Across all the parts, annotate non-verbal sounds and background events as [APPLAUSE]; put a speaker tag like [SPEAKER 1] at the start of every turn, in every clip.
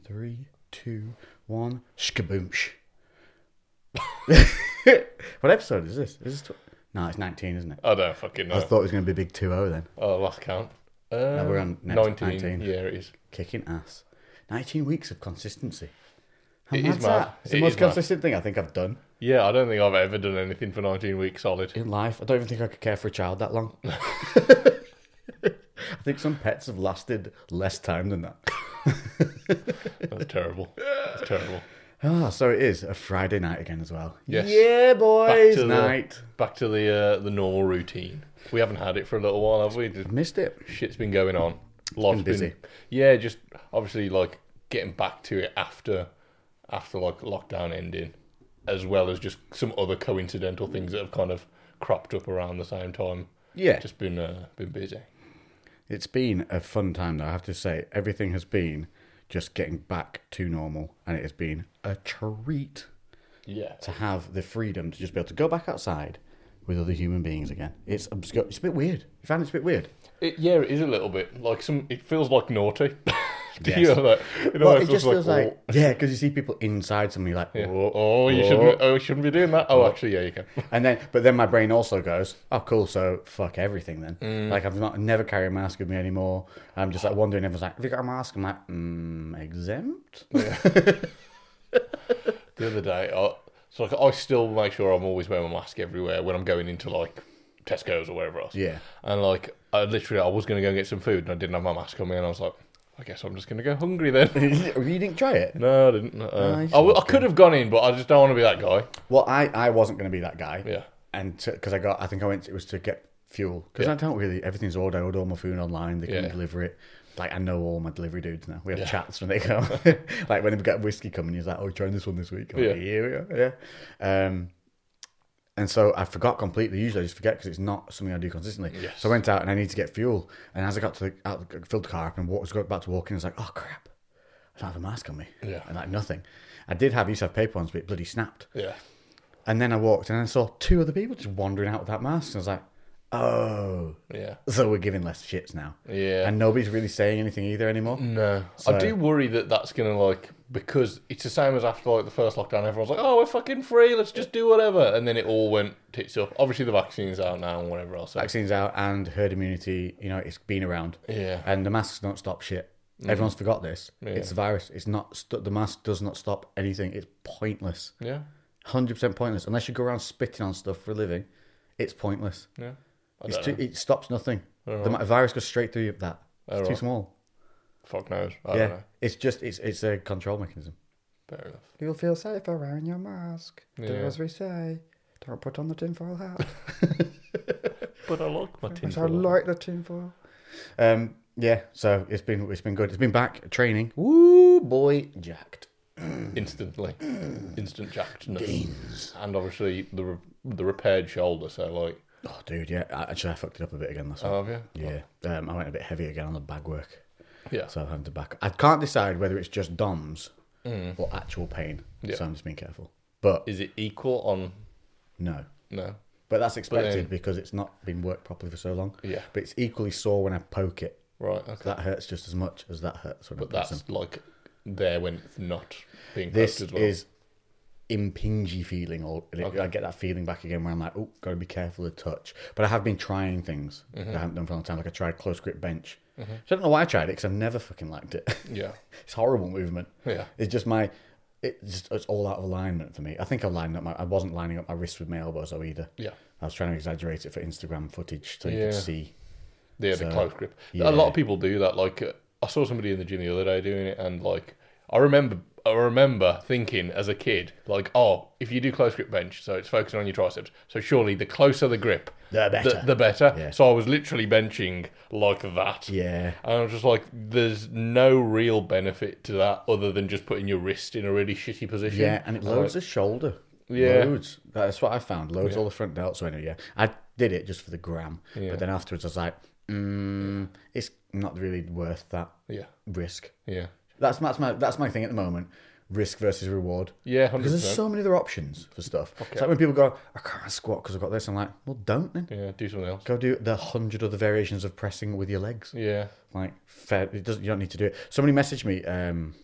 [SPEAKER 1] Three, two, one, skaboomsh. [LAUGHS]
[SPEAKER 2] What episode is this? Is this tw-
[SPEAKER 1] No, it's 19, isn't it?
[SPEAKER 3] I don't fucking know.
[SPEAKER 1] I thought it was going to be big 2 0 then.
[SPEAKER 3] oh, last count. Uh, no,
[SPEAKER 1] we're on net-
[SPEAKER 3] 19.
[SPEAKER 1] 19.
[SPEAKER 3] Yeah, it is.
[SPEAKER 1] Kicking ass. 19 weeks of consistency. How
[SPEAKER 3] It is
[SPEAKER 1] mad's
[SPEAKER 3] mad.
[SPEAKER 1] that? It's the
[SPEAKER 3] It
[SPEAKER 1] most
[SPEAKER 3] is mad.
[SPEAKER 1] consistent thing I think I've done
[SPEAKER 3] Yeah, I don't think I've ever done anything for 19 weeks solid.
[SPEAKER 1] in life. I don't even think I could care for a child that [LAUGHS] long. I think some pets have lasted less time than that.
[SPEAKER 3] That's terrible. That's terrible.
[SPEAKER 1] Ah, so it is a Friday night again as well.
[SPEAKER 3] Yes.
[SPEAKER 1] Yeah, boys,
[SPEAKER 3] the-
[SPEAKER 1] night.
[SPEAKER 3] back to the uh, the normal routine. We haven't had it for a little while, have we? Just
[SPEAKER 1] Missed it.
[SPEAKER 3] shit's been going on. Life's
[SPEAKER 1] been busy.
[SPEAKER 3] yeah, just obviously like getting back to it after after like lockdown ending, as well as just some other coincidental things that have kind of cropped up around the same time.
[SPEAKER 1] Yeah.
[SPEAKER 3] Just been uh, been busy.
[SPEAKER 1] It's been a fun time, though. I have to say, everything has been just getting back to normal, and it has been a treat
[SPEAKER 3] Yeah.
[SPEAKER 1] to have the freedom to just be able to go back outside with other human beings again. It's obscure. It's a bit weird. You found it's a bit weird.
[SPEAKER 3] It, yeah, it is a little bit like some. It feels like naughty. [LAUGHS] Do
[SPEAKER 1] Yes.
[SPEAKER 3] you know that? You know,
[SPEAKER 1] Well,
[SPEAKER 3] it
[SPEAKER 1] it just feels like,
[SPEAKER 3] oh,
[SPEAKER 1] yeah, because you see people inside something, you're like,
[SPEAKER 3] yeah.
[SPEAKER 1] "Whoa."
[SPEAKER 3] oh, you shouldn't. Oh, you shouldn't be doing that. Oh, actually, yeah, you can. [LAUGHS]
[SPEAKER 1] and then, but then my brain also goes, oh, cool. So fuck everything then.
[SPEAKER 3] Mm.
[SPEAKER 1] Like I've not never carry a mask with me anymore. I'm just like wondering. Everyone's like, have you got a mask? I'm like, mm, exempt. [LAUGHS]
[SPEAKER 3] The other day, I, so like, I still make sure I'm always wearing my mask everywhere when I'm going into like Tesco's or wherever else.
[SPEAKER 1] Yeah. [LAUGHS]
[SPEAKER 3] And like, I literally, I was going to go and get some food and I didn't have my mask on me, and I was like, I guess I'm just going to go hungry [LAUGHS] then.
[SPEAKER 1] you didn't try it.
[SPEAKER 3] no, I didn't. Uh, I,
[SPEAKER 1] Nice
[SPEAKER 3] w- I could have gone in, but I just don't want to be that guy.
[SPEAKER 1] Well, I, I wasn't going to be that guy.
[SPEAKER 3] Yeah.
[SPEAKER 1] And because I got, I think I went. It was to get fuel because I don't really. Everything's ordered. I order all my food online. They can
[SPEAKER 3] Yeah.
[SPEAKER 1] deliver it. Like I know all my delivery dudes now. We have chats when they
[SPEAKER 3] [LAUGHS]
[SPEAKER 1] come. [LAUGHS] like when they've got whiskey coming, he's like, "Oh, trying this one this week." I'm
[SPEAKER 3] Yeah.
[SPEAKER 1] like, Here we are. Yeah. Um, and so I forgot completely. Usually I just forget because it's not something I do consistently.
[SPEAKER 3] Yes.
[SPEAKER 1] So I went out and I need to get fuel. And as I got to the, out, filled the car up and walked, was about to walk in, I was like, "Oh crap, I don't have a mask on me."
[SPEAKER 3] Yeah.
[SPEAKER 1] And like nothing. I did have used to have paper ones, but it bloody snapped.
[SPEAKER 3] Yeah.
[SPEAKER 1] And then I walked and I saw two other people just wandering out with that mask. And I was like, oh,
[SPEAKER 3] Yeah.
[SPEAKER 1] so we're giving less shits now.
[SPEAKER 3] Yeah. Mm.
[SPEAKER 1] And nobody's really saying anything either anymore.
[SPEAKER 3] No,
[SPEAKER 1] So-
[SPEAKER 3] I do worry that that's gonna like because it's the same as after like the first lockdown. Everyone's like, "Oh, we're fucking free. Let's just do whatever," and then it all went tits up. Obviously, the vaccine's out now and whatever else. so-
[SPEAKER 1] Vaccines out and herd immunity, you know, it's been around.
[SPEAKER 3] Yeah. Mm.
[SPEAKER 1] And the masks don't stop shit. Everyone's forgot this. It's a virus. It's not, st- the mask does not stop anything. It's pointless.
[SPEAKER 3] Yeah,
[SPEAKER 1] 100% pointless. Unless you go around spitting on stuff for a living, it's pointless.
[SPEAKER 3] yeah. I
[SPEAKER 1] It's
[SPEAKER 3] don't
[SPEAKER 1] too,
[SPEAKER 3] know. Oh,
[SPEAKER 1] it stops nothing. The ma- virus goes straight through that. It's too
[SPEAKER 3] right.
[SPEAKER 1] small.
[SPEAKER 3] Fuck knows. I
[SPEAKER 1] Yeah.
[SPEAKER 3] don't know.
[SPEAKER 1] It's just, it's, it's a control mechanism.
[SPEAKER 3] Fair enough.
[SPEAKER 4] You'll feel safer wearing your mask. Do
[SPEAKER 3] Yeah.
[SPEAKER 4] as we say. Don't put on the
[SPEAKER 1] [LAUGHS]
[SPEAKER 4] tinfoil hat.
[SPEAKER 3] But I like my tin.
[SPEAKER 4] Which I like the tinfoil.
[SPEAKER 1] Um, yeah, so it's been it's been good. It's been back training. Woo, boy, jacked.
[SPEAKER 3] instantly,
[SPEAKER 1] Mm.
[SPEAKER 3] instant jackedness, and obviously the re- the repaired shoulder. So like,
[SPEAKER 1] Oh, dude, yeah. I- Actually, I fucked it up a bit again last week.
[SPEAKER 3] oh yeah,
[SPEAKER 1] yeah, um, I went a bit heavy again on the bag work,
[SPEAKER 3] yeah.
[SPEAKER 1] so I'm having to back. I can't decide whether it's just DOMS or actual pain.
[SPEAKER 3] Yeah.
[SPEAKER 1] So I'm just being careful. But
[SPEAKER 3] Is it equal on?
[SPEAKER 1] no,
[SPEAKER 3] No.
[SPEAKER 1] but that's expected
[SPEAKER 3] then-
[SPEAKER 1] because it's not been worked properly for so long.
[SPEAKER 3] Yeah.
[SPEAKER 1] but it's equally sore when I poke it.
[SPEAKER 3] Right. Okay.
[SPEAKER 1] That hurts just as much as that hurts when
[SPEAKER 3] but
[SPEAKER 1] I press
[SPEAKER 3] that's like there when it's not being
[SPEAKER 1] This
[SPEAKER 3] poked as well.
[SPEAKER 1] is impingy feeling, or and it- I get that feeling back again where I'm like, oh, got to be careful of touch. But I have been trying things
[SPEAKER 3] Mm-hmm.
[SPEAKER 1] that I haven't done for a long time. Like I tried close grip bench. So I don't know why I tried it because I've never fucking liked it. [LAUGHS]
[SPEAKER 3] yeah.
[SPEAKER 1] it's horrible movement.
[SPEAKER 3] Yeah.
[SPEAKER 1] it's just my. It's just it's all out of alignment for me. I think I lined up my. I wasn't lining up my wrists with my elbows though either.
[SPEAKER 3] Yeah.
[SPEAKER 1] I was trying to exaggerate it for Instagram footage so you
[SPEAKER 3] Yeah.
[SPEAKER 1] could see.
[SPEAKER 3] Yeah, the
[SPEAKER 1] So,
[SPEAKER 3] close grip.
[SPEAKER 1] yeah.
[SPEAKER 3] A lot of people do that. Like, uh, I saw somebody in the gym the other day doing it, and like, I remember, I remember thinking as a kid, like, oh, if you do close grip bench, so it's focusing on your triceps. So surely the closer the grip,
[SPEAKER 1] The better.
[SPEAKER 3] the, better.
[SPEAKER 1] Yeah.
[SPEAKER 3] So I was literally benching like that.
[SPEAKER 1] Yeah.
[SPEAKER 3] And I was just like, there's no real benefit to that other than just putting your wrist in a really shitty position.
[SPEAKER 1] Yeah, and it loads the shoulder.
[SPEAKER 3] Yeah.
[SPEAKER 1] Loads. That's what I found. Loads all the front delts. So anyway, yeah. I did it just for the gram. But then afterwards I was like, mm, it's not really worth that
[SPEAKER 3] Yeah.
[SPEAKER 1] risk.
[SPEAKER 3] Uh, Yeah.
[SPEAKER 1] That's that's my that's my thing at the moment. Risk versus reward.
[SPEAKER 3] Yeah,
[SPEAKER 1] Because
[SPEAKER 3] 100%.
[SPEAKER 1] there's so many other options for stuff. It's like when people go, I can't squat because I've got this. I'm like, well, don't then.
[SPEAKER 3] Yeah, do something else.
[SPEAKER 1] Go do the hundred other variations of pressing with your legs
[SPEAKER 3] Yeah.
[SPEAKER 1] like fair, it doesn't you don't need to do it somebody messaged me um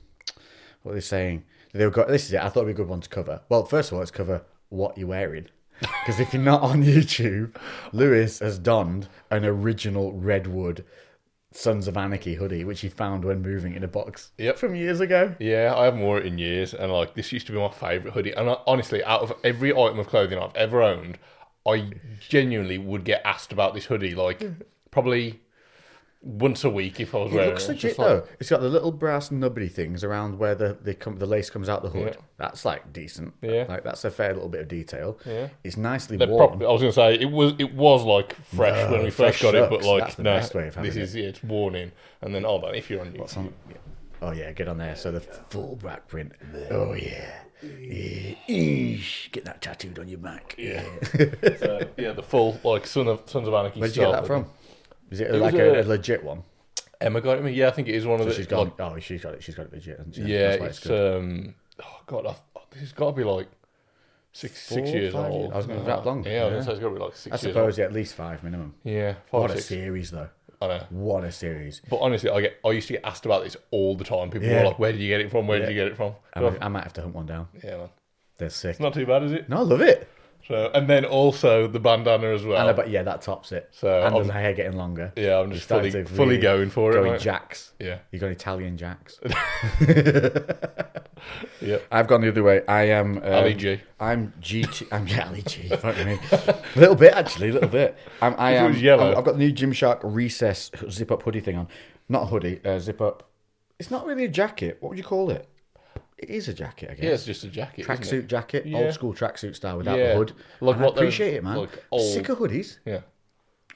[SPEAKER 1] what they're saying. They were go, this is it. I thought it'd be a good one to cover. Well, first of all, let's cover what you're wearing.
[SPEAKER 3] [LAUGHS]
[SPEAKER 1] Because if you're not on YouTube, Lewis has donned an original Redwood Sons of Anarchy hoodie, which he found when moving in a box
[SPEAKER 3] Yep.
[SPEAKER 1] from years ago.
[SPEAKER 3] Yeah, I haven't worn it in years, and like this used to be my favorite hoodie. And I, honestly, out of every item of clothing I've ever owned, I genuinely would get asked about this hoodie like probably once a week if I was
[SPEAKER 1] Hmm. It
[SPEAKER 3] wearing
[SPEAKER 1] looks
[SPEAKER 3] it. It's
[SPEAKER 1] legit
[SPEAKER 3] just like-
[SPEAKER 1] though. It's got the little brass nubbly things around where the the, com- the lace comes out the hood.
[SPEAKER 3] Yeah.
[SPEAKER 1] That's like decent.
[SPEAKER 3] Yeah.
[SPEAKER 1] like that's a fair little bit of detail.
[SPEAKER 3] Yeah.
[SPEAKER 1] it's nicely
[SPEAKER 3] They're
[SPEAKER 1] worn.
[SPEAKER 3] probably, I was going to say it was it was like fresh
[SPEAKER 1] No,
[SPEAKER 3] when we first
[SPEAKER 1] fresh
[SPEAKER 3] got it, but
[SPEAKER 1] sucks.
[SPEAKER 3] like
[SPEAKER 1] That's the
[SPEAKER 3] no,
[SPEAKER 1] best way of having
[SPEAKER 3] this is yeah, it's worn in. And then oh, but if you're on YouTube,
[SPEAKER 1] Some- oh yeah, get on there. So the full back print. Oh yeah. Yeah. Eesh. Get that tattooed on your back.
[SPEAKER 3] yeah, [LAUGHS] so, uh, yeah, the full like son of Sons of Anarchy.
[SPEAKER 1] Where'd you get
[SPEAKER 3] style
[SPEAKER 1] that
[SPEAKER 3] hoodie.
[SPEAKER 1] from? Is it,
[SPEAKER 3] was
[SPEAKER 1] like a,
[SPEAKER 3] a-
[SPEAKER 1] a legit one?
[SPEAKER 3] Emma got it. me. Yeah, I think it is one of
[SPEAKER 1] So
[SPEAKER 3] the
[SPEAKER 1] she's
[SPEAKER 3] like,
[SPEAKER 1] got. oh, she's got it. She's got it legit. Hasn't she?
[SPEAKER 3] Yeah,
[SPEAKER 1] That's why
[SPEAKER 3] it's, um, oh god, I, oh, this has got to be like six six
[SPEAKER 1] Four,
[SPEAKER 3] years
[SPEAKER 1] five
[SPEAKER 3] old.
[SPEAKER 1] years- I was gonna-
[SPEAKER 3] Uh,
[SPEAKER 1] that long?
[SPEAKER 3] Yeah, I was gonna
[SPEAKER 1] Yeah.
[SPEAKER 3] say it's got to be like six
[SPEAKER 1] I
[SPEAKER 3] years.
[SPEAKER 1] suppose yeah, at least five minimum.
[SPEAKER 3] Old. Yeah,
[SPEAKER 1] What
[SPEAKER 3] five or
[SPEAKER 1] a
[SPEAKER 3] six.
[SPEAKER 1] series though.
[SPEAKER 3] I know.
[SPEAKER 1] What a series.
[SPEAKER 3] But honestly, I get I used to get asked about this all the time. People
[SPEAKER 1] Yeah.
[SPEAKER 3] were like, "Where did you get it from? Where did you get it from?"
[SPEAKER 1] I
[SPEAKER 3] And I-
[SPEAKER 1] might, I might have to hunt one down.
[SPEAKER 3] yeah, man,
[SPEAKER 1] They're sick.
[SPEAKER 3] it's not too bad, is it?
[SPEAKER 1] No, I love it.
[SPEAKER 3] So, and then also the bandana as well.
[SPEAKER 1] And I bet yeah, that tops it.
[SPEAKER 3] So,
[SPEAKER 1] and
[SPEAKER 3] I'm-
[SPEAKER 1] the hair getting longer.
[SPEAKER 3] yeah, I'm just fully
[SPEAKER 1] starting to
[SPEAKER 3] fully
[SPEAKER 1] really
[SPEAKER 3] going for it.
[SPEAKER 1] Going
[SPEAKER 3] mate.
[SPEAKER 1] jacks.
[SPEAKER 3] yeah,
[SPEAKER 1] You got Italian jacks.
[SPEAKER 3] [LAUGHS]
[SPEAKER 1] [LAUGHS]
[SPEAKER 3] Yep.
[SPEAKER 1] I've gone the other way. I am. Um,
[SPEAKER 3] Ali G.
[SPEAKER 1] I'm GT. I'm yeah, Ali G. Fuck me. A little bit actually, a little bit. I'm, I
[SPEAKER 3] If it
[SPEAKER 1] am.
[SPEAKER 3] was yellow.
[SPEAKER 1] I've- I've got the new Gymshark recess zip up hoodie thing on. Not hoodie. Uh, zip up. It's not really a jacket. What would you call it? It is a jacket, I guess.
[SPEAKER 3] yeah, it's just a jacket, isn't it?
[SPEAKER 1] tracksuit jacket,
[SPEAKER 3] Yeah.
[SPEAKER 1] old school tracksuit style without
[SPEAKER 3] Yeah.
[SPEAKER 1] the hood.
[SPEAKER 3] Like
[SPEAKER 1] And I
[SPEAKER 3] what those-
[SPEAKER 1] appreciate it, man.
[SPEAKER 3] like old-
[SPEAKER 1] Sick of hoodies.
[SPEAKER 3] Yeah,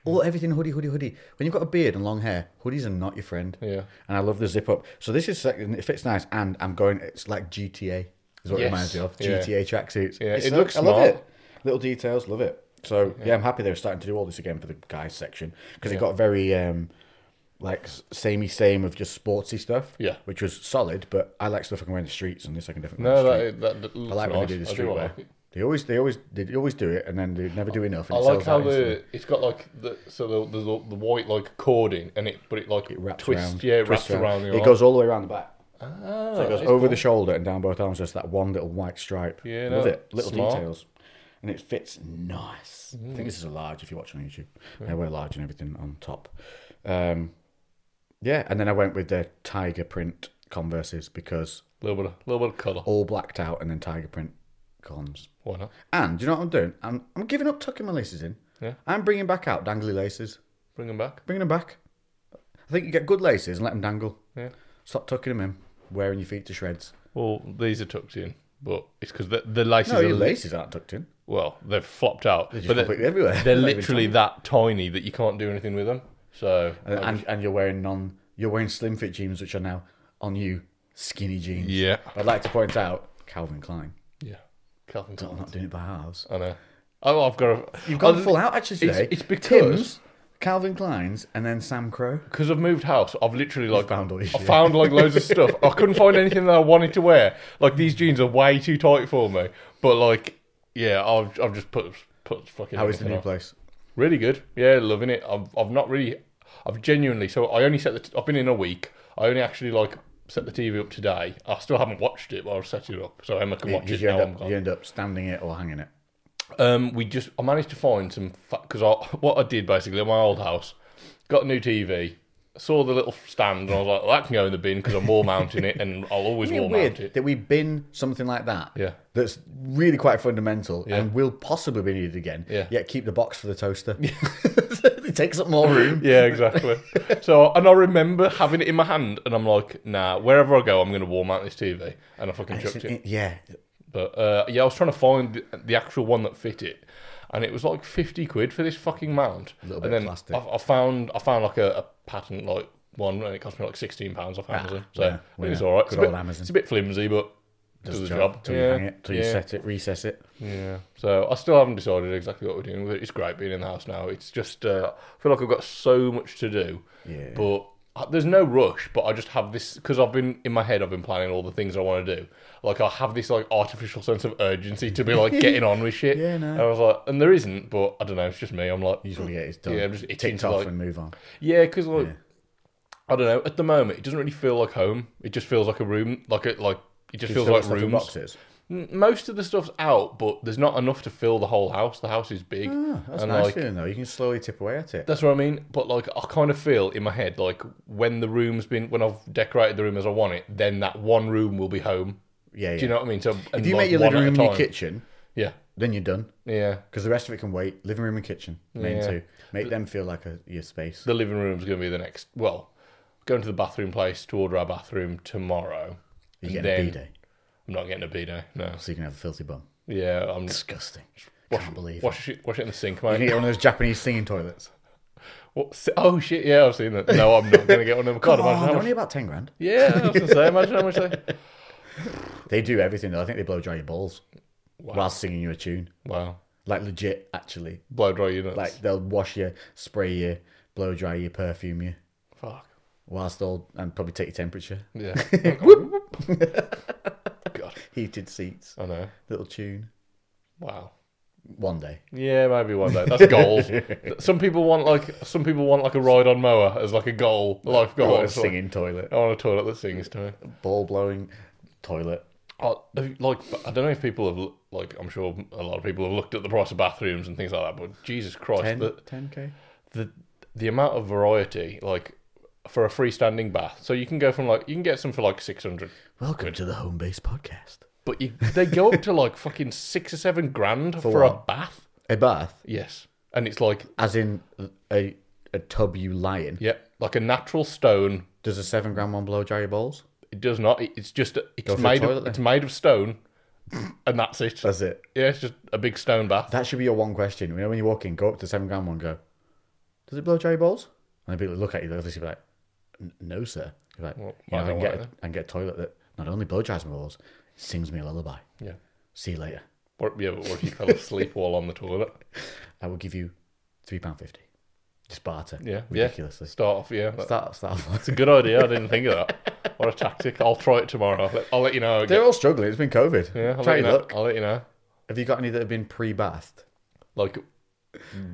[SPEAKER 1] All everything hoodie, hoodie, hoodie. When you've got a beard and long hair, hoodies are not your friend.
[SPEAKER 3] Yeah.
[SPEAKER 1] And I love the zip up. So this is sec- and it fits nice, and I'm going. It's like GTA. Is what
[SPEAKER 3] Yes.
[SPEAKER 1] it reminds me of
[SPEAKER 3] Yeah.
[SPEAKER 1] GTA tracksuits.
[SPEAKER 3] Yeah,
[SPEAKER 1] It's
[SPEAKER 3] it
[SPEAKER 1] so-
[SPEAKER 3] looks
[SPEAKER 1] I love
[SPEAKER 3] smart.
[SPEAKER 1] it. Little details, love it. So yeah, I'm happy they're starting to do all this again for the guys section because it got very um like s- samey same of just sportsy stuff.
[SPEAKER 3] Yeah.
[SPEAKER 1] Which was solid, but I like stuff I can wear in the streets, and this I can definitely. wear
[SPEAKER 3] no,
[SPEAKER 1] in the street.
[SPEAKER 3] that, that, that looks
[SPEAKER 1] I like
[SPEAKER 3] nice.
[SPEAKER 1] when they do the
[SPEAKER 3] I do
[SPEAKER 1] streetwear.
[SPEAKER 3] like it.
[SPEAKER 1] they always, they always, they always do it, and then they never do enough. And
[SPEAKER 3] I
[SPEAKER 1] it
[SPEAKER 3] like
[SPEAKER 1] sells
[SPEAKER 3] how
[SPEAKER 1] out instantly.
[SPEAKER 3] the it's got like the so the the, the, the white like cording and it but it like it
[SPEAKER 1] wraps
[SPEAKER 3] twists
[SPEAKER 1] around.
[SPEAKER 3] yeah it
[SPEAKER 1] twists
[SPEAKER 3] wraps around, your
[SPEAKER 1] It
[SPEAKER 3] arm.
[SPEAKER 1] goes all the way around the back.
[SPEAKER 3] Ah,
[SPEAKER 1] So it goes
[SPEAKER 3] that's
[SPEAKER 1] over
[SPEAKER 3] cool.
[SPEAKER 1] the shoulder and down both arms. Just that one little white stripe.
[SPEAKER 3] Yeah,
[SPEAKER 1] love
[SPEAKER 3] no,
[SPEAKER 1] it. Little
[SPEAKER 3] smart. Mm.
[SPEAKER 1] details, and it fits nice. I think this is a large if you watch on YouTube. I wear large and everything on top. Um, yeah, and then I went with the tiger print Converse's because
[SPEAKER 3] little bit of, little bit of colour
[SPEAKER 1] all blacked out and then tiger print cons.
[SPEAKER 3] why not
[SPEAKER 1] And do you know what I'm doing? I'm I'm giving up tucking my laces in.
[SPEAKER 3] Yeah.
[SPEAKER 1] I'm bringing back out dangly laces.
[SPEAKER 3] bring them back
[SPEAKER 1] Bringing them back. I think you get good laces and let them dangle.
[SPEAKER 3] yeah
[SPEAKER 1] Stop tucking them in, wearing your feet to shreds.
[SPEAKER 3] well these are tucked in but it's because the, the laces
[SPEAKER 1] No,
[SPEAKER 3] are
[SPEAKER 1] your laces aren't tucked in.
[SPEAKER 3] well they've flopped out
[SPEAKER 1] They're just
[SPEAKER 3] but
[SPEAKER 1] completely everywhere. [LAUGHS]
[SPEAKER 3] they're
[SPEAKER 1] Not even
[SPEAKER 3] literally that tiny that you can't do anything with them so
[SPEAKER 1] And, and, and you're wearing non, you're wearing slim fit jeans, which are now on you skinny jeans.
[SPEAKER 3] yeah
[SPEAKER 1] I'd like to point out Calvin Klein.
[SPEAKER 3] yeah Calvin
[SPEAKER 1] I'm
[SPEAKER 3] Klein
[SPEAKER 1] not doing it by halves.
[SPEAKER 3] I know oh I've got a
[SPEAKER 1] You've gone
[SPEAKER 3] I've-
[SPEAKER 1] full out actually
[SPEAKER 3] it's-
[SPEAKER 1] today.
[SPEAKER 3] it's because-
[SPEAKER 1] Tim's, Calvin Klein's, and then Sam Crow.
[SPEAKER 3] because I've moved house, I've literally like
[SPEAKER 1] found all your
[SPEAKER 3] I
[SPEAKER 1] shit.
[SPEAKER 3] found like loads of stuff. I couldn't find anything that I wanted to wear. Like these jeans are way too tight for me. But like, yeah, I've I've just put put fucking.
[SPEAKER 1] How is the
[SPEAKER 3] everything
[SPEAKER 1] new
[SPEAKER 3] on.
[SPEAKER 1] place?
[SPEAKER 3] Really good. Yeah, loving it. I've I've not really. I've genuinely. So I only set the. T- I've been in a week. I only actually like set the TV up today. I still haven't watched it, but I've set it up so Emma can watch
[SPEAKER 1] You,
[SPEAKER 3] it
[SPEAKER 1] you,
[SPEAKER 3] now.
[SPEAKER 1] end
[SPEAKER 3] I'm
[SPEAKER 1] up,
[SPEAKER 3] gone.
[SPEAKER 1] you end up standing it or hanging it.
[SPEAKER 3] Um, we just I managed to find some because I [LAUGHS] what I did basically at my old house, got a new TV, saw the little stand, and I was like, that can go in the bin because I'm wall mounting it, and I'll always
[SPEAKER 1] Isn't
[SPEAKER 3] wall
[SPEAKER 1] it
[SPEAKER 3] mount
[SPEAKER 1] weird [LAUGHS]
[SPEAKER 3] it.
[SPEAKER 1] that we bin something like that?
[SPEAKER 3] Yeah.
[SPEAKER 1] That's really quite fundamental
[SPEAKER 3] Yeah.
[SPEAKER 1] and will possibly be needed again.
[SPEAKER 3] Yeah.
[SPEAKER 1] Yet keep the box for the toaster. [LAUGHS] it takes up more room.
[SPEAKER 3] Yeah, exactly. so and I remember having it in my hand, and I'm like, nah, wherever I go, I'm going to wall mount this TV, and I fucking
[SPEAKER 1] It's
[SPEAKER 3] chucked
[SPEAKER 1] an-
[SPEAKER 3] it.
[SPEAKER 1] it- yeah.
[SPEAKER 3] But uh, yeah, I was trying to find the- the actual one that fit it, and it was like fifty quid for this fucking mount.
[SPEAKER 1] little
[SPEAKER 3] and
[SPEAKER 1] bit
[SPEAKER 3] then
[SPEAKER 1] plastic.
[SPEAKER 3] I, I found I found like a, a patent like one, and it cost me like sixteen pounds off Amazon. so
[SPEAKER 1] Ah, yeah,
[SPEAKER 3] it was
[SPEAKER 1] yeah.
[SPEAKER 3] all right.
[SPEAKER 1] Good
[SPEAKER 3] it's a bit,
[SPEAKER 1] old Amazon.
[SPEAKER 3] It's a bit flimsy, but does the job.
[SPEAKER 1] Till
[SPEAKER 3] Yeah,
[SPEAKER 1] you hang it, till you
[SPEAKER 3] yeah,
[SPEAKER 1] set it, recess it.
[SPEAKER 3] Yeah. So I still haven't decided exactly what we're doing with it. It's great being in the house now. It's just uh, I feel like I've got so much to do.
[SPEAKER 1] Yeah.
[SPEAKER 3] But I- there's no rush, but I just have this because I've been in my head. I've been planning all the things I want to do. Like I have this like artificial sense of urgency to be like getting on with shit.
[SPEAKER 1] [LAUGHS] Yeah, no.
[SPEAKER 3] And I was like, and there isn't, but I don't know. It's just me. I'm like,
[SPEAKER 1] You just want to get it done.
[SPEAKER 3] Yeah, I'm just itching
[SPEAKER 1] ticked
[SPEAKER 3] to,
[SPEAKER 1] off
[SPEAKER 3] like-
[SPEAKER 1] and move on.
[SPEAKER 3] yeah, because like I don't know. At the moment, it doesn't really feel like home. It just feels like a room, like a like It just
[SPEAKER 1] You
[SPEAKER 3] feels
[SPEAKER 1] still
[SPEAKER 3] like
[SPEAKER 1] got stuff in
[SPEAKER 3] rooms.
[SPEAKER 1] boxes.
[SPEAKER 3] N- Most of the stuff's out, but there's not enough to fill the whole house. The house is big.
[SPEAKER 1] Ah, that's a
[SPEAKER 3] and
[SPEAKER 1] nice
[SPEAKER 3] like,
[SPEAKER 1] feeling though. You can slowly tip away at it.
[SPEAKER 3] That's what I mean. But like, I kind of feel in my head like when the room's been when I've decorated the room as I want it, then that one room will be home.
[SPEAKER 1] Yeah, yeah.
[SPEAKER 3] Do you know what I mean? So and,
[SPEAKER 1] if you
[SPEAKER 3] like,
[SPEAKER 1] make your
[SPEAKER 3] one
[SPEAKER 1] living
[SPEAKER 3] at a
[SPEAKER 1] room and your
[SPEAKER 3] time.
[SPEAKER 1] kitchen,
[SPEAKER 3] yeah,
[SPEAKER 1] then you're done
[SPEAKER 3] yeah.
[SPEAKER 1] because the rest of it can wait. Living room and kitchen, main
[SPEAKER 3] Yeah.
[SPEAKER 1] two. Make them feel like a your space.
[SPEAKER 3] The living room's going to be the next. Well, going to the bathroom place to order our bathroom tomorrow.
[SPEAKER 1] You
[SPEAKER 3] And
[SPEAKER 1] get
[SPEAKER 3] then-
[SPEAKER 1] a b-day,
[SPEAKER 3] I'm not getting a bidet. No.
[SPEAKER 1] so you can have a filthy bum.
[SPEAKER 3] Yeah, I'm
[SPEAKER 1] Disgusting.
[SPEAKER 3] wash,
[SPEAKER 1] Can't believe
[SPEAKER 3] wash it. Wash it in the sink,
[SPEAKER 1] it. You
[SPEAKER 3] mate.
[SPEAKER 1] can get one of those Japanese singing toilets.
[SPEAKER 3] What, si- oh shit! Yeah, I've seen that. No, I'm not going to get one of them.
[SPEAKER 1] [LAUGHS]
[SPEAKER 3] God,
[SPEAKER 1] Oh,
[SPEAKER 3] imagine how
[SPEAKER 1] they're
[SPEAKER 3] much.
[SPEAKER 1] only about ten grand.
[SPEAKER 3] Yeah, I was going to say. Imagine how much they. [LAUGHS]
[SPEAKER 1] They do everything though. I think they blow dry your balls
[SPEAKER 3] Wow.
[SPEAKER 1] while singing you a tune.
[SPEAKER 3] Wow.
[SPEAKER 1] Like legit, actually.
[SPEAKER 3] Blow dry units.
[SPEAKER 1] Like they'll wash you, spray you, blow dry you, perfume you,
[SPEAKER 3] fuck.
[SPEAKER 1] whilst they'll and probably take your temperature.
[SPEAKER 3] [LAUGHS] Yeah. [LAUGHS] God,
[SPEAKER 1] Heated seats,
[SPEAKER 3] I know.
[SPEAKER 1] little tune.
[SPEAKER 3] Wow.
[SPEAKER 1] One day.
[SPEAKER 3] Yeah, maybe one [LAUGHS] day. That's goals. some people want like some people want like a ride on mower as like a goal, life goal.
[SPEAKER 1] a
[SPEAKER 3] It's like,
[SPEAKER 1] singing toilet,
[SPEAKER 3] I want a toilet that sings to me.
[SPEAKER 1] ball blowing toilet.
[SPEAKER 3] Oh, have you- like I don't know if people have l- like I'm sure a lot of people have looked at the price of bathrooms and things like that, but Jesus Christ, the,
[SPEAKER 1] 10k.
[SPEAKER 3] the the amount of variety like for a freestanding bath. So you can go from like you can get some for like six hundred,
[SPEAKER 1] Welcome to the home base podcast.
[SPEAKER 3] but you, they go up to like [LAUGHS] fucking six or seven grand for, a
[SPEAKER 1] what?
[SPEAKER 3] bath.
[SPEAKER 1] A bath,
[SPEAKER 3] Yes, and it's like
[SPEAKER 1] as in a a tub you lie in.
[SPEAKER 3] yeah, like a natural stone.
[SPEAKER 1] Does a seven gram one blow dry your balls?
[SPEAKER 3] It does not. it- It's just it's
[SPEAKER 1] for the
[SPEAKER 3] made
[SPEAKER 1] toilet
[SPEAKER 3] of,
[SPEAKER 1] then.
[SPEAKER 3] it's made of stone, and that's it.
[SPEAKER 1] That's it.
[SPEAKER 3] yeah, it's just a big stone bath.
[SPEAKER 1] That should be your one question. You know, when you walk in, go up to the seven gram one, and go, does it blow dry your balls? And people look at you, they'll obviously be like, "N- no, sir. You're like,
[SPEAKER 3] Well,
[SPEAKER 1] you know,
[SPEAKER 3] I
[SPEAKER 1] I
[SPEAKER 3] don't
[SPEAKER 1] can
[SPEAKER 3] want
[SPEAKER 1] get,
[SPEAKER 3] it
[SPEAKER 1] a, I can get a toilet that not only blow dries my balls, sings me a lullaby.
[SPEAKER 3] Yeah.
[SPEAKER 1] See you later.
[SPEAKER 3] Or, yeah, but what if you fell asleep while on the toilet?
[SPEAKER 1] I will give you £3.50. Just barter.
[SPEAKER 3] Yeah, yeah.
[SPEAKER 1] Ridiculously.
[SPEAKER 3] Start off, yeah. That's
[SPEAKER 1] Start, start off.
[SPEAKER 3] a good idea. I didn't think of that. What a tactic. I'll try it tomorrow. I'll let, I'll let you know. how it
[SPEAKER 1] They're
[SPEAKER 3] goes.
[SPEAKER 1] all struggling. It's been COVID.
[SPEAKER 3] yeah, I'll
[SPEAKER 1] Try
[SPEAKER 3] let you
[SPEAKER 1] your
[SPEAKER 3] know.
[SPEAKER 1] luck.
[SPEAKER 3] I'll let you know.
[SPEAKER 1] Have you got any that have been pre-bathed?
[SPEAKER 3] Like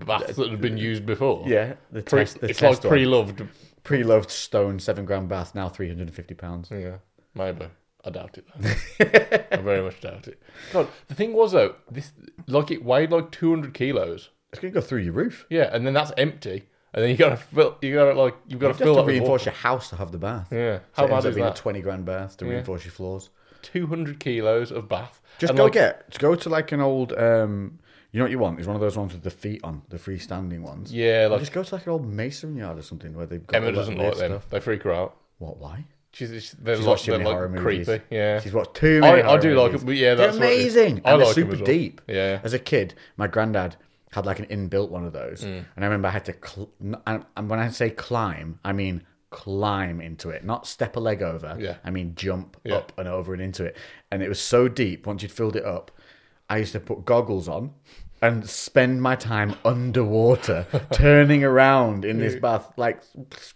[SPEAKER 3] baths that have been used before.
[SPEAKER 1] Yeah. The
[SPEAKER 3] Pre-
[SPEAKER 1] test, the
[SPEAKER 3] it's
[SPEAKER 1] test
[SPEAKER 3] like
[SPEAKER 1] one.
[SPEAKER 3] pre-loved.
[SPEAKER 1] pre-loved stone seven gram bath, now £350.
[SPEAKER 3] Yeah, maybe. I doubt it. though.
[SPEAKER 1] [LAUGHS]
[SPEAKER 3] I very much doubt it. God, the thing was though, this like it weighed like two hundred kilos.
[SPEAKER 1] It's going to go through your roof.
[SPEAKER 3] Yeah, and then that's empty, and then you gotta fill. You gotta like you've got
[SPEAKER 1] You have
[SPEAKER 3] to fill
[SPEAKER 1] to
[SPEAKER 3] up with
[SPEAKER 1] reinforce
[SPEAKER 3] water.
[SPEAKER 1] your house to have the bath.
[SPEAKER 3] Yeah,
[SPEAKER 1] So
[SPEAKER 3] how
[SPEAKER 1] it ends
[SPEAKER 3] bad
[SPEAKER 1] up
[SPEAKER 3] is
[SPEAKER 1] being
[SPEAKER 3] that?
[SPEAKER 1] a 20 grand bath to reinforce your floors.
[SPEAKER 3] two hundred kilos of bath.
[SPEAKER 1] Just
[SPEAKER 3] And,
[SPEAKER 1] go
[SPEAKER 3] like,
[SPEAKER 1] get, to go to like an old, um, you know what you want? Is one of those ones with the feet on, the freestanding ones.
[SPEAKER 3] Yeah,
[SPEAKER 1] Or
[SPEAKER 3] like
[SPEAKER 1] just go to like an old mason yard or something where they've got all
[SPEAKER 3] Emma
[SPEAKER 1] that
[SPEAKER 3] doesn't
[SPEAKER 1] weird
[SPEAKER 3] like them. They freak her out.
[SPEAKER 1] What, why?
[SPEAKER 3] She's, she's, they're
[SPEAKER 1] She's
[SPEAKER 3] like,
[SPEAKER 1] watched too
[SPEAKER 3] they're
[SPEAKER 1] many horror
[SPEAKER 3] like
[SPEAKER 1] movies.
[SPEAKER 3] creepy. Yeah,
[SPEAKER 1] She's watched too many.
[SPEAKER 3] I, I do
[SPEAKER 1] horror
[SPEAKER 3] like
[SPEAKER 1] movies.
[SPEAKER 3] it. but Yeah,
[SPEAKER 1] They're
[SPEAKER 3] that's what it is.
[SPEAKER 1] amazing.
[SPEAKER 3] I
[SPEAKER 1] and
[SPEAKER 3] like
[SPEAKER 1] they're
[SPEAKER 3] 'em
[SPEAKER 1] super
[SPEAKER 3] as well.
[SPEAKER 1] deep.
[SPEAKER 3] Yeah,
[SPEAKER 1] As a kid, my granddad had like an inbuilt one of those,
[SPEAKER 3] Mm.
[SPEAKER 1] and I remember I had to. Cl- n- and and when I say climb, I mean climb into it, not step a leg over.
[SPEAKER 3] Yeah.
[SPEAKER 1] I mean jump
[SPEAKER 3] Yeah.
[SPEAKER 1] up and over and into it, and it was so deep. Once you'd filled it up, I used to put goggles on. And spend my time underwater, [LAUGHS] turning around in this bath, like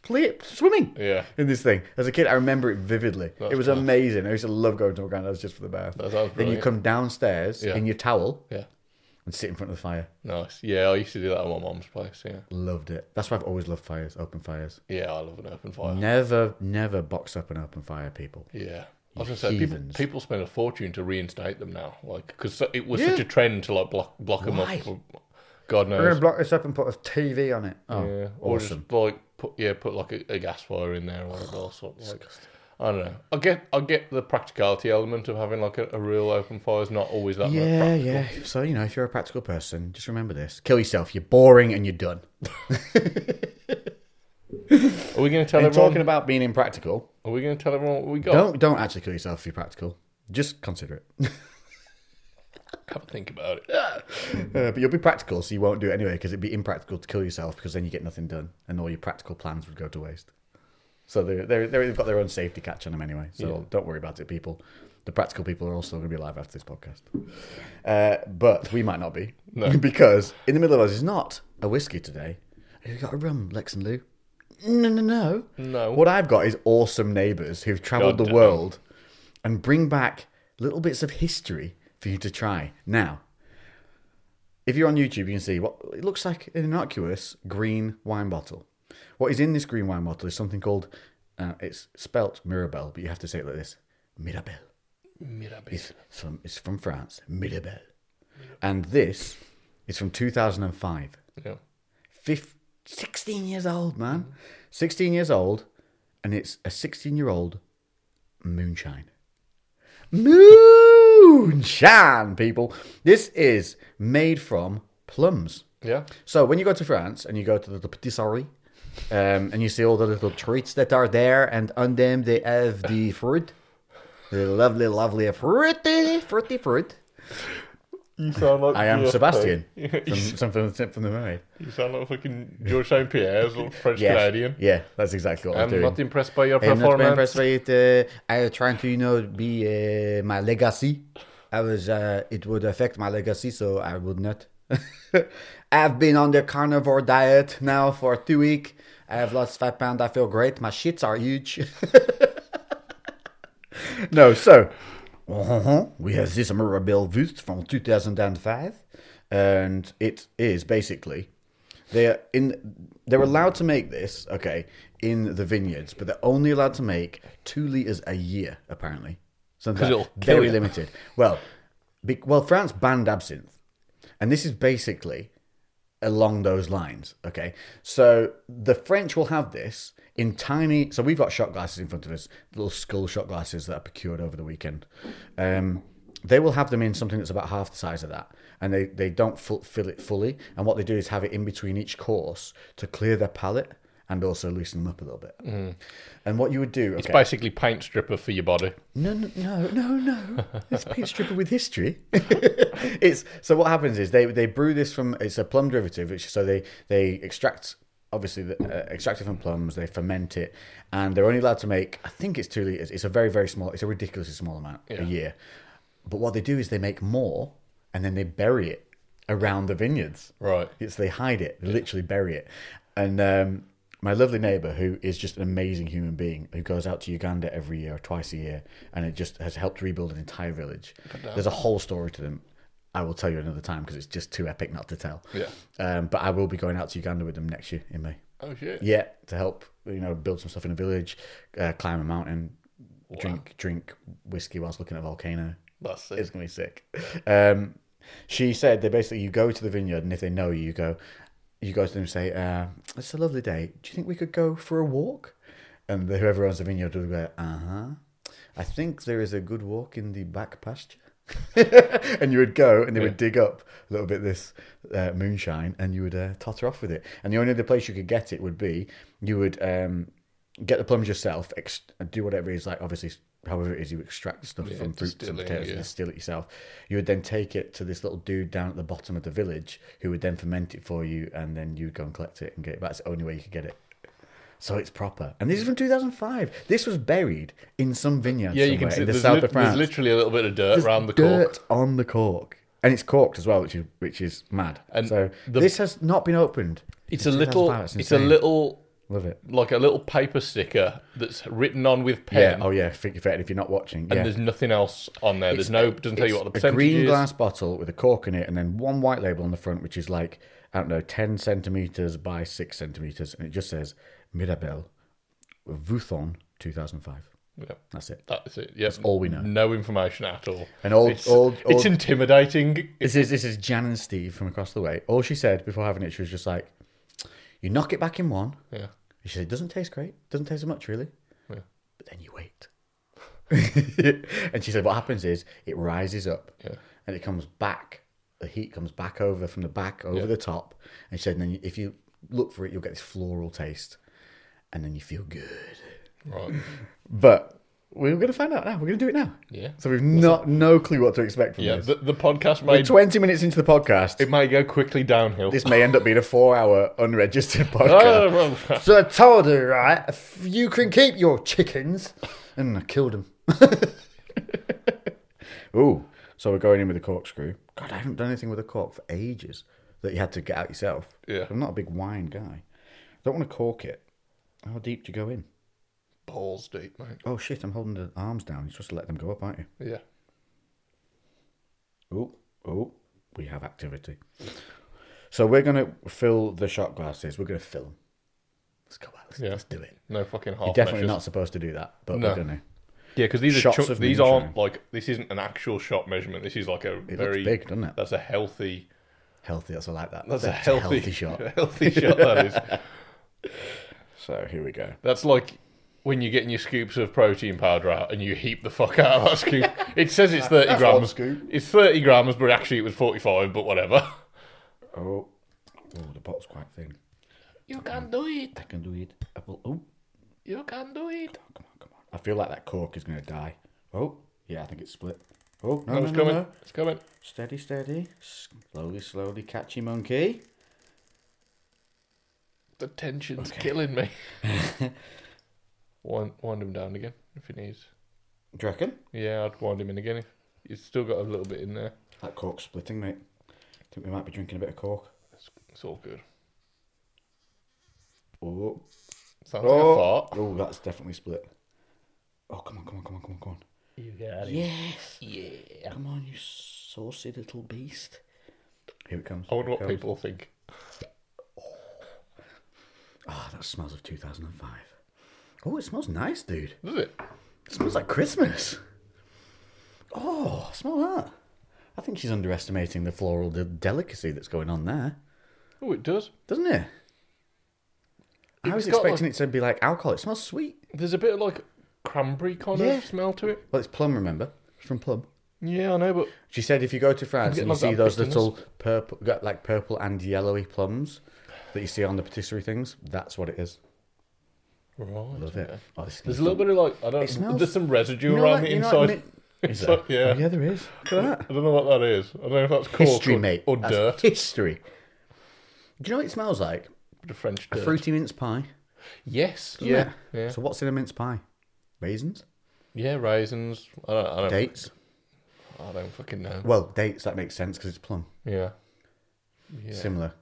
[SPEAKER 1] sleep, swimming
[SPEAKER 3] Yeah.
[SPEAKER 1] in this thing. As a kid, I remember it vividly. it was
[SPEAKER 3] class.
[SPEAKER 1] amazing. I used to love going to my granddad's just for the bath.
[SPEAKER 3] That sounds
[SPEAKER 1] then you
[SPEAKER 3] brilliant.
[SPEAKER 1] come downstairs
[SPEAKER 3] Yeah.
[SPEAKER 1] in your towel
[SPEAKER 3] yeah.
[SPEAKER 1] and sit in front of the fire.
[SPEAKER 3] Nice. Yeah, I used to do that at my mom's place. Yeah,
[SPEAKER 1] Loved it. That's why I've always loved fires, open fires.
[SPEAKER 3] yeah, I love an open fire.
[SPEAKER 1] Never, never box up an open fire, people.
[SPEAKER 3] Yeah. I was gonna say people,
[SPEAKER 1] heathens.
[SPEAKER 3] people spend a fortune to reinstate them now, like because it was
[SPEAKER 1] Yeah.
[SPEAKER 3] such a trend to like block block them
[SPEAKER 1] Why?
[SPEAKER 3] up. God
[SPEAKER 4] We're going
[SPEAKER 3] knows.
[SPEAKER 4] to block this up and put a TV on it.
[SPEAKER 1] Oh,
[SPEAKER 3] yeah, or
[SPEAKER 1] awesome.
[SPEAKER 3] just like put yeah put like a, a gas fire in there or whatever else. Like, I don't know. I get I get the practicality element of having like a, a real open fire is not always that. much
[SPEAKER 1] Yeah,
[SPEAKER 3] practical.
[SPEAKER 1] yeah. So, you know, if you're a practical person, just remember this kill yourself. You're boring and you're done.
[SPEAKER 3] Are we going to tell
[SPEAKER 1] And
[SPEAKER 3] everyone?
[SPEAKER 1] talking about being impractical,
[SPEAKER 3] Are we going to tell everyone what we got?
[SPEAKER 1] don't don't actually kill yourself if you're practical. Just consider it.
[SPEAKER 3] Have a think about it.
[SPEAKER 1] Uh, but you'll be practical, so you won't do it anyway because it'd be impractical to kill yourself because then you get nothing done and all your practical plans would go to waste. So they're, they're, they're, they've got their own safety catch on them anyway. So don't worry about it, people. The practical people are also going to be alive after this podcast. Uh, but we might not be [LAUGHS] because in the middle of us is not a whiskey today. Have you got a rum, Lex and Lou? No, no, no.
[SPEAKER 3] No.
[SPEAKER 1] What I've got is awesome neighbours who've travelled the
[SPEAKER 3] Goddamn.
[SPEAKER 1] world and bring back little bits of history for you to try. Now, if you're on YouTube, you can see what it looks like an innocuous green wine bottle. What is in this green wine bottle is something called, uh, it's spelt Mirabelle, but you have to say it like this Mirabelle.
[SPEAKER 3] Mirabelle.
[SPEAKER 1] It's from it's from France, Mirabelle. And this is from 2005.
[SPEAKER 3] Yeah.
[SPEAKER 1] Fif 16 years old, man. 16 years old, and it's a 16 year old moonshine. Moonshine, people. This is made from plums.
[SPEAKER 3] Yeah.
[SPEAKER 1] So when you go to France and you go to the patisserie, um, and you see all the little treats that are there, and on them they have the fruit, the lovely, lovely fruity, fruity fruit.
[SPEAKER 3] You sound like
[SPEAKER 1] I am
[SPEAKER 3] [LAUGHS] you're-
[SPEAKER 1] Sebastian
[SPEAKER 3] you
[SPEAKER 1] from,
[SPEAKER 3] [LAUGHS]
[SPEAKER 1] from, from, from the Mermaid.
[SPEAKER 3] you sound like fucking George St. Pierre, little French
[SPEAKER 1] Yes.
[SPEAKER 3] Canadian.
[SPEAKER 1] Yeah, that's exactly what I'm,
[SPEAKER 3] I'm
[SPEAKER 1] doing.
[SPEAKER 3] not impressed by your
[SPEAKER 1] I'm not
[SPEAKER 3] performance.
[SPEAKER 1] impressed by it. Uh, I'm trying to, you know, be uh, my legacy. I was, uh, it would affect my legacy, so I would not. [LAUGHS] I've been on the carnivore diet now for two weeks. I have lost five pounds. I feel great. My shits are huge. [LAUGHS] no, so uh-huh, we have this Mirabelle Wurst from 2005, and it is basically they're in they're allowed to make this okay in the vineyards, but they're only allowed to make two liters a year apparently. Something
[SPEAKER 3] 'Cause
[SPEAKER 1] like-
[SPEAKER 3] it'll kill
[SPEAKER 1] very
[SPEAKER 3] you.
[SPEAKER 1] limited. Well, be, well, France banned absinthe, and this is basically along those lines. Okay, so the French will have this in tiny. So we've got shot glasses in front of us, little skull shot glasses that are procured over the weekend. Um, they will have them in something that's about half the size of that, and they they don't fu- fill it fully. And what they do is have it in between each course to clear their palate and also loosen them up a little bit. And what you would do, okay,
[SPEAKER 3] Basically, paint stripper for your body.
[SPEAKER 1] no, no, no, no, no. It's paint stripper with history. [LAUGHS] it's so what happens is they they brew this from it's a plum derivative, which so they they extract obviously the, uh, extract it from plums, they ferment it, and they're only allowed to make I think it's two liters. It's a very very small. It's a ridiculously small amount a year. But what they do is they make more and then they bury it around the vineyards.
[SPEAKER 3] Right.
[SPEAKER 1] It's they hide it, they literally bury it. And um, my lovely neighbour, who is just an amazing human being, who goes out to Uganda every year or twice a year, and it just has helped rebuild an entire village. There's a whole story to them. I will tell you another time because it's just too epic not to tell.
[SPEAKER 3] Yeah.
[SPEAKER 1] Um, but I will be going out to Uganda with them next year in May.
[SPEAKER 3] Oh shit.
[SPEAKER 1] Yeah, to help you know build some stuff in a village, uh, climb a mountain, drink drink whiskey whilst looking at a volcano.
[SPEAKER 3] That's it.
[SPEAKER 1] It's gonna be sick. Um, she said they basically you go to the vineyard and if they know you, you go, you go to them and say, uh, "It's a lovely day. Do you think we could go for a walk?" And the, whoever owns the vineyard will go, "Uh huh. I think there is a good walk in the back pasture." [LAUGHS] and you would go and they would dig up a little bit of this uh, moonshine and you would uh, totter off with it. And the only other place you could get it would be you would um, get the plums yourself, ex- do whatever it is, like obviously, however it is you extract stuff
[SPEAKER 3] Yeah,
[SPEAKER 1] from fruits and
[SPEAKER 3] distilling,
[SPEAKER 1] potatoes
[SPEAKER 3] yeah.
[SPEAKER 1] and distill it yourself. You would then take it to this little dude down at the bottom of the village who would then ferment it for you and then you'd go and collect it and get it. That's the only way you could get it. So it's proper. And this is from 2005. This was buried in some vineyard
[SPEAKER 3] Yeah,
[SPEAKER 1] somewhere
[SPEAKER 3] you can see
[SPEAKER 1] in the
[SPEAKER 3] there's,
[SPEAKER 1] south
[SPEAKER 3] lit-
[SPEAKER 1] of France
[SPEAKER 3] there's literally a little bit of dirt
[SPEAKER 1] there's
[SPEAKER 3] around the
[SPEAKER 1] dirt
[SPEAKER 3] cork.
[SPEAKER 1] on the cork, and it's corked as well, which is which is mad.
[SPEAKER 3] And
[SPEAKER 1] so
[SPEAKER 3] the-
[SPEAKER 1] this has not been opened.
[SPEAKER 3] It's a
[SPEAKER 1] since
[SPEAKER 3] little.
[SPEAKER 1] 2005. It's
[SPEAKER 3] It's a
[SPEAKER 1] insane.
[SPEAKER 3] little
[SPEAKER 1] Love it.
[SPEAKER 3] like a little paper sticker that's written on with
[SPEAKER 1] Yeah.
[SPEAKER 3] pen,
[SPEAKER 1] Oh yeah. Think you're If you're not watching, yeah.
[SPEAKER 3] and there's nothing else on there. There's no doesn't tell you
[SPEAKER 1] It's
[SPEAKER 3] what the percentage
[SPEAKER 1] a green
[SPEAKER 3] is.
[SPEAKER 1] glass bottle with a cork in it, and then one white label on the front, which is like I don't know, ten centimeters by six centimeters, and it just says Mirabelle, Vuitton, 2005.
[SPEAKER 3] Yeah,
[SPEAKER 1] That's it.
[SPEAKER 3] that's it. Yeah, that's
[SPEAKER 1] all we know.
[SPEAKER 3] No information at all.
[SPEAKER 1] An old-
[SPEAKER 3] it's,
[SPEAKER 1] old-
[SPEAKER 3] it's
[SPEAKER 1] old-
[SPEAKER 3] intimidating.
[SPEAKER 1] This is this is Jan and Steve from across the way. All she said before having it, she was just like, "You knock it back in one."
[SPEAKER 3] Yeah,
[SPEAKER 1] She said, it doesn't taste great. Doesn't taste much, really.
[SPEAKER 3] Yeah.
[SPEAKER 1] But then you wait. [LAUGHS] and she said, what happens is it rises up
[SPEAKER 3] Yeah.
[SPEAKER 1] and it comes back. The heat comes back over from the back, over the top. And she said, and then if you look for it, you'll get this floral taste. And then you feel good.
[SPEAKER 3] right.
[SPEAKER 1] [LAUGHS] But we're going to find out now. We're going to do it now.
[SPEAKER 3] Yeah.
[SPEAKER 1] So we've not no clue what to expect from
[SPEAKER 3] Yeah,
[SPEAKER 1] this.
[SPEAKER 3] the, the podcast
[SPEAKER 1] We're
[SPEAKER 3] may
[SPEAKER 1] 20 minutes into the podcast.
[SPEAKER 3] it may go quickly downhill.
[SPEAKER 1] this may end up being a four hour unregistered podcast.
[SPEAKER 3] [LAUGHS] Oh,
[SPEAKER 1] [LAUGHS]
[SPEAKER 3] well, [LAUGHS]
[SPEAKER 4] So I told her, right, if you can keep your chickens. And I killed him.
[SPEAKER 1] [LAUGHS] Ooh, so we're going in with a corkscrew. God, I haven't done anything with a cork for ages that you had to get out yourself.
[SPEAKER 3] Yeah.
[SPEAKER 1] I'm not a big wine guy. Don't want to cork it. How deep do you go in?
[SPEAKER 3] balls deep, mate.
[SPEAKER 1] Oh shit, I'm holding the arms down. You're supposed to let them go up, aren't you?
[SPEAKER 3] Yeah.
[SPEAKER 1] Ooh, ooh, we have activity. So we're going to fill the shot glasses. We're going to fill them. Let's go out. Let's,
[SPEAKER 3] Yeah.
[SPEAKER 1] let's do it.
[SPEAKER 3] No fucking half
[SPEAKER 1] You're definitely
[SPEAKER 3] measures.
[SPEAKER 1] not supposed to do that, but
[SPEAKER 3] No.
[SPEAKER 1] we're going to.
[SPEAKER 3] Yeah, because these
[SPEAKER 1] Shots
[SPEAKER 3] are chunk
[SPEAKER 1] of
[SPEAKER 3] these
[SPEAKER 1] moonshine.
[SPEAKER 3] aren't like this isn't an actual shot measurement. This is like a
[SPEAKER 1] It
[SPEAKER 3] very
[SPEAKER 1] looks big, doesn't it?
[SPEAKER 3] That's a healthy.
[SPEAKER 1] Healthy. That's I like that.
[SPEAKER 3] That's a
[SPEAKER 1] It's
[SPEAKER 3] healthy, [LAUGHS]
[SPEAKER 1] shot.
[SPEAKER 3] a healthy shot. That is.
[SPEAKER 1] [LAUGHS] So here we go.
[SPEAKER 3] That's like when you're getting your scoops of protein powder out and you heap the fuck out of that scoop. It
[SPEAKER 1] [LAUGHS]
[SPEAKER 3] says it's 30
[SPEAKER 1] one
[SPEAKER 3] grams.
[SPEAKER 1] scoop.
[SPEAKER 3] It's 30 grams, but actually it was 45, but whatever.
[SPEAKER 1] Oh, oh, the bottle's quite thin.
[SPEAKER 3] [LAUGHS] You can do it.
[SPEAKER 1] I can do it. Apple. Oh,
[SPEAKER 3] You can do it.
[SPEAKER 1] come on, come on. I feel like that cork is going to die. Oh, yeah, I think it's split. Oh, no,
[SPEAKER 3] No,
[SPEAKER 1] no,
[SPEAKER 3] it's
[SPEAKER 1] no,
[SPEAKER 3] coming.
[SPEAKER 1] no.
[SPEAKER 3] It's coming.
[SPEAKER 1] Steady, steady. Slowly, slowly. Catchy monkey.
[SPEAKER 3] The tension's
[SPEAKER 1] [LAUGHS]
[SPEAKER 3] killing me. wind, wind him down again if it needs.
[SPEAKER 1] Do you reckon?
[SPEAKER 3] Yeah, I'd wind him in again. He's still got a little bit in there.
[SPEAKER 1] That cork's splitting, mate. I think we might be drinking a bit of cork.
[SPEAKER 3] It's, it's all good.
[SPEAKER 1] Oh,
[SPEAKER 3] Sounds like a
[SPEAKER 1] oh.
[SPEAKER 3] fart.
[SPEAKER 1] oh, that's definitely split. Oh, come on, come on, come on, come on, come on.
[SPEAKER 3] You got
[SPEAKER 1] Yes. Yeah. Come on, you saucy little beast. Here it comes.
[SPEAKER 3] I wonder
[SPEAKER 1] Here
[SPEAKER 3] Oh, what
[SPEAKER 1] it
[SPEAKER 3] people think.
[SPEAKER 1] Ah, that smells of 2005. Oh, it smells nice, dude.
[SPEAKER 3] Does it?
[SPEAKER 1] It smells like Christmas. Oh, smell that. I think she's underestimating the floral de- delicacy that's going on there,
[SPEAKER 3] Oh, it does.
[SPEAKER 1] doesn't it? I was
[SPEAKER 3] It's got,
[SPEAKER 1] expecting it to be like alcohol. It smells sweet.
[SPEAKER 3] There's a bit of like cranberry kind
[SPEAKER 1] Yeah.
[SPEAKER 3] of smell to it.
[SPEAKER 1] Well, it's plum, remember? It's from plum.
[SPEAKER 3] Yeah, I know, but
[SPEAKER 1] She said if you go to France
[SPEAKER 3] getting
[SPEAKER 1] and you
[SPEAKER 3] like
[SPEAKER 1] see
[SPEAKER 3] that
[SPEAKER 1] those
[SPEAKER 3] bitterness.
[SPEAKER 1] little purple, got, like purple and yellowy plums that you see on the patisserie things, that's what it is.
[SPEAKER 3] right.
[SPEAKER 1] Love it. Oh, this is
[SPEAKER 3] There's a
[SPEAKER 1] gonna
[SPEAKER 3] little bit of like I don't.
[SPEAKER 1] It smells-
[SPEAKER 3] There's some residue
[SPEAKER 1] You know
[SPEAKER 3] around
[SPEAKER 1] that-
[SPEAKER 3] the
[SPEAKER 1] you know that
[SPEAKER 3] inside. [LAUGHS]
[SPEAKER 1] mi- Is there?
[SPEAKER 3] Inside- yeah.
[SPEAKER 1] Oh, yeah, there is. Look at that.
[SPEAKER 3] I don't know what that is. I don't know if that's cork
[SPEAKER 1] History,
[SPEAKER 3] or,
[SPEAKER 1] mate.
[SPEAKER 3] or
[SPEAKER 1] That's
[SPEAKER 3] dirt.
[SPEAKER 1] History. Do you know what it smells like?
[SPEAKER 3] The French dirt.
[SPEAKER 1] Fruity mince pie.
[SPEAKER 3] Yes.
[SPEAKER 1] doesn't
[SPEAKER 3] Yeah.
[SPEAKER 1] it?
[SPEAKER 3] Yeah.
[SPEAKER 1] So what's in a mince pie? Raisins?
[SPEAKER 3] yeah. Raisins. I don't. I don't.
[SPEAKER 1] Dates?
[SPEAKER 3] I don't fucking know.
[SPEAKER 1] Well, dates, that makes sense because it's plum.
[SPEAKER 3] Yeah. Yeah.
[SPEAKER 1] Similar.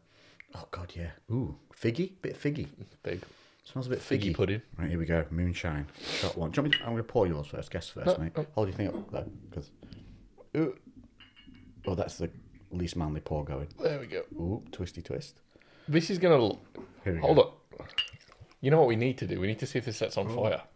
[SPEAKER 1] Oh, God, yeah. Ooh, figgy? Bit figgy.
[SPEAKER 3] Big
[SPEAKER 1] Smells a bit
[SPEAKER 3] figgy
[SPEAKER 1] figgy.
[SPEAKER 3] pudding.
[SPEAKER 1] Right, here we go. Moonshine. Shot one. Do you want me to- I'm going to pour yours first. Guess first,
[SPEAKER 3] Uh,
[SPEAKER 1] mate. Hold your thing up, though, because... Oh, that's the least manly pour going.
[SPEAKER 3] There we go.
[SPEAKER 1] Ooh, twisty twist.
[SPEAKER 3] This is gonna. l-
[SPEAKER 1] Here we
[SPEAKER 3] Hold
[SPEAKER 1] go.
[SPEAKER 3] up. You know what we need to do? We need to see if this sets on
[SPEAKER 1] [LAUGHS]
[SPEAKER 3] fire. [LAUGHS]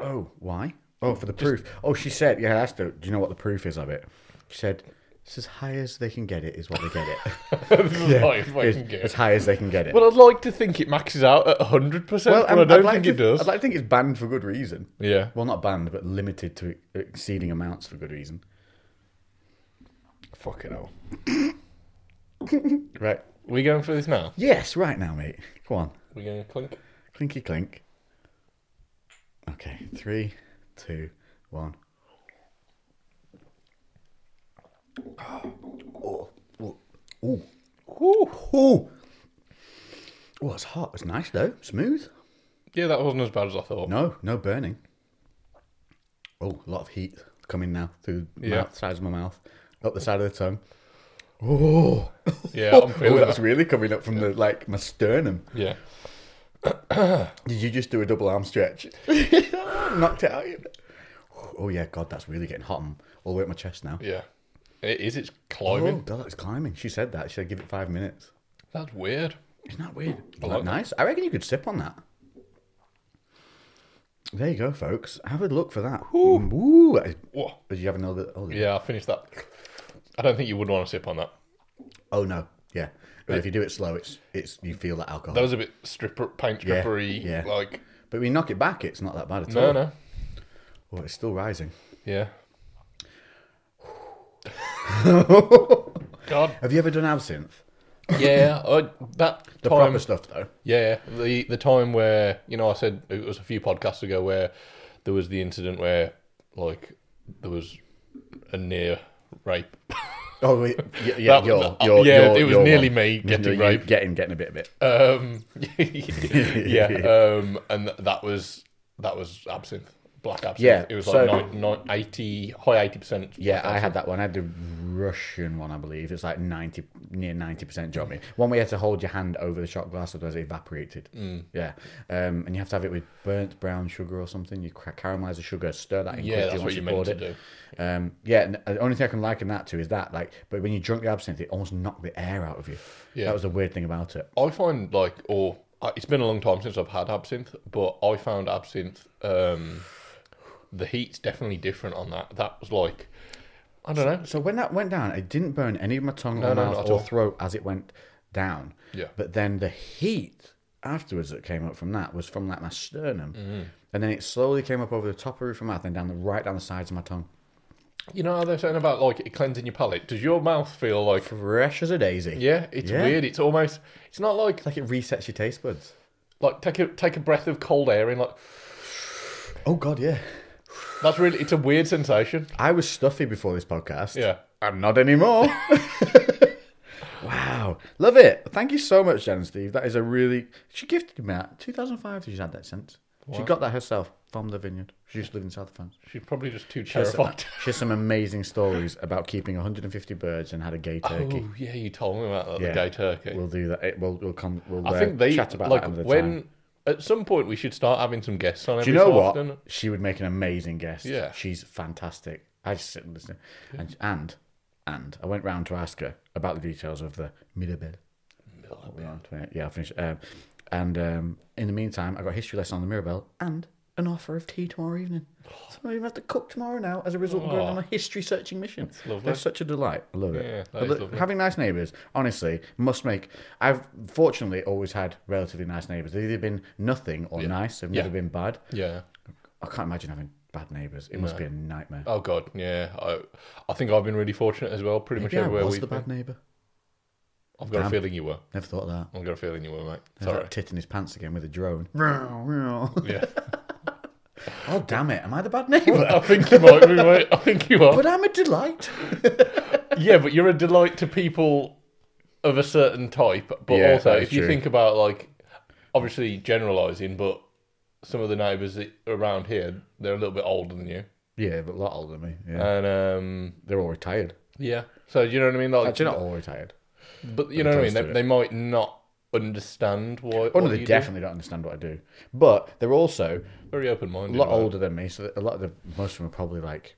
[SPEAKER 1] Oh, why? Oh, for the proof. Oh, she said, yeah, I asked her, do you know what the proof is of it? She said, it's as high as they can get it is what they get it.
[SPEAKER 3] [LAUGHS] this is like if I
[SPEAKER 1] It's
[SPEAKER 3] can get.
[SPEAKER 1] As high as they can get it.
[SPEAKER 3] But I'd like to think it maxes out at 100%, but I
[SPEAKER 1] I'm-
[SPEAKER 3] don't
[SPEAKER 1] like
[SPEAKER 3] think
[SPEAKER 1] to,
[SPEAKER 3] it does.
[SPEAKER 1] um, I'd like to think it's banned for good reason.
[SPEAKER 3] yeah.
[SPEAKER 1] Well, not banned, but limited to exceeding amounts for good reason.
[SPEAKER 3] Fucking hell.
[SPEAKER 1] Right.
[SPEAKER 3] we going for this now?
[SPEAKER 1] Yes, right now, mate. Come on.
[SPEAKER 3] we going to clink?
[SPEAKER 1] Clinky clink. Okay, three, two, one. Oh, oh, oh, oh, oh. Oh, it's hot. It's nice though. Smooth.
[SPEAKER 3] Yeah, that wasn't as bad as I thought.
[SPEAKER 1] No, no burning. Oh, a lot of heat coming now through the
[SPEAKER 3] Yeah.
[SPEAKER 1] mouth, sides of my mouth, up the side of the tongue. Oh, [LAUGHS]
[SPEAKER 3] Yeah, I'm
[SPEAKER 1] oh
[SPEAKER 3] feeling
[SPEAKER 1] that's
[SPEAKER 3] that.
[SPEAKER 1] really coming up from the like my sternum.
[SPEAKER 3] Yeah.
[SPEAKER 1] Did you just do a double arm
[SPEAKER 3] [LAUGHS]
[SPEAKER 1] stretch? Knocked it out. of you. Oh yeah, God, that's really getting hot and all the way up my chest now.
[SPEAKER 3] Yeah. It is. It's
[SPEAKER 1] Oh,
[SPEAKER 3] climbing.
[SPEAKER 1] God, it's climbing. She said that. She said give it five minutes.
[SPEAKER 3] That's weird.
[SPEAKER 1] Isn't that weird? Isn't
[SPEAKER 3] like
[SPEAKER 1] that nice? I reckon you could sip on that. There you go, folks. Have a look for that. Ooh, Ooh.
[SPEAKER 3] Whoa.
[SPEAKER 1] Did you have another? Oh,
[SPEAKER 3] Yeah, I finished that. I don't think you would want to sip on that.
[SPEAKER 1] Oh no, yeah. But if you do it slow, it's it's you feel that alcohol.
[SPEAKER 3] That was a bit stripper, paint
[SPEAKER 1] Yeah,
[SPEAKER 3] strippery.
[SPEAKER 1] yeah.
[SPEAKER 3] Like,
[SPEAKER 1] But we knock it back, it's not that bad at
[SPEAKER 3] no,
[SPEAKER 1] all.
[SPEAKER 3] no.
[SPEAKER 1] Oh, it's still rising.
[SPEAKER 3] Yeah. God.
[SPEAKER 1] Have you ever done absinthe?
[SPEAKER 3] Yeah. I, that
[SPEAKER 1] The
[SPEAKER 3] time.
[SPEAKER 1] proper stuff, though.
[SPEAKER 3] Yeah, the the time where you know I said it was a few podcasts ago where there was the incident where like there was a near rape.
[SPEAKER 1] Oh, wait, yeah, yeah,
[SPEAKER 3] That-
[SPEAKER 1] you're,
[SPEAKER 3] that-
[SPEAKER 1] you're,
[SPEAKER 3] yeah,
[SPEAKER 1] you're-
[SPEAKER 3] it was
[SPEAKER 1] you're
[SPEAKER 3] nearly
[SPEAKER 1] one.
[SPEAKER 3] me
[SPEAKER 1] You-
[SPEAKER 3] getting
[SPEAKER 1] you-
[SPEAKER 3] raped.
[SPEAKER 1] Getting, getting a bit, a bit.
[SPEAKER 3] Um, [LAUGHS]
[SPEAKER 1] [LAUGHS]
[SPEAKER 3] yeah, um, and th- that was that was absinthe, black absinthe.
[SPEAKER 1] Yeah,
[SPEAKER 3] it was
[SPEAKER 1] so-
[SPEAKER 3] like nine, nine, 80, high eighty percent.
[SPEAKER 1] Yeah, I had that one. I had the Russian one, I believe. It's like ninety, near ninety percent me. One where you had to hold your hand over the shot glass, otherwise it evaporated.
[SPEAKER 3] Mm.
[SPEAKER 1] Yeah, um, and you have to have it with burnt brown sugar or something. You cra- caramelize the sugar, stir that in
[SPEAKER 3] Yeah,
[SPEAKER 1] quickly
[SPEAKER 3] that's
[SPEAKER 1] once
[SPEAKER 3] what
[SPEAKER 1] you
[SPEAKER 3] you meant
[SPEAKER 1] poured
[SPEAKER 3] to
[SPEAKER 1] it.
[SPEAKER 3] do.
[SPEAKER 1] Um, yeah, and the only thing I can liken that to is that, like, but when you drunk the absinthe, it almost knocked the air out of you.
[SPEAKER 3] Yeah.
[SPEAKER 1] That was the weird thing about it.
[SPEAKER 3] I find like, or uh, I- it's been a long time since I've had absinthe, but I found absinthe um, the heat's definitely different on that. That was like, I don't know.
[SPEAKER 1] So when that went down, it didn't burn any of my tongue
[SPEAKER 3] No,
[SPEAKER 1] or
[SPEAKER 3] no, not
[SPEAKER 1] mouth
[SPEAKER 3] at all.
[SPEAKER 1] or throat as it went down.
[SPEAKER 3] Yeah.
[SPEAKER 1] But then the heat afterwards that came up from that was from like my sternum,
[SPEAKER 3] Mm-hmm.
[SPEAKER 1] and then it slowly came up over the top of the roof of my mouth and down the right down the sides of my tongue,
[SPEAKER 3] You know how they're saying about like it cleansing your palate? Does your mouth feel like,
[SPEAKER 1] fresh as a daisy.
[SPEAKER 3] yeah, it's
[SPEAKER 1] Yeah.
[SPEAKER 3] weird. It's almost, it's not like,
[SPEAKER 1] It's like it resets your taste buds.
[SPEAKER 3] like take a, take a breath of cold air and like,
[SPEAKER 1] Oh God, yeah.
[SPEAKER 3] that's really, it's a weird sensation.
[SPEAKER 1] I was stuffy before this podcast.
[SPEAKER 3] Yeah.
[SPEAKER 1] I'm not anymore. [LAUGHS] wow. Love it. Thank you so much, Jen and Steve. That is a really. She gifted me that. 2005, she's had that since. She got that herself from the vineyard. She used to live in South France.
[SPEAKER 3] She's probably just too
[SPEAKER 1] She has, some,
[SPEAKER 3] terrified.
[SPEAKER 1] [LAUGHS] she has some amazing stories about keeping 150 birds and had a gay turkey.
[SPEAKER 3] Oh, yeah, you told me about that,
[SPEAKER 1] Yeah.
[SPEAKER 3] the gay turkey.
[SPEAKER 1] We'll do that. It, we'll, we'll come. We'll
[SPEAKER 3] I
[SPEAKER 1] uh,
[SPEAKER 3] think they,
[SPEAKER 1] chat about
[SPEAKER 3] like,
[SPEAKER 1] that another
[SPEAKER 3] when,
[SPEAKER 1] time.
[SPEAKER 3] at some point we should start having some guests on
[SPEAKER 1] Do
[SPEAKER 3] every
[SPEAKER 1] you know
[SPEAKER 3] so
[SPEAKER 1] what?
[SPEAKER 3] often.
[SPEAKER 1] She would make an amazing guest.
[SPEAKER 3] Yeah.
[SPEAKER 1] She's fantastic. I just sit and listen. And, and, and I went round to ask her about the details of the Mirabelle. We're on to it. Oh, Yeah, I'll finish. Um, and um, in the meantime, I got a history lesson on the Oh, Mirabelle and an offer of tea tomorrow evening. So I'm going to have to cook tomorrow now as a result of going
[SPEAKER 3] Oh.
[SPEAKER 1] on a history searching mission.
[SPEAKER 3] lovely.
[SPEAKER 1] They're such a delight. I love it.
[SPEAKER 3] Yeah, that
[SPEAKER 1] I
[SPEAKER 3] is
[SPEAKER 1] lo-
[SPEAKER 3] lovely.
[SPEAKER 1] Having nice neighbours, honestly, must make. I've fortunately always had relatively nice neighbours. They've either been nothing or nice, they've never
[SPEAKER 3] Yeah.
[SPEAKER 1] been bad.
[SPEAKER 3] Yeah.
[SPEAKER 1] I can't imagine having bad neighbours. It must be a nightmare.
[SPEAKER 3] Oh god, yeah. I, I think I've been really fortunate as well. Pretty much
[SPEAKER 1] yeah,
[SPEAKER 3] everywhere
[SPEAKER 1] was
[SPEAKER 3] we've
[SPEAKER 1] the
[SPEAKER 3] been.
[SPEAKER 1] bad neighbour?
[SPEAKER 3] I've got a
[SPEAKER 1] Damn.
[SPEAKER 3] feeling you were.
[SPEAKER 1] Never thought of that.
[SPEAKER 3] I've got a feeling you were, mate.
[SPEAKER 1] There's [LAUGHS]
[SPEAKER 3] Sorry.
[SPEAKER 1] that tit in his pants again with a [LAUGHS] drone. oh,
[SPEAKER 3] yeah. [LAUGHS]
[SPEAKER 1] damn it. Am I the bad neighbour?
[SPEAKER 3] I think you might be, mate. I think
[SPEAKER 1] [LAUGHS]
[SPEAKER 3] you are.
[SPEAKER 1] But I'm a delight.
[SPEAKER 3] Yeah, but you're a delight to people of a certain type. But
[SPEAKER 1] Yeah,
[SPEAKER 3] also,
[SPEAKER 1] that is
[SPEAKER 3] if you
[SPEAKER 1] true.
[SPEAKER 3] think about like, obviously generalising, but some of the neighbours that are around here, they're a little bit older than you,
[SPEAKER 1] Yeah, but a lot older than me. Yeah.
[SPEAKER 3] and um,
[SPEAKER 1] They're all retired.
[SPEAKER 3] yeah. So you know what I mean? Like,
[SPEAKER 1] Actually, not all retired.
[SPEAKER 3] but you know what I mean?
[SPEAKER 1] close
[SPEAKER 3] They,
[SPEAKER 1] to it.
[SPEAKER 3] they might not understand why.
[SPEAKER 1] Oh,
[SPEAKER 3] what
[SPEAKER 1] no,
[SPEAKER 3] you
[SPEAKER 1] they
[SPEAKER 3] do.
[SPEAKER 1] definitely don't understand what I do. But they're also
[SPEAKER 3] very
[SPEAKER 1] a uh,
[SPEAKER 3] open-minded.
[SPEAKER 1] lot
[SPEAKER 3] about it.
[SPEAKER 1] older than me. So a lot of the, most of them are probably like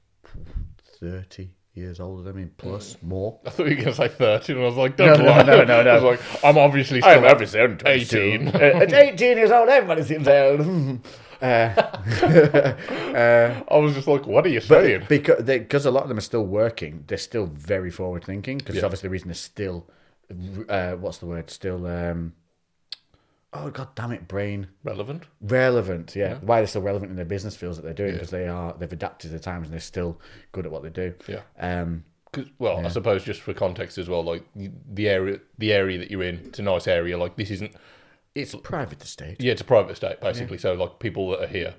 [SPEAKER 1] 30 years older than me, plus more. [LAUGHS]
[SPEAKER 3] I thought you were going to say 13, and I was like, don't
[SPEAKER 1] no,
[SPEAKER 3] lie.
[SPEAKER 1] no, no, no.
[SPEAKER 3] [LAUGHS] I was like, I'm obviously still
[SPEAKER 1] I'm obviously only 22.
[SPEAKER 3] 18.
[SPEAKER 1] Uh, [LAUGHS] At 18 years old, everybody seems [LAUGHS] old. Uh, [LAUGHS]
[SPEAKER 3] I was just like, what are you saying?
[SPEAKER 1] because they, 'cause a lot of them are still working, they're still very forward thinking. Because
[SPEAKER 3] Yeah.
[SPEAKER 1] obviously the reason they're still, uh, what's the word? Still, um, oh god damn it, brain
[SPEAKER 3] Relevant.
[SPEAKER 1] relevant. Yeah, why they're still relevant in their business fields that they're doing because they are they've adapted to the times and they're still good at what they do.
[SPEAKER 3] Yeah.
[SPEAKER 1] Um,
[SPEAKER 3] 'Cause- well, I suppose just for context as well, like y- the area, the area that you're in, it's a nice area. Like this isn't,
[SPEAKER 1] it's private estate.
[SPEAKER 3] yeah, it's a private estate basically. So like people that are here,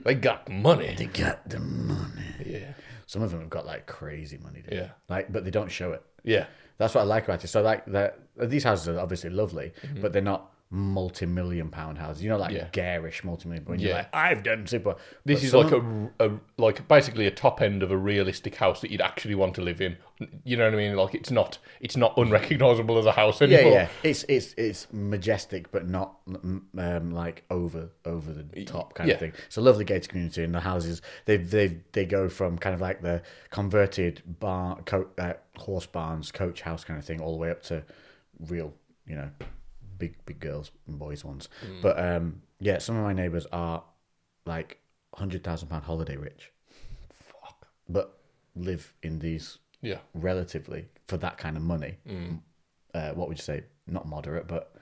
[SPEAKER 3] they got money.
[SPEAKER 1] They got the money.
[SPEAKER 3] Yeah,
[SPEAKER 1] Some of them have got like crazy money. Dude.
[SPEAKER 3] Yeah.
[SPEAKER 1] like but they don't show it.
[SPEAKER 3] yeah,
[SPEAKER 1] That's what I like about it. So like that these houses are obviously lovely, but they're not multi-million pound houses. You know, like
[SPEAKER 3] Mm-hmm. Yeah.
[SPEAKER 1] garish multi-million. When you're
[SPEAKER 3] Yeah.
[SPEAKER 1] like, I've done super.
[SPEAKER 3] this is like a, a like basically a top end of a realistic house that you'd actually want to live in. You know what I mean? Like it's not, it's not unrecognizable as a house
[SPEAKER 1] yeah,
[SPEAKER 3] anymore.
[SPEAKER 1] yeah. It's it's it's majestic, but not um, like over over the top kind
[SPEAKER 3] yeah.
[SPEAKER 1] of thing. It's a lovely gated community, and the houses they they they go from kind of like the converted bar co- uh, horse barns, coach house kind of thing, all the way up to real, you know, big big girls and boys ones. But um, yeah, some of my neighbours are like hundred thousand pound holiday rich,
[SPEAKER 3] Fuck.
[SPEAKER 1] but live in these
[SPEAKER 3] yeah.
[SPEAKER 1] relatively for that kind of money.
[SPEAKER 3] Mm.
[SPEAKER 1] Uh, what would you say? Not moderate, but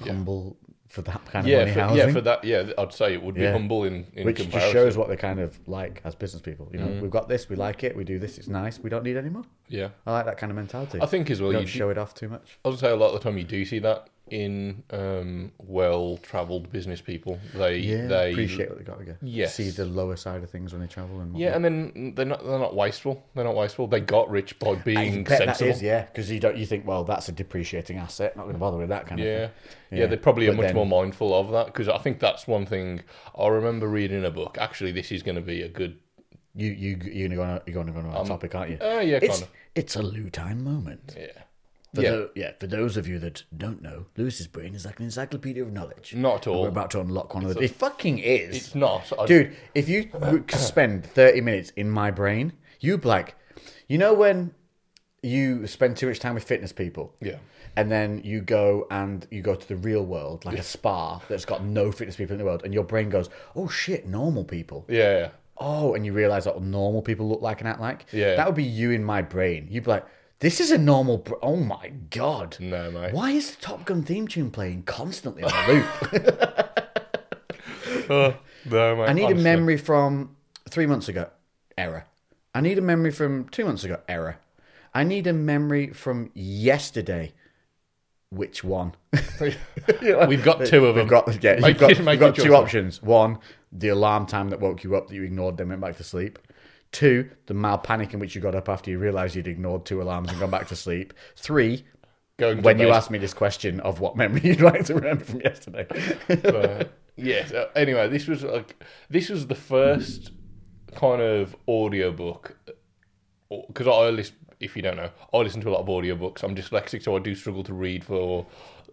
[SPEAKER 1] humble for that kind of
[SPEAKER 3] Yeah,
[SPEAKER 1] money
[SPEAKER 3] for,
[SPEAKER 1] housing.
[SPEAKER 3] yeah, for that, yeah, I'd say it would be
[SPEAKER 1] Yeah.
[SPEAKER 3] humble in, in
[SPEAKER 1] which
[SPEAKER 3] comparison.
[SPEAKER 1] just
[SPEAKER 3] Mm.
[SPEAKER 1] shows what they're kind of like as business people. You know, we've got this, we like it, we do this, it's nice, we don't need any more.
[SPEAKER 3] Yeah,
[SPEAKER 1] I like that kind of mentality.
[SPEAKER 3] I think as well.
[SPEAKER 1] you
[SPEAKER 3] You
[SPEAKER 1] don't
[SPEAKER 3] do,
[SPEAKER 1] show it off too much.
[SPEAKER 3] I would say a lot of the time you do see that in um, well-travelled business people. They
[SPEAKER 1] Yeah,
[SPEAKER 3] they
[SPEAKER 1] appreciate what they got to get.
[SPEAKER 3] Yes.
[SPEAKER 1] see the lower side of things when they travel and
[SPEAKER 3] Yeah,
[SPEAKER 1] whatnot.
[SPEAKER 3] and then they're not they're not wasteful. They're not wasteful. They got rich by
[SPEAKER 1] I
[SPEAKER 3] being
[SPEAKER 1] bet that
[SPEAKER 3] sensible.
[SPEAKER 1] is, yeah, because you don't. You think, well, that's a depreciating asset. Not going to bother with that kind
[SPEAKER 3] yeah.
[SPEAKER 1] of
[SPEAKER 3] yeah,
[SPEAKER 1] thing.
[SPEAKER 3] They probably are
[SPEAKER 1] But
[SPEAKER 3] much
[SPEAKER 1] then-
[SPEAKER 3] more mindful of that because I think that's one thing I remember reading a book. Actually, this is going to be a good.
[SPEAKER 1] You you you're going to go on, a- you're going to go on a topic, aren't you?
[SPEAKER 3] Oh yeah, kind
[SPEAKER 1] it's
[SPEAKER 3] of.
[SPEAKER 1] it's a loo time moment.
[SPEAKER 3] Yeah,
[SPEAKER 1] For
[SPEAKER 3] Yeah.
[SPEAKER 1] yeah. yeah, for those of you that don't know, Lewis's brain is like an encyclopedia of knowledge.
[SPEAKER 3] Not at
[SPEAKER 1] And
[SPEAKER 3] all.
[SPEAKER 1] We're about to unlock one of the. It fucking is.
[SPEAKER 3] it's not. I,
[SPEAKER 1] Dude, if you could spend 30 minutes in my brain, you'd be like, you know, when you spend too much time with fitness people?
[SPEAKER 3] Yeah.
[SPEAKER 1] And then you go and you go to the real world, like a spa that's got no fitness people in the world, and your brain goes, oh shit, normal people.
[SPEAKER 3] Yeah, yeah.
[SPEAKER 1] oh, and you realize that normal people look like and act like.
[SPEAKER 3] Yeah.
[SPEAKER 1] That would be you in my brain. You'd be like, this is a normal. Br- oh my god.
[SPEAKER 3] No, mate.
[SPEAKER 1] Why is the Top Gun theme tune playing constantly on a
[SPEAKER 3] [LAUGHS]
[SPEAKER 1] loop?
[SPEAKER 3] Uh, no, mate.
[SPEAKER 1] I need
[SPEAKER 3] honestly.
[SPEAKER 1] a memory from three months ago. Error. I need a memory from two months ago. Error. I need a memory from yesterday. Which one? [LAUGHS]
[SPEAKER 3] We've got two of them.
[SPEAKER 1] We've got, yeah,
[SPEAKER 3] Make
[SPEAKER 1] you've got,
[SPEAKER 3] it-
[SPEAKER 1] you've
[SPEAKER 3] make
[SPEAKER 1] got
[SPEAKER 3] it
[SPEAKER 1] two
[SPEAKER 3] yours.
[SPEAKER 1] options. One, the alarm time that woke you up that you ignored then went back to sleep. Two, the mild panic in which you got up after you realised you'd ignored two alarms and gone back to sleep. Three,
[SPEAKER 3] Going to
[SPEAKER 1] when you
[SPEAKER 3] bed.
[SPEAKER 1] asked me this question of what memory [LAUGHS] you'd like to remember from yesterday.
[SPEAKER 3] But, [LAUGHS] yes. uh, Anyway, this was like this was the first kind of audiobook because I listen. If you don't know, I listen to a lot of audiobooks. I'm dyslexic, so I do struggle to read for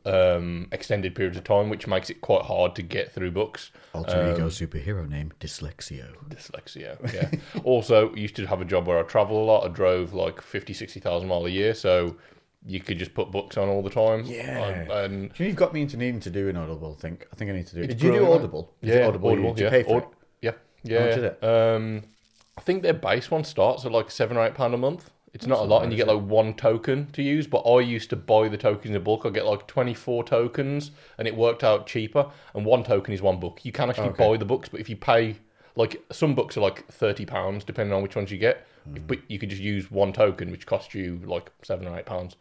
[SPEAKER 3] um, extended periods of time, which makes it quite hard to get through books.
[SPEAKER 1] [LAUGHS] Alter ego superhero name, Dyslexio. [LAUGHS]
[SPEAKER 3] Dyslexia. Yeah. also, used to have a job where I travel a lot. I drove like 50, 60,000 mile a year, so you could just put books on all the time.
[SPEAKER 1] Yeah.
[SPEAKER 3] Um, and
[SPEAKER 1] Do you know you've got me into needing to do an Audible, I think. I think I need to do it.
[SPEAKER 3] It's
[SPEAKER 1] Did you do
[SPEAKER 3] growing,
[SPEAKER 1] Audible? Is it Audible? Did you
[SPEAKER 3] yeah.
[SPEAKER 1] pay for
[SPEAKER 3] Aud- Yeah, yeah.
[SPEAKER 1] much
[SPEAKER 3] yeah.
[SPEAKER 1] is it?
[SPEAKER 3] Um, I think their base one starts at like seven or eight pound a month. It's not a lot, and you get like one token to use. But I used to buy the tokens in bulk. I get like twenty four tokens, and it worked out cheaper. And one token is one book. You can actually buy the books, but if you pay, like some books are like thirty pounds, depending on which ones you get.
[SPEAKER 1] Hmm.
[SPEAKER 3] If- But you could just use one token, which costs you like seven or eight pounds.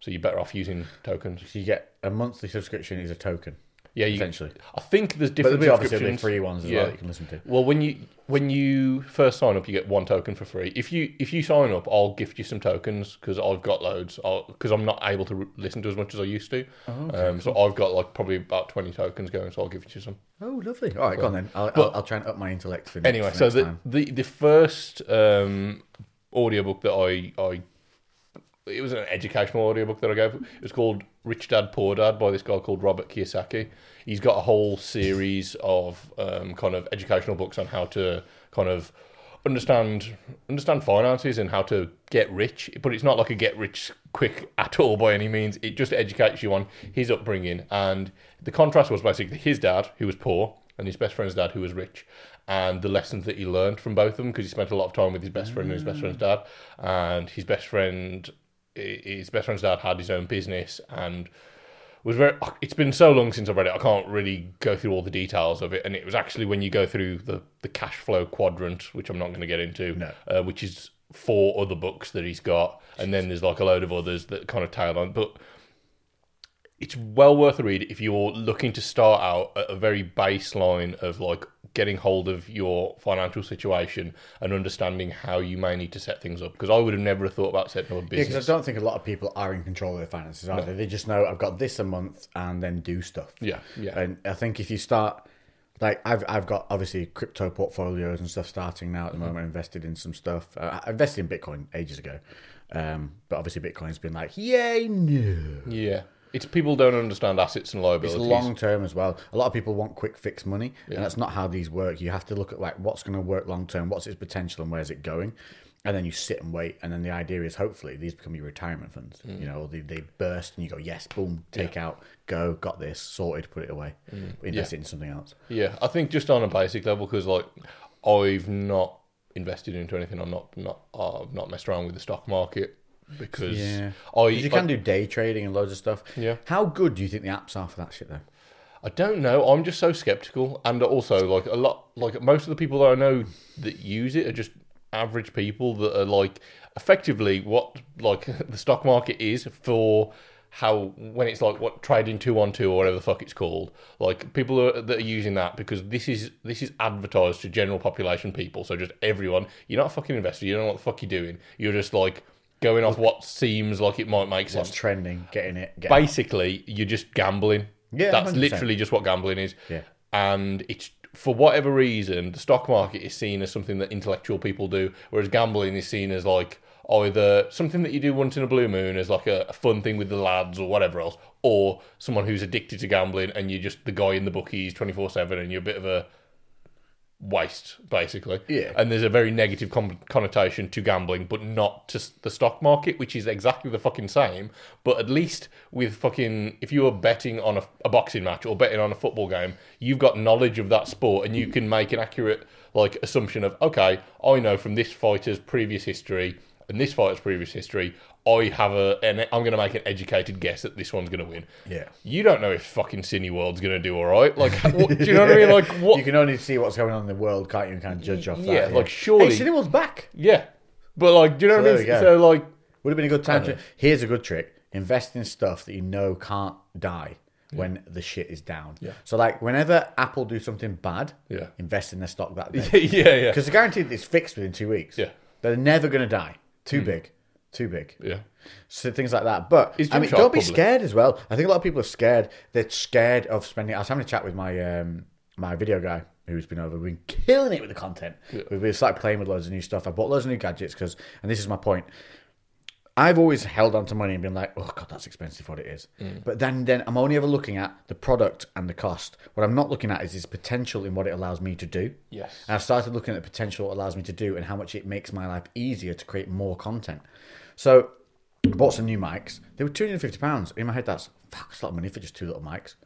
[SPEAKER 3] So you're better off using tokens.
[SPEAKER 1] it? So you get a monthly subscription is a token.
[SPEAKER 3] Yeah, you,
[SPEAKER 1] Essentially.
[SPEAKER 3] I think there's
[SPEAKER 1] But
[SPEAKER 3] different
[SPEAKER 1] there'll be obviously there'll be
[SPEAKER 3] subscriptions.
[SPEAKER 1] free ones as
[SPEAKER 3] Yeah.
[SPEAKER 1] well that you can listen to.
[SPEAKER 3] Well, when you when you first sign up, you get one token for free. If you if you sign up, I'll gift you some tokens because I've got loads. Because I'm not able to re- listen to as much as I used to. um, so I've got like probably about twenty tokens going. So I'll give you some.
[SPEAKER 1] Oh, lovely. All right, go on then. I'll, I'll, I'll try and up my intellect for next,
[SPEAKER 3] Anyway,
[SPEAKER 1] for
[SPEAKER 3] so
[SPEAKER 1] next
[SPEAKER 3] the,
[SPEAKER 1] time.
[SPEAKER 3] the the first um, audiobook that I I it was an educational audiobook that I gave. It was called Rich Dad Poor Dad by this guy called Robert Kiyosaki. He's got a whole series of um, kind of educational books on how to kind of understand understand finances and how to get rich. But it's not like a get rich quick at all by any means. It just educates you on his upbringing and the contrast was basically his dad who was poor and his best friend's dad who was rich and the lessons that he learned from both of them because he spent a lot of time with his best friend and his best friend's dad and his best friend his best friend's dad had his own business and was very it's been so long since i've read it i can't really go through all the details of it and it was actually when you go through the the cash flow quadrant which i'm not going to get into
[SPEAKER 1] No.
[SPEAKER 3] uh, which is four other books that he's got and then there's like a load of others that kind of tail on but it's well worth a read if you're looking to start out at a very baseline of like getting hold of your financial situation and understanding how you may need to set things up because i would have never thought about setting up a
[SPEAKER 1] Yeah, because
[SPEAKER 3] business
[SPEAKER 1] I don't think a lot of people are in control of their finances, are they? They just know I've got this a month and then do stuff.
[SPEAKER 3] Yeah, yeah.
[SPEAKER 1] And I think if you start, like I've I've got obviously crypto portfolios and stuff starting now at
[SPEAKER 3] Mm-hmm.
[SPEAKER 1] the moment. I invested in some stuff. Uh, I invested in Bitcoin ages ago, um, but obviously Bitcoin's been like, yay, no.
[SPEAKER 3] yeah it's people don't understand assets and liabilities
[SPEAKER 1] It's long term as well. A lot of people want quick fix money, and that's not how these work. You have to look at like what's going to work long term, what's its potential, and where's it going, and then you sit and wait. And then the idea is hopefully these become your retirement funds.
[SPEAKER 3] Mm.
[SPEAKER 1] You know, they, they burst and you go yes, boom, take out, go, got this sorted, put it away,
[SPEAKER 3] Mm.
[SPEAKER 1] invest it in something else.
[SPEAKER 3] Yeah, I think just on a basic level because like I've not invested into anything. I'm not not uh, I've not messed around with the stock market because
[SPEAKER 1] Yeah.
[SPEAKER 3] I
[SPEAKER 1] 'Cause you
[SPEAKER 3] I-
[SPEAKER 1] can do day trading and loads of stuff.
[SPEAKER 3] Yeah.
[SPEAKER 1] How good do you think the apps are for that shit though?
[SPEAKER 3] I don't know. I'm just so skeptical, and also like a lot, like most of the people that I know that use it are just average people that are like effectively what like [LAUGHS] the stock market is for how when it's like what trading two on two or whatever the fuck it's called like people are, that are using that because this is this is advertised to general population people so just everyone you're not a fucking investor you don't know what the fuck you're doing you're just like going off what seems like it might make sense
[SPEAKER 1] What's trending? Getting it? Getting
[SPEAKER 3] basically you're just gambling.
[SPEAKER 1] Yeah,
[SPEAKER 3] that's
[SPEAKER 1] 100%.
[SPEAKER 3] literally just what gambling is.
[SPEAKER 1] Yeah.
[SPEAKER 3] and it's for whatever reason the stock market is seen as something that intellectual people do, whereas gambling is seen as like either something that you do once in a blue moon as like a, a fun thing with the lads or whatever else, or someone who's addicted to gambling and you're just the guy in the bookies twenty four seven and you're a bit of a waste basically
[SPEAKER 1] Yeah.
[SPEAKER 3] and there's a very negative con- connotation to gambling but not to s- the stock market which is exactly the fucking same but at least with fucking if you were betting on a, a boxing match or betting on a football game you've got knowledge of that sport and you can make an accurate like assumption of okay i know from this fighter's previous history and this fighter's previous history i have a and i'm going to make an educated guess that this one's going to win
[SPEAKER 1] Yeah.
[SPEAKER 3] you don't know if fucking cineworld's going to do all right like what, do you know what
[SPEAKER 1] [LAUGHS]
[SPEAKER 3] i mean like what
[SPEAKER 1] You can only see what's going on in the world, can't you? And kind of judge off that.
[SPEAKER 3] yeah, like surely,
[SPEAKER 1] Hey, Cineworld's back.
[SPEAKER 3] yeah. But like, do you know
[SPEAKER 1] there
[SPEAKER 3] what I
[SPEAKER 1] we go.
[SPEAKER 3] mean? So like, [LAUGHS]
[SPEAKER 1] Would have been a good time to. Here's a good trick: invest in stuff that you know can't die when the shit is down. Yeah. So like, whenever Apple do something bad,
[SPEAKER 3] Yeah.
[SPEAKER 1] invest in their stock
[SPEAKER 3] [LAUGHS]
[SPEAKER 1] that day
[SPEAKER 3] yeah, yeah,
[SPEAKER 1] because they're guaranteed it's fixed within two weeks.
[SPEAKER 3] Yeah. Hmm.
[SPEAKER 1] They're never going to die. Too big. Too big.
[SPEAKER 3] yeah.
[SPEAKER 1] So things like that. But
[SPEAKER 3] Is
[SPEAKER 1] I mean,
[SPEAKER 3] Gymshark
[SPEAKER 1] don't be
[SPEAKER 3] public?
[SPEAKER 1] scared as well. I think a lot of people are scared. They're scared of spending. I was having a chat with my um, my video guy who's been over. We've been killing it with the content. We've been started playing with loads of new stuff. I bought loads of new gadgets because, and this is my point. I've always held on to money and been like, oh god, that's expensive what it is. But then then I'm only ever looking at the product and the cost. What I'm not looking at is its potential in what it allows me to do.
[SPEAKER 3] Yes.
[SPEAKER 1] And I've started looking at the potential it allows me to do and how much it makes my life easier to create more content. So I bought some new mics. They were two hundred and fifty pounds. In my head that's fuck, that's a lot of money for just two little mics.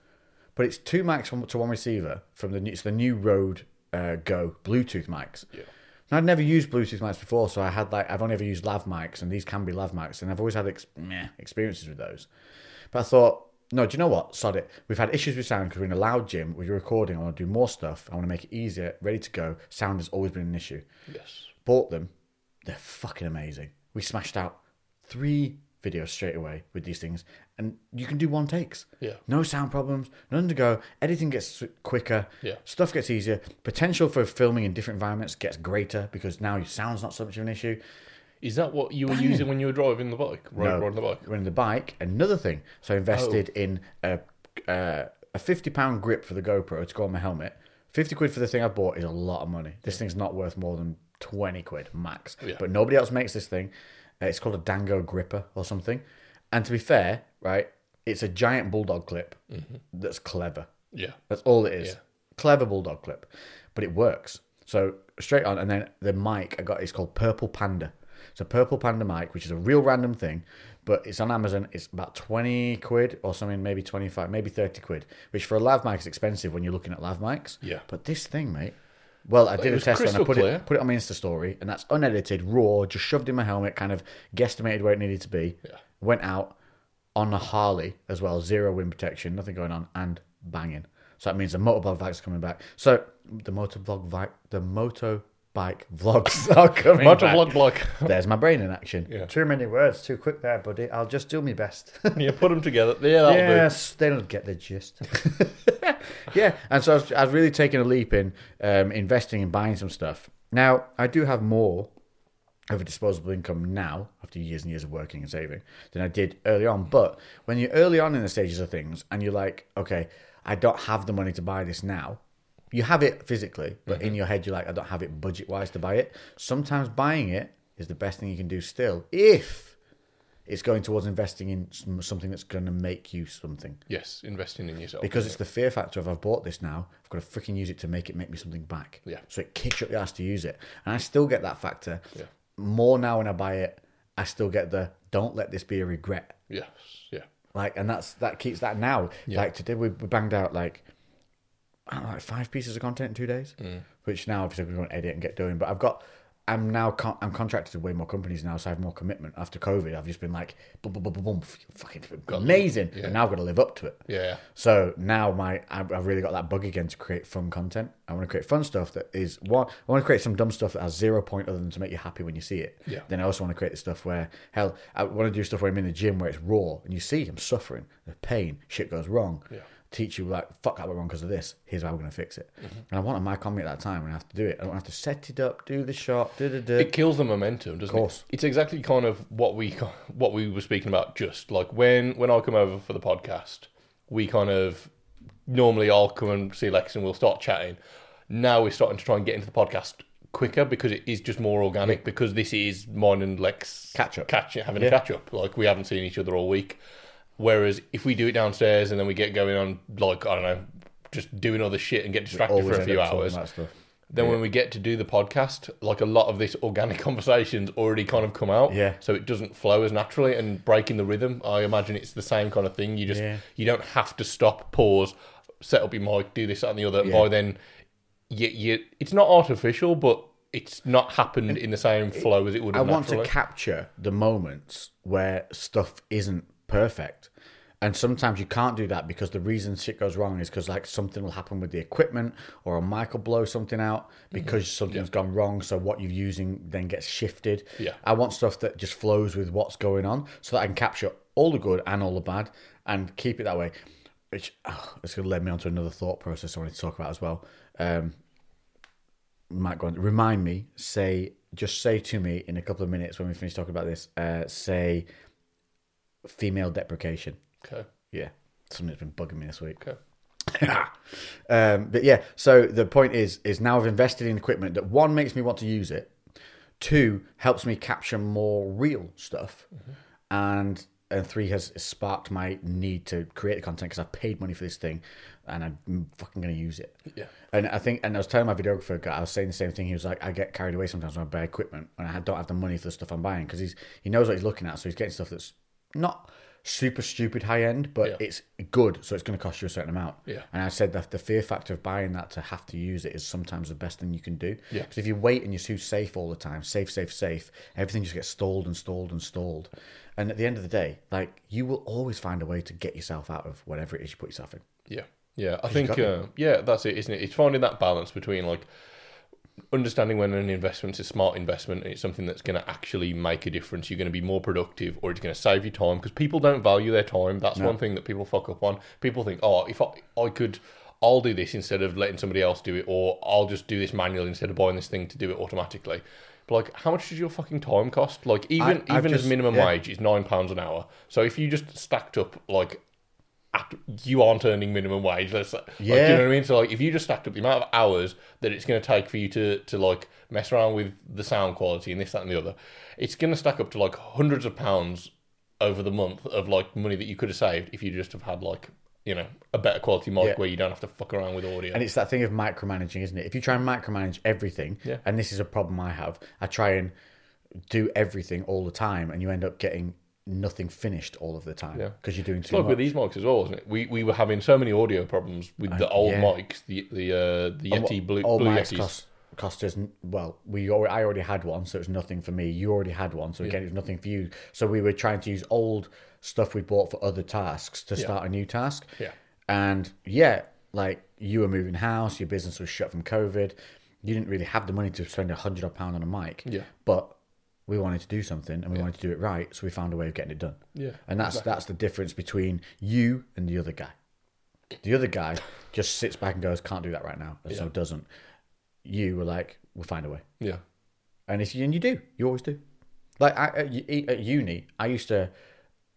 [SPEAKER 1] But it's two mics from, to one receiver from the new, it's the new Rode uh, Go Bluetooth mics. Yeah. And I'd never used Bluetooth mics before, so I had like I've only ever used lav mics, and these can be lav mics, and I've always had ex- meh, experiences with those. But I thought, no, do you know what? Sod it. We've had issues with sound because we're in a loud gym. We're recording. I want to do more stuff. I want to make it easier, ready to go. Sound has always been an issue.
[SPEAKER 3] Yes.
[SPEAKER 1] Bought them. They're fucking amazing. We smashed out three videos straight away with these things, and you can do one takes.
[SPEAKER 3] Yeah.
[SPEAKER 1] No sound problems, none to go. Editing gets quicker.
[SPEAKER 3] Yeah.
[SPEAKER 1] Stuff gets easier. Potential for filming in different environments gets greater because now your sound's not so much of an issue.
[SPEAKER 3] Is that what you were using when you were driving the bike? Right,
[SPEAKER 1] No.
[SPEAKER 3] riding the bike. Oh.
[SPEAKER 1] Running the bike. Another thing. So I invested in a uh, a fifty pound grip for the GoPro to go on my helmet. Fifty quid for the thing I bought is a lot of money. This thing's not worth more than twenty quid max.
[SPEAKER 3] Yeah.
[SPEAKER 1] But nobody else makes this thing. Uh, It's called a Dango gripper or something. And to be fair, right, it's a giant bulldog clip
[SPEAKER 3] Mm-hmm.
[SPEAKER 1] that's clever.
[SPEAKER 3] Yeah.
[SPEAKER 1] That's all it is.
[SPEAKER 3] Yeah.
[SPEAKER 1] Clever bulldog clip, but it works. So straight on, and then the mic I got is called Purple Panda. It's a Purple Panda mic, which is a real random thing, but it's on Amazon. It's about twenty quid or something, maybe twenty five, maybe thirty quid, which for a lav mic is expensive when you're looking at lav mics.
[SPEAKER 3] Yeah.
[SPEAKER 1] But this thing, mate. Well, I did a
[SPEAKER 3] was
[SPEAKER 1] test and I
[SPEAKER 3] crystal
[SPEAKER 1] put
[SPEAKER 3] clear.
[SPEAKER 1] it put it on my Insta story, and that's unedited, raw, just shoved in my helmet, kind of guesstimated where it needed to be.
[SPEAKER 3] Yeah.
[SPEAKER 1] Went out on a Harley as well, zero wind protection, nothing going on, and banging. So that means the motorbike vibes coming back. So the motovlog vi- the motorbike vlogs [LAUGHS] are coming back.
[SPEAKER 3] Motovlog block.
[SPEAKER 1] There's my brain in action.
[SPEAKER 4] Too many words, too quick there, buddy. I'll just do my best.
[SPEAKER 3] [LAUGHS] yeah, put them together. Yeah, that'll do.
[SPEAKER 4] yes, they'll get the gist.
[SPEAKER 1] [LAUGHS] yeah, and so I've, I've really taken a leap in um, investing and buying some stuff. Now I do have more of a disposable income now after years and years of working and saving than I did early on. But when you're early on in the stages of things and you're like, okay, I don't have the money to buy this now. You have it physically, but in your head you're like, I don't have it budget wise to buy it. Sometimes buying it is the best thing you can do still if it's going towards investing in some- something that's going to make you something.
[SPEAKER 3] Yes, investing in yourself.
[SPEAKER 1] Because it's the fear factor of I've bought this now, I've got to freaking use it to make it make me something back.
[SPEAKER 3] Yeah.
[SPEAKER 1] So it kicks you up the ass to use it. And I still get that factor. Yeah. More now when I buy it, I still get the don't let this be a regret.
[SPEAKER 3] yes, yeah.
[SPEAKER 1] Like, and that's that keeps that now. Like today we, we banged out like I don't know, like five pieces of content in two days, which now obviously we're going to edit and get doing. But I've got, I'm now con- I'm contracted to way more companies now, so I have more commitment. After COVID, I've just been like, boom, boom, boom, boom, boom f- fucking amazing. And now I've got to live up to it.
[SPEAKER 3] Yeah.
[SPEAKER 1] So now my I've I've really got that bug again to create fun content. I want to create fun stuff that is one. I want to create some dumb stuff that has zero point other than to make you happy when you see it.
[SPEAKER 3] Yeah.
[SPEAKER 1] Then I also want to create the stuff where hell, I want to do stuff where I'm in the gym where it's raw and you see I'm suffering, the pain, shit goes wrong. Yeah. Teach you like fuck that went wrong because of this. Here's how we're gonna fix it.
[SPEAKER 3] Mm-hmm.
[SPEAKER 1] And I want my comedy at that time and I have to do it. I don't have to set it up, do the shot, da da da.
[SPEAKER 3] It kills the momentum, doesn't
[SPEAKER 1] course.
[SPEAKER 3] it? It's exactly kind of what we [LAUGHS] what we were speaking about. Just like when when I come over for the podcast, we kind of normally I'll come and see Lex and we'll start chatting. Now we're starting to try and get into the podcast quicker because it is just more organic. Because this is mine and Lex
[SPEAKER 1] Catch up.
[SPEAKER 3] catch having a catch up. Like we haven't seen each other all week. Whereas if we do it downstairs and then we get going on like I don't know, just doing other shit and get distracted for a
[SPEAKER 1] end
[SPEAKER 3] few
[SPEAKER 1] up talking
[SPEAKER 3] hours,
[SPEAKER 1] about stuff.
[SPEAKER 3] Then when we get to do the podcast, like a lot of this organic [LAUGHS] conversations already kind of come out.
[SPEAKER 1] Yeah.
[SPEAKER 3] So it doesn't flow as naturally and breaking the rhythm. I imagine it's the same kind of thing. You just
[SPEAKER 1] Yeah.
[SPEAKER 3] you don't have to stop, pause, set up your mic, do this that, and the other. By then, you, you it's not artificial, but it's not happened in the same flow as it would.
[SPEAKER 1] I
[SPEAKER 3] Have
[SPEAKER 1] want to
[SPEAKER 3] naturally.
[SPEAKER 1] capture the moments where stuff isn't perfect. And sometimes you can't do that because the reason shit goes wrong is because like something will happen with the equipment or a mic will blow something
[SPEAKER 3] Mm-hmm.
[SPEAKER 1] out because something's gone wrong. So what you're using then gets shifted.
[SPEAKER 3] Yeah.
[SPEAKER 1] I want stuff that just flows with what's going on so that I can capture all the good and all the bad and keep it that way. Which oh, it's going to lead me on to another thought process I wanted to talk about as well. Um, Matt, go on. Remind me. Say just say to me in a couple of minutes when we finish talking about this. Uh, say female deprecation.
[SPEAKER 3] Okay.
[SPEAKER 1] Yeah, something's been bugging me this week.
[SPEAKER 3] Okay.
[SPEAKER 1] [LAUGHS] um, but yeah, so the point is, is now I've invested in equipment that one makes me want to use it, two helps me capture more real stuff, and and three has sparked my need to create content because I paid money for this thing, and I'm fucking gonna use it.
[SPEAKER 3] Yeah.
[SPEAKER 1] And I think, and I was telling my videographer, guy, I was saying the same thing. He was like, I get carried away sometimes when I buy equipment and I don't have the money for the stuff I'm buying because he's he knows what he's looking at, so he's getting stuff that's not super stupid high end, but
[SPEAKER 3] Yeah.
[SPEAKER 1] it's good, so it's going to cost you a certain amount.
[SPEAKER 3] Yeah.
[SPEAKER 1] And I said that the fear factor of buying that to have to use it is sometimes the best thing you can do.
[SPEAKER 3] Yeah.
[SPEAKER 1] Because if you wait and you're too safe all the time, safe, safe, safe, everything just gets stalled and stalled and stalled. And at the end of the day, like you will always find a way to get yourself out of whatever it is you put yourself in.
[SPEAKER 3] Yeah, yeah. I think uh, yeah, that's it, isn't it? It's finding that balance between like understanding when an investment is a smart investment and it's something that's going to actually make a difference. You're going to be more productive, or it's going to save you time because people don't value their time. That's one thing that people fuck up on. People think, oh, if I, I could. I'll do this instead of letting somebody else do it, or I'll just do this manually instead of buying this thing to do it automatically. But like, how much does your fucking time cost? Like, even
[SPEAKER 1] I've
[SPEAKER 3] even as
[SPEAKER 1] just-
[SPEAKER 3] minimum
[SPEAKER 1] yeah.
[SPEAKER 3] wage is nine pounds an hour. So if you just stacked up like at, you aren't earning minimum wage. Let's say. Like, do you
[SPEAKER 1] Yeah.
[SPEAKER 3] know what I mean? So like, if you just stacked up the amount of hours that it's going to take for you to to like mess around with the sound quality and this, that, and the other, it's going to stack up to like hundreds of pounds over the month of like money that you could have saved if you just have had like you know a better quality mic
[SPEAKER 1] Yeah.
[SPEAKER 3] where you don't have to fuck around with audio.
[SPEAKER 1] And it's that thing of micromanaging, isn't it? If you try and micromanage everything,
[SPEAKER 3] Yeah.
[SPEAKER 1] and this is a problem I have, I try and do everything all the time, and you end up getting nothing finished all of the time
[SPEAKER 3] Yeah.
[SPEAKER 1] because you're doing too
[SPEAKER 3] Look
[SPEAKER 1] much.
[SPEAKER 3] with these mics as well, isn't it? We we were having so many audio problems with the old
[SPEAKER 1] Oh, yeah. Oh,
[SPEAKER 3] mics, the the uh, the
[SPEAKER 1] What-
[SPEAKER 3] Yeti blue,
[SPEAKER 1] all
[SPEAKER 3] blue
[SPEAKER 1] mics
[SPEAKER 3] Yetis.
[SPEAKER 1] cost cost us n- well we already, I already had one so it's nothing for me you already had one so again it was nothing for you so we were trying to use old stuff we bought for other tasks to start a new task
[SPEAKER 3] Yeah.
[SPEAKER 1] and yeah like you were moving house your business was shut from covid you didn't really have the money to spend a hundred odd pound on a mic
[SPEAKER 3] Yeah.
[SPEAKER 1] but we wanted to do something and we wanted to do it right so we found a way of getting it done
[SPEAKER 3] Yeah,
[SPEAKER 1] and that's that's the difference between you and the other guy the other guy just sits back and goes, "Can't do that right now," and so doesn't. You were like, "We'll find a way,"
[SPEAKER 3] Yeah.
[SPEAKER 1] and if you, and you do, you always do. Like I, at, u- at uni, I used to,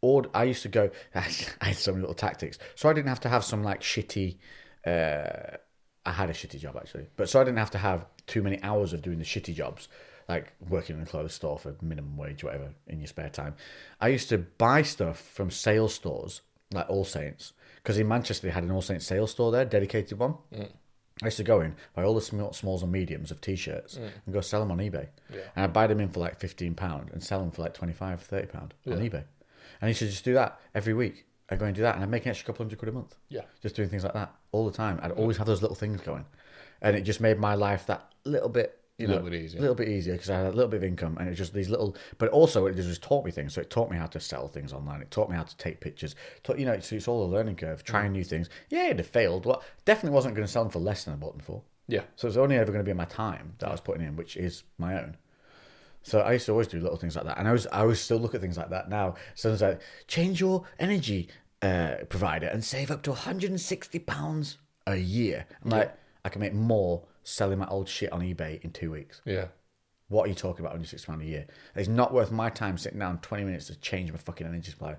[SPEAKER 1] or I used to go. [LAUGHS] I had some little tactics, so I didn't have to have some like shitty. Uh, I had a shitty job actually, but so I didn't have to have too many hours of doing the shitty jobs, like working in a clothes store for minimum wage, whatever, in your spare time. I used to buy stuff from sales stores like All Saints, because in Manchester they had an All Saints sales store there, dedicated one. I used to go in, buy all the small, smalls and mediums of t-shirts and go sell them on eBay. And I'd buy them in for like £15 and sell them for like 25 £30 on eBay. And you should just do that every week. I'd go and do that and I'd make an extra couple hundred quid a month.
[SPEAKER 3] Yeah.
[SPEAKER 1] Just doing things like that all the time. I'd always have those little things going. And it just made my life that little bit, you know,
[SPEAKER 3] Little bit easier.
[SPEAKER 1] little bit easier because I had a little bit of income and it was just these little, but also it just taught me things. So it taught me how to sell things online. It taught me how to take pictures. Taught, you know, it's, it's all a learning curve,
[SPEAKER 3] Mm.
[SPEAKER 1] trying new things. Yeah, it'd have failed. Well, definitely wasn't going to sell them for less than I bought them for.
[SPEAKER 3] Yeah.
[SPEAKER 1] So it's only ever going to be my time that I was putting in, which is my own. So I used to always do little things like that, and I was I always still look at things like that now. Someone's like, change your energy uh, provider and save up to 160 pounds a year. I'm like, I can make more selling my old shit on eBay in two weeks.
[SPEAKER 3] Yeah. [LAUGHS]
[SPEAKER 1] What are you talking about? 160 pounds a year? It's not worth my time sitting down 20 minutes to change my fucking energy supply.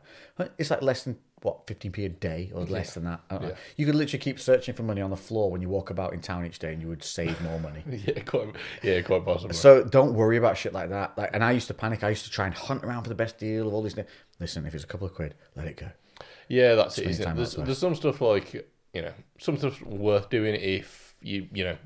[SPEAKER 1] It's like less than what 15p a day or less than that. I don't know. You could literally keep searching for money on the floor when you walk about in town each day, and you would save more money.
[SPEAKER 3] Yeah, quite, yeah, quite possibly.
[SPEAKER 1] So don't worry about shit like that. Like, and I used to panic. I used to try and hunt around for the best deal of all these things. Listen, if it's a couple of quid, let it go.
[SPEAKER 3] Yeah, that's it. Isn't it?
[SPEAKER 1] time
[SPEAKER 3] There's,
[SPEAKER 1] elsewhere.
[SPEAKER 3] there's some stuff like you know, some stuff's worth doing if you you know,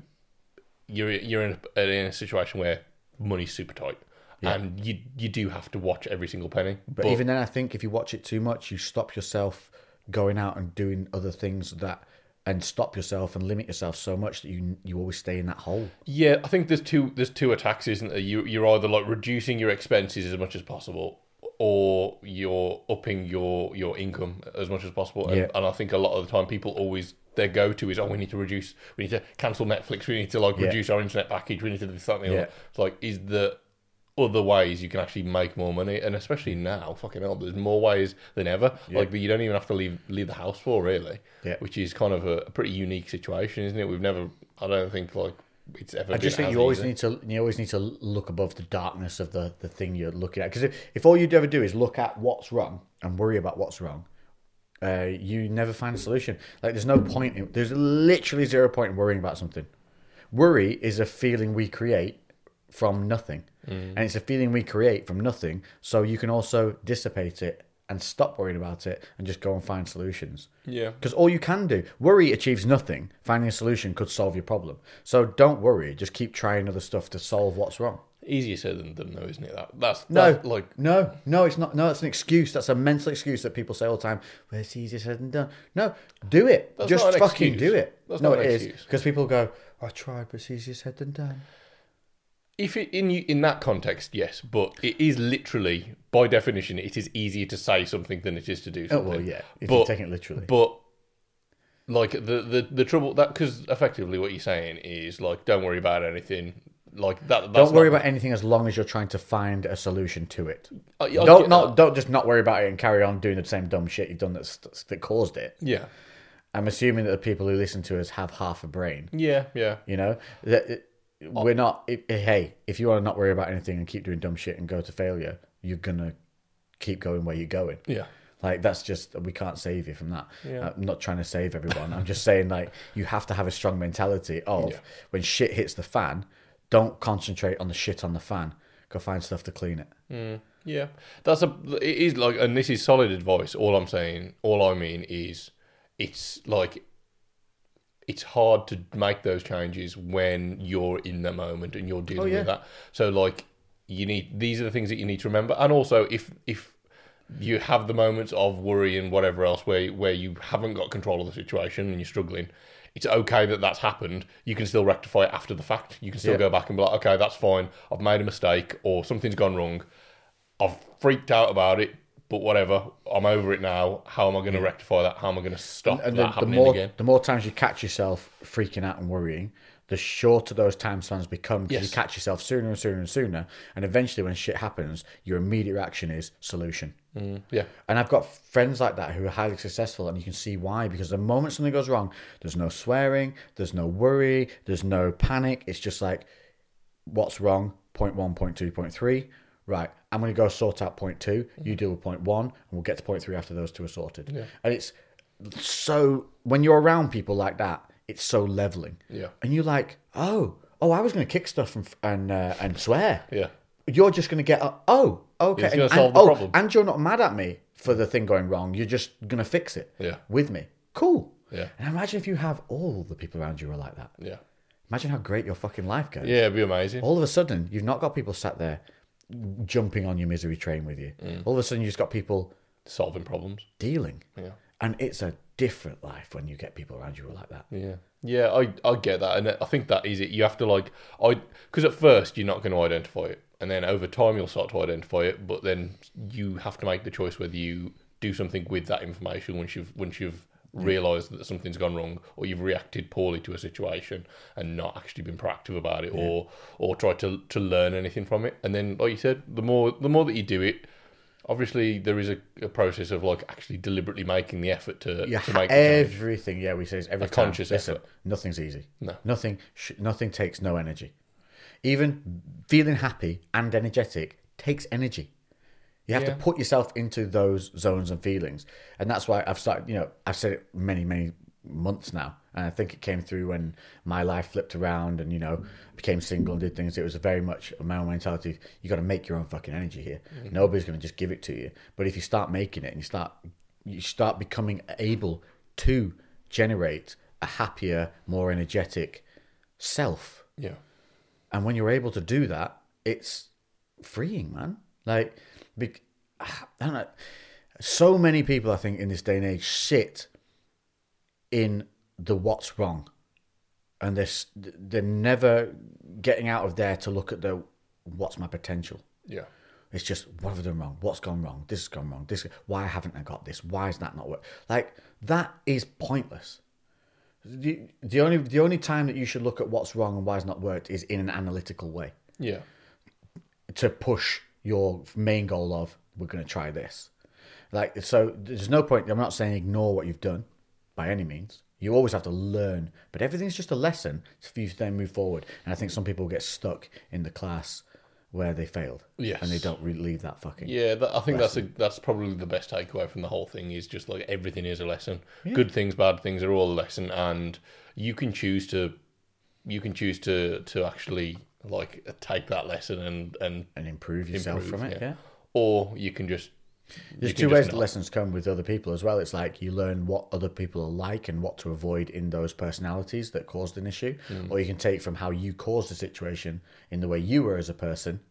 [SPEAKER 3] you're you're in a, in a situation where money's super tight, and you you do have to watch every single penny. But,
[SPEAKER 1] But, even then, I think if you watch it too much, you stop yourself going out and doing other things that, and stop yourself and limit yourself so much that you you always stay in that hole.
[SPEAKER 3] yeah, I think there's two there's two attacks, isn't there? You you're either like reducing your expenses as much as possible, or you're upping your your income as much as possible. And,
[SPEAKER 1] Yeah.
[SPEAKER 3] and I think a lot of the time people always their go to is oh we need to reduce we need to cancel Netflix we need to like reduce our internet package we need to do something
[SPEAKER 1] Yeah.
[SPEAKER 3] yeah. it's like is the other ways you can actually make more money and especially now fucking hell there's more ways than ever like that you don't even have to leave leave the house for really
[SPEAKER 1] Yeah.
[SPEAKER 3] which is kind of a, a pretty unique situation isn't it we've never I don't think like it's ever
[SPEAKER 1] I
[SPEAKER 3] been
[SPEAKER 1] just think
[SPEAKER 3] as
[SPEAKER 1] you always
[SPEAKER 3] easy.
[SPEAKER 1] need to you always need to look above the darkness of the, the thing you're looking at because if, if all you ever do is look at what's wrong and worry about what's wrong, uh, you never find a solution. Like there's no point. In, there's literally zero point in worrying about something. Worry is a feeling we create from nothing,
[SPEAKER 3] Mm.
[SPEAKER 1] and it's a feeling we create from nothing. So you can also dissipate it and stop worrying about it and just go and find solutions.
[SPEAKER 3] yeah
[SPEAKER 1] Because all you can do, worry achieves nothing. Finding a solution could solve your problem. So don't worry. Just keep trying other stuff to solve what's wrong.
[SPEAKER 3] easier said than done though isn't it that that's
[SPEAKER 1] No,
[SPEAKER 3] that, like
[SPEAKER 1] no, no. It's not. No, it's an excuse. That's a mental excuse that people say all the time. Well, it's easier said than done. No, do it.
[SPEAKER 3] That's
[SPEAKER 1] Just
[SPEAKER 3] not an
[SPEAKER 1] fucking
[SPEAKER 3] excuse.
[SPEAKER 1] do it.
[SPEAKER 3] That's
[SPEAKER 1] no,
[SPEAKER 3] not
[SPEAKER 1] it
[SPEAKER 3] an
[SPEAKER 1] is
[SPEAKER 3] excuse.
[SPEAKER 1] because people go, "Oh, "I tried, but it's easier said than done."
[SPEAKER 3] if it, in you in that context yes but it is literally by definition it is easier to say something than it is to do
[SPEAKER 1] Oh
[SPEAKER 3] something
[SPEAKER 1] well, yeah. If
[SPEAKER 3] But-
[SPEAKER 1] you're taking it literally,
[SPEAKER 3] But like the the, the trouble that because effectively what you're saying is like don't worry about anything like that. That's
[SPEAKER 1] don't worry
[SPEAKER 3] not-
[SPEAKER 1] about anything as long as you're trying to find a solution to it.
[SPEAKER 3] I- I
[SPEAKER 1] Don't
[SPEAKER 3] get
[SPEAKER 1] not
[SPEAKER 3] that.
[SPEAKER 1] don't just not worry about it and carry on doing the same dumb shit you've done that's, that caused it.
[SPEAKER 3] Yeah,
[SPEAKER 1] I'm assuming that the people who listen to us have half a brain.
[SPEAKER 3] yeah, yeah.
[SPEAKER 1] You know, that it- we're not. It, hey, if you want to not worry about anything and keep doing dumb shit and go to failure, you're gonna keep going where you're going.
[SPEAKER 3] Yeah.
[SPEAKER 1] Like that's just we can't save you from that. I'm not trying to save everyone. I'm just saying like you have to have a strong mentality of when shit hits the fan, don't concentrate on the shit on the fan. Go find stuff to clean it.
[SPEAKER 3] Yeah, that's a. It is like, and this is solid advice. All I'm saying, all I mean is, it's like, it's hard to make those changes when you're in the moment and you're
[SPEAKER 1] Oh,
[SPEAKER 3] dealing with that. So like, you need these are the things that you need to remember, and also if if you have the moments of worry and whatever else where where you haven't got control of the situation and you're struggling. It's okay that that's happened. You can still rectify it after the fact. You can still go back and be like, okay, that's fine. I've made a mistake or something's gone wrong. I've freaked out about it, but whatever. I'm over it now. How am I going to rectify that? How am I going to stop
[SPEAKER 1] and the,
[SPEAKER 3] that
[SPEAKER 1] the
[SPEAKER 3] happening
[SPEAKER 1] more
[SPEAKER 3] again?
[SPEAKER 1] the more times you catch yourself freaking out and worrying, the shorter those time spans become because
[SPEAKER 3] Yes.
[SPEAKER 1] you catch yourself sooner and sooner and sooner, and eventually when shit happens, your immediate reaction is solution.
[SPEAKER 3] Yeah,
[SPEAKER 1] And I've got friends like that who are highly successful, and you can see why. Because the moment something goes wrong, there's no swearing, there's no worry, there's no panic. It's just like, what's wrong? Point one, point two, point three. Right, I'm going to go sort out point two. You deal with point one, and we'll get to point three after those two are sorted. And it's so when you're around people like that, it's so leveling.
[SPEAKER 3] Yeah.
[SPEAKER 1] And you're like, oh, oh, I was going to kick stuff and and uh, and swear
[SPEAKER 3] yeah.
[SPEAKER 1] you're just going to get up. Oh, okay.
[SPEAKER 3] It's gonna
[SPEAKER 1] and,
[SPEAKER 3] solve
[SPEAKER 1] and-
[SPEAKER 3] the
[SPEAKER 1] oh,
[SPEAKER 3] problem.
[SPEAKER 1] And you're not mad at me for the thing going wrong. You're just going to fix it.
[SPEAKER 3] Yeah.
[SPEAKER 1] With me. Cool.
[SPEAKER 3] Yeah.
[SPEAKER 1] And imagine if you have all the people around you are like that.
[SPEAKER 3] Yeah.
[SPEAKER 1] Imagine how great your fucking life goes.
[SPEAKER 3] Yeah, it'd be amazing.
[SPEAKER 1] All of a sudden, you've not got people sat there jumping on your misery train with you.
[SPEAKER 3] Mm.
[SPEAKER 1] All of a sudden, you've just got people
[SPEAKER 3] Solving problems.
[SPEAKER 1] dealing.
[SPEAKER 3] Yeah.
[SPEAKER 1] And it's a different life when you get people around you who are like that.
[SPEAKER 3] Yeah. Yeah, I, I get that. And I think that is it. You have to, like, I because at first you're not going to identify it. And then over time you'll start to identify it. But then you have to make the choice whether you do something with that information once you've, once you've realized that something's gone wrong or you've reacted poorly to a situation and not actually been proactive about it or or tried to to learn anything from it and then like you said the more the more that you do it obviously there is a, a process of like actually deliberately making the effort to,
[SPEAKER 1] you
[SPEAKER 3] to
[SPEAKER 1] ha-
[SPEAKER 3] make the change.
[SPEAKER 1] everything. Yeah, we say it's every
[SPEAKER 3] A
[SPEAKER 1] time.
[SPEAKER 3] conscious
[SPEAKER 1] Listen,
[SPEAKER 3] effort.
[SPEAKER 1] Nothing's easy.
[SPEAKER 3] No.
[SPEAKER 1] nothing. Sh- nothing takes no energy. Even feeling happy and energetic takes energy. You have to
[SPEAKER 3] Yeah.
[SPEAKER 1] put yourself into those zones and feelings, and that's why I've started. You know, I've said it many, many months now, and I think it came through when my life flipped around and you know became single and did things. It was very much a male mentality. You got to make your own fucking energy here. Nobody's going to just give it to you. But if you start making it and you start you start becoming able to generate a happier, more energetic self
[SPEAKER 3] Yeah.
[SPEAKER 1] And when you're able to do that, it's freeing, man. Like, bec- ah, I don't know. So many people, I think, in this day and age sit in the what's wrong, and they're s- they're never getting out of there to look at the what's my potential.
[SPEAKER 3] Yeah.
[SPEAKER 1] It's just what have I done wrong? What's gone wrong? This has gone wrong. This why haven't I got this? Why is that not work? Like that is pointless. The, the only the only time that you should look at what's wrong and why it's not worked is in an analytical way
[SPEAKER 3] Yeah.
[SPEAKER 1] to push your main goal of we're going to try this. Like so, there's no point. I'm not saying ignore what you've done by any means. You always have to learn, but everything's just a lesson for you to then move forward. And I think some people get stuck in the class where they failed,
[SPEAKER 3] Yes.
[SPEAKER 1] and they don't really leave that fucking.
[SPEAKER 3] Yeah, that, I think that's a, that's probably the best takeaway from the whole thing is just like everything is a lesson. Good things, bad things are all a lesson, and you can choose to you can choose to to actually like take that lesson and and
[SPEAKER 1] and improve yourself
[SPEAKER 3] improve,
[SPEAKER 1] from it. Yeah.
[SPEAKER 3] or you can just
[SPEAKER 1] There's
[SPEAKER 3] you can
[SPEAKER 1] two
[SPEAKER 3] just
[SPEAKER 1] ways
[SPEAKER 3] not.
[SPEAKER 1] that lessons come with other people as well. It's like you learn what other people are like and what to avoid in those personalities that caused an issue,
[SPEAKER 3] Mm.
[SPEAKER 1] or you can take from how you caused the situation in the way you were as a person,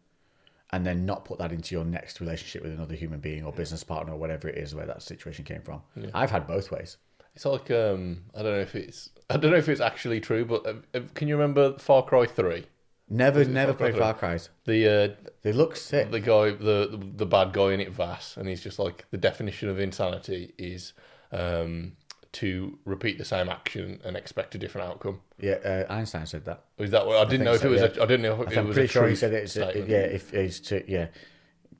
[SPEAKER 1] and then not put that into your next relationship with another human being or business partner or whatever it is where that situation came from. I've had both ways.
[SPEAKER 3] It's like um, I don't know if it's I don't know if it's actually true, but uh, uh, can you remember Far Cry Three?
[SPEAKER 1] Never, never
[SPEAKER 3] Far Cry
[SPEAKER 1] played Far Cries.
[SPEAKER 3] The
[SPEAKER 1] They look
[SPEAKER 3] uh,
[SPEAKER 1] sick.
[SPEAKER 3] the guy the the bad guy in it Vass, and he's just like the definition of insanity is um, to repeat the same action and expect a different outcome.
[SPEAKER 1] Yeah, uh, Einstein said that.
[SPEAKER 3] Is that what I didn't
[SPEAKER 1] think
[SPEAKER 3] know if
[SPEAKER 1] so,
[SPEAKER 3] it was
[SPEAKER 1] yeah.
[SPEAKER 3] a, I didn't know if it
[SPEAKER 1] I'm
[SPEAKER 3] was
[SPEAKER 1] pretty
[SPEAKER 3] a
[SPEAKER 1] sure he
[SPEAKER 3] truth
[SPEAKER 1] said it's
[SPEAKER 3] statement.
[SPEAKER 1] yeah, if it's to yeah,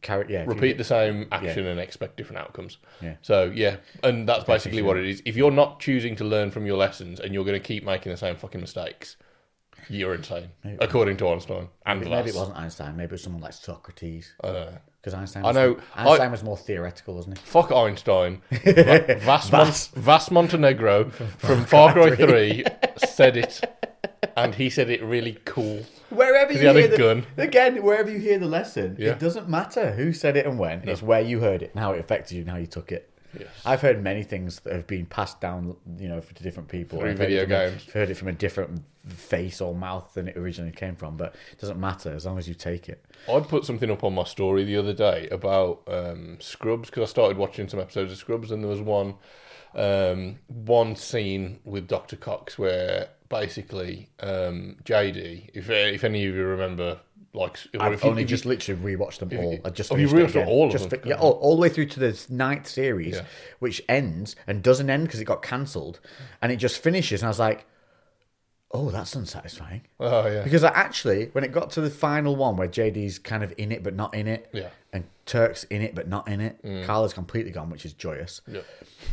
[SPEAKER 1] carry yeah. if you-
[SPEAKER 3] repeat the same action and expect different outcomes.
[SPEAKER 1] Yeah.
[SPEAKER 3] So yeah, and that's basically what it is. If you're not choosing to learn from your lessons and you're going to keep making the same fucking mistakes, you're insane, according to Einstein and
[SPEAKER 1] Maybe
[SPEAKER 3] Glass.
[SPEAKER 1] it wasn't Einstein. Maybe it was someone like Socrates.
[SPEAKER 3] I don't know.
[SPEAKER 1] Because Einstein,
[SPEAKER 3] I
[SPEAKER 1] was,
[SPEAKER 3] know-
[SPEAKER 1] Einstein was more theoretical, wasn't he?
[SPEAKER 3] Fuck [LAUGHS] Einstein. Va- Vas, Mon- Vas Montenegro [LAUGHS] from Far Cry 3 said it, and he said it really cool.
[SPEAKER 1] Wherever
[SPEAKER 3] he you had a hear the- gun.
[SPEAKER 1] again, wherever you hear the lesson,
[SPEAKER 3] Yeah.
[SPEAKER 1] it doesn't matter who said it and when. It's where you heard it and how it affected you and how you took it.
[SPEAKER 3] Yes.
[SPEAKER 1] I've heard many things that have been passed down, you know, to different people.
[SPEAKER 3] Through
[SPEAKER 1] I've heard it
[SPEAKER 3] video
[SPEAKER 1] from a-
[SPEAKER 3] games.
[SPEAKER 1] heard it from a different face or mouth than it originally came from, but it doesn't matter as long as you take it.
[SPEAKER 3] I put something up on my story the other day about um, Scrubs because I started watching some episodes of Scrubs and there was one um, one scene with Dr. Cox where basically um, JD, if if any of you remember, like or
[SPEAKER 1] I've
[SPEAKER 3] if you-
[SPEAKER 1] only
[SPEAKER 3] if you-
[SPEAKER 1] just literally rewatched them all. I just
[SPEAKER 3] Oh, you
[SPEAKER 1] finished it
[SPEAKER 3] rewatched
[SPEAKER 1] again.
[SPEAKER 3] all of
[SPEAKER 1] Just
[SPEAKER 3] them?
[SPEAKER 1] fi- yeah, all, all the way through to the ninth series,
[SPEAKER 3] Yeah.
[SPEAKER 1] which ends and doesn't end because it got cancelled, and it just finishes. And I was like, "Oh, that's unsatisfying."
[SPEAKER 3] oh yeah,
[SPEAKER 1] Because I actually, when it got to the final one where JD's kind of in it but not in it,
[SPEAKER 3] Yeah. Mm.
[SPEAKER 1] and Turk's in it but not in it, Carla's completely gone, which is joyous.
[SPEAKER 3] yeah,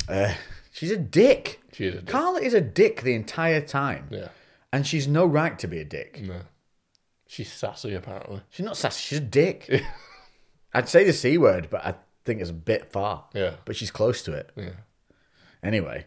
[SPEAKER 1] Uh, she's a dick.
[SPEAKER 3] She is a dick.
[SPEAKER 1] Carla is a dick the entire time,
[SPEAKER 3] yeah.
[SPEAKER 1] and she's no right to be a dick.
[SPEAKER 3] No. She's sassy apparently.
[SPEAKER 1] She's not sassy. She's a
[SPEAKER 3] [LAUGHS]
[SPEAKER 1] dick. I'd say the c word, but I think it's a bit far.
[SPEAKER 3] Yeah.
[SPEAKER 1] But she's close to it.
[SPEAKER 3] Yeah.
[SPEAKER 1] Anyway,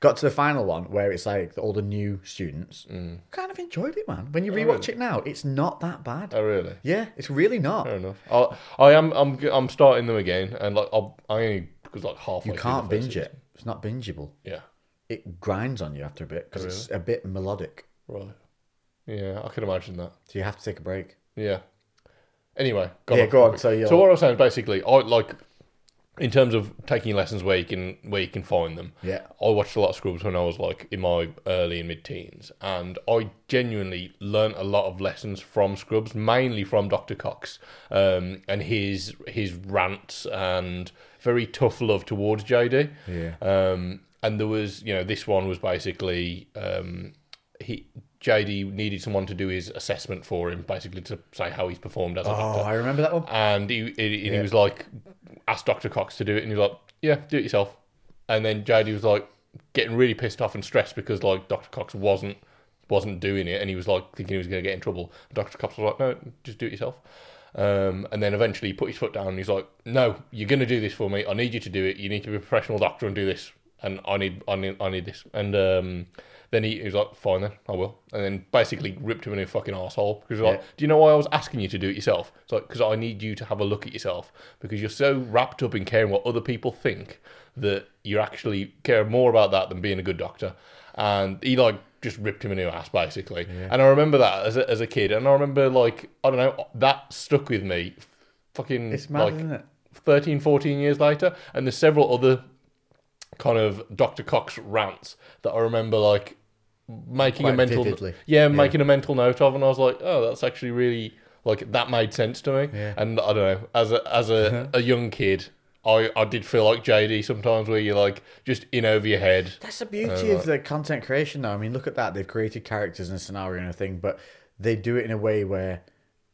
[SPEAKER 1] got to the final one where it's like all the new students. Mm. Kind of enjoyed it, man. When you rewatch it now, it's not that bad.
[SPEAKER 3] Oh really?
[SPEAKER 1] yeah, it's really not.
[SPEAKER 3] Fair enough. I, I am. I'm. g- I'm starting them again, and like I'll, I only because like halfway.
[SPEAKER 1] you can't binge
[SPEAKER 3] it.
[SPEAKER 1] it. It's not bingeable.
[SPEAKER 3] Yeah.
[SPEAKER 1] It grinds on you after a bit
[SPEAKER 3] Oh,
[SPEAKER 1] because it's a bit melodic.
[SPEAKER 3] Right. Yeah, I can imagine that.
[SPEAKER 1] So you have to take a break.
[SPEAKER 3] Yeah. Anyway, go
[SPEAKER 1] Yeah, go on, so you're-
[SPEAKER 3] so what I was saying is basically, I like in terms of taking lessons where you can where you can find them.
[SPEAKER 1] Yeah.
[SPEAKER 3] I watched a lot of Scrubs when I was like in my early and mid teens, and I genuinely learnt a lot of lessons from Scrubs, mainly from Dr. Cox um, and his his rants and very tough love towards JD.
[SPEAKER 1] Yeah.
[SPEAKER 3] Um, and there was, you know, this one was basically um, he JD needed someone to do his assessment for him, basically to say how he's performed as an
[SPEAKER 1] Oh,
[SPEAKER 3] actor.
[SPEAKER 1] I remember that one.
[SPEAKER 3] And he he, he was like, asked Dr. Cox to do it, and he was like, yeah, do it yourself. And then JD was like getting really pissed off and stressed because like Dr. Cox wasn't wasn't doing it, and he was like thinking he was going to get in trouble. Dr. Cox was like, no, just do it yourself. Um, and then eventually he put his foot down and he's like, "No, you're going to do this for me. I need you to do it. You need to be a professional doctor and do this. And I need, I need, I need this." And um, then he, he was like, "Fine, then I will." And then basically ripped him in a fucking asshole because he was like, "Do you know why I was asking you to do it yourself? It's like because I need you to have a look at yourself because you're so wrapped up in caring what other people think that you actually care more about that than being a good doctor." And he like just ripped him a new ass basically. And I remember that as a, as a kid, and I remember like I don't know that stuck with me. Fucking
[SPEAKER 1] It's mad,
[SPEAKER 3] like
[SPEAKER 1] isn't it?
[SPEAKER 3] 13, 14 years later, and there's several other kind of Dr. Cox rants that I remember like making a
[SPEAKER 1] Quite
[SPEAKER 3] mental
[SPEAKER 1] vividly.
[SPEAKER 3] yeah, making a mental note of, and I was like, oh, that's actually really like that made sense to me.
[SPEAKER 1] Yeah. Uh-huh.
[SPEAKER 3] And I don't know, as a as a, a young kid, I I did feel like JD sometimes, where you're like just in over your head.
[SPEAKER 1] That's the beauty of the content creation, though. I mean, look at that. They've created characters and a scenario and a thing, but they do it in a way where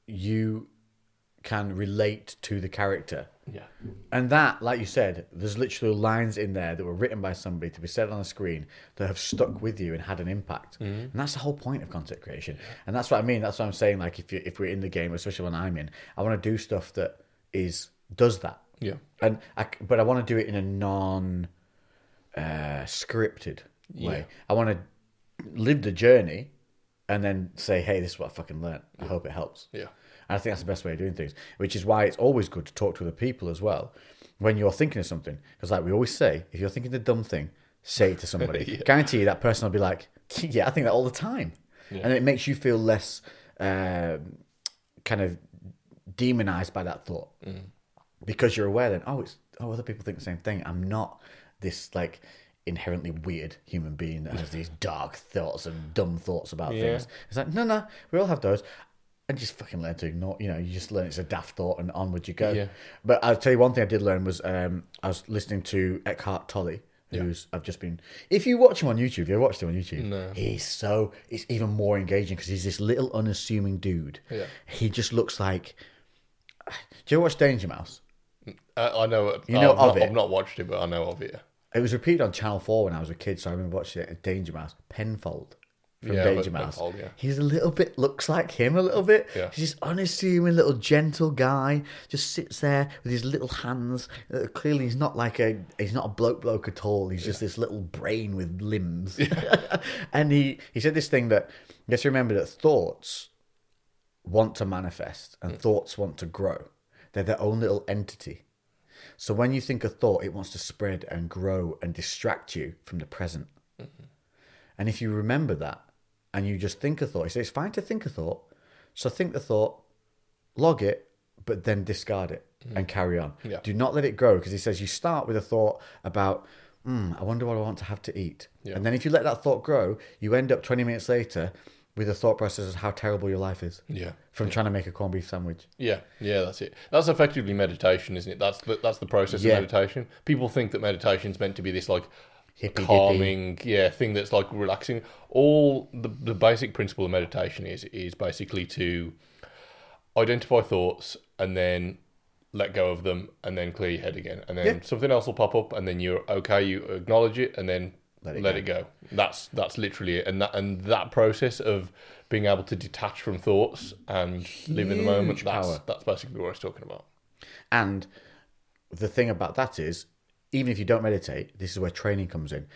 [SPEAKER 1] you can relate to the character.
[SPEAKER 3] Yeah,
[SPEAKER 1] And that, like you said, there's literally lines in there that were written by somebody to be said on a screen that have stuck with you and had an impact.
[SPEAKER 3] Mm-hmm.
[SPEAKER 1] And that's the whole point of content creation. And that's what I mean. That's what I'm saying. Like if you if we're in the game, especially when I'm in, I want to do stuff that is does that.
[SPEAKER 3] yeah,
[SPEAKER 1] And I, c- but I want to do it in a non uh, scripted way.
[SPEAKER 3] Yeah.
[SPEAKER 1] I want to live the journey and then say, hey, this is what I fucking learned. I hope it helps.
[SPEAKER 3] yeah,
[SPEAKER 1] And I think that's the best way of doing things, which is why it's always good to talk to other people as well when you're thinking of something. Because, like we always say, if you're thinking the dumb thing, say it to somebody. Guarantee you that person will be like, [LAUGHS] yeah, I think that all the time. And it makes you feel less um, kind of demonized by that thought because you're aware then, oh, it's, oh, other people think the same thing. I'm not this like inherently weird human being that has these dark thoughts and dumb thoughts about
[SPEAKER 3] Yeah.
[SPEAKER 1] things. It's like, no, no, we all have those. And just fucking learn to ignore, you know, you just learn it's a daft thought and onward you go.
[SPEAKER 3] Yeah.
[SPEAKER 1] But I'll tell you one thing I did learn was um, I was listening to Eckhart Tolle, who's, I've just been, if you watch him on YouTube, have you ever watched him on YouTube?
[SPEAKER 3] No.
[SPEAKER 1] He's so, it's even more engaging because he's this little unassuming dude.
[SPEAKER 3] Yeah.
[SPEAKER 1] He just looks like, do you ever watch Danger Mouse?
[SPEAKER 3] Uh, I, I know. it.
[SPEAKER 1] You know
[SPEAKER 3] I've
[SPEAKER 1] of
[SPEAKER 3] not,
[SPEAKER 1] it.
[SPEAKER 3] I've not watched it, but I know of it.
[SPEAKER 1] It was repeated on Channel 4 when I was a kid, so I remember watching it at Danger Mouse. Penfold from
[SPEAKER 3] Yeah,
[SPEAKER 1] Danger
[SPEAKER 3] but
[SPEAKER 1] Mouse.
[SPEAKER 3] Penfold, yeah.
[SPEAKER 1] He's a little bit, looks like him a little bit.
[SPEAKER 3] Yeah.
[SPEAKER 1] He's this unassuming little gentle guy, just sits there with his little hands. Uh, clearly, he's not like a, he's not a bloke bloke at all. He's just this little brain with limbs. [LAUGHS] and he, he said this thing that, you have to remember that thoughts want to manifest
[SPEAKER 3] Hmm.
[SPEAKER 1] and thoughts want to grow. They're their own little entity. So when you think a thought, it wants to spread and grow and distract you from the present. And if you remember that and you just think a thought, he says it's fine to think a thought. So think the thought, log it, but then discard it and carry on.
[SPEAKER 3] Hmm. Yeah.
[SPEAKER 1] Do not let it grow because he says you start with a thought about, mm, I wonder what I want to have to eat.
[SPEAKER 3] Yeah.
[SPEAKER 1] And then if you let that thought grow, you end up 20 minutes later with a thought process of how terrible your life is
[SPEAKER 3] Yeah.
[SPEAKER 1] from trying to make a corned beef sandwich.
[SPEAKER 3] Yeah, yeah, that's it. That's effectively meditation, isn't it? That's the, that's the process
[SPEAKER 1] Yeah.
[SPEAKER 3] of meditation. People think that meditation's meant to be this like
[SPEAKER 1] Hippy-dippy.
[SPEAKER 3] calming, yeah, thing that's like relaxing. All the, the basic principle of meditation is is basically to identify thoughts and then let go of them and then clear your head again and then something else will pop up and then you're okay you acknowledge it and then let it, go. that's that's literally it and that and that process of being able to detach from thoughts and live in the moment
[SPEAKER 1] Huge
[SPEAKER 3] that's
[SPEAKER 1] power.
[SPEAKER 3] that's basically what i was talking about
[SPEAKER 1] And the thing about that is, even if you don't meditate, this is where training comes in.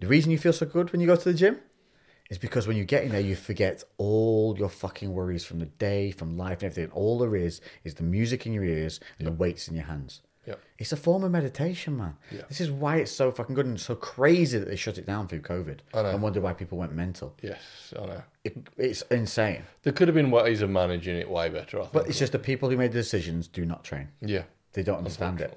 [SPEAKER 1] The reason you feel so good when you go to the gym is because when you get in there, you forget all your fucking worries from the day, from life, and everything. All there is is the music in your ears and the weights in your hands.
[SPEAKER 3] Yep.
[SPEAKER 1] It's a form of meditation, man. This is why it's so fucking good and so crazy that they shut it down through COVID. I wonder why people went mental.
[SPEAKER 3] yes i know
[SPEAKER 1] It, it's insane.
[SPEAKER 3] there could have been ways of managing it way better i think
[SPEAKER 1] But it's just the people who made the decisions do not train.
[SPEAKER 3] yeah
[SPEAKER 1] They don't understand it.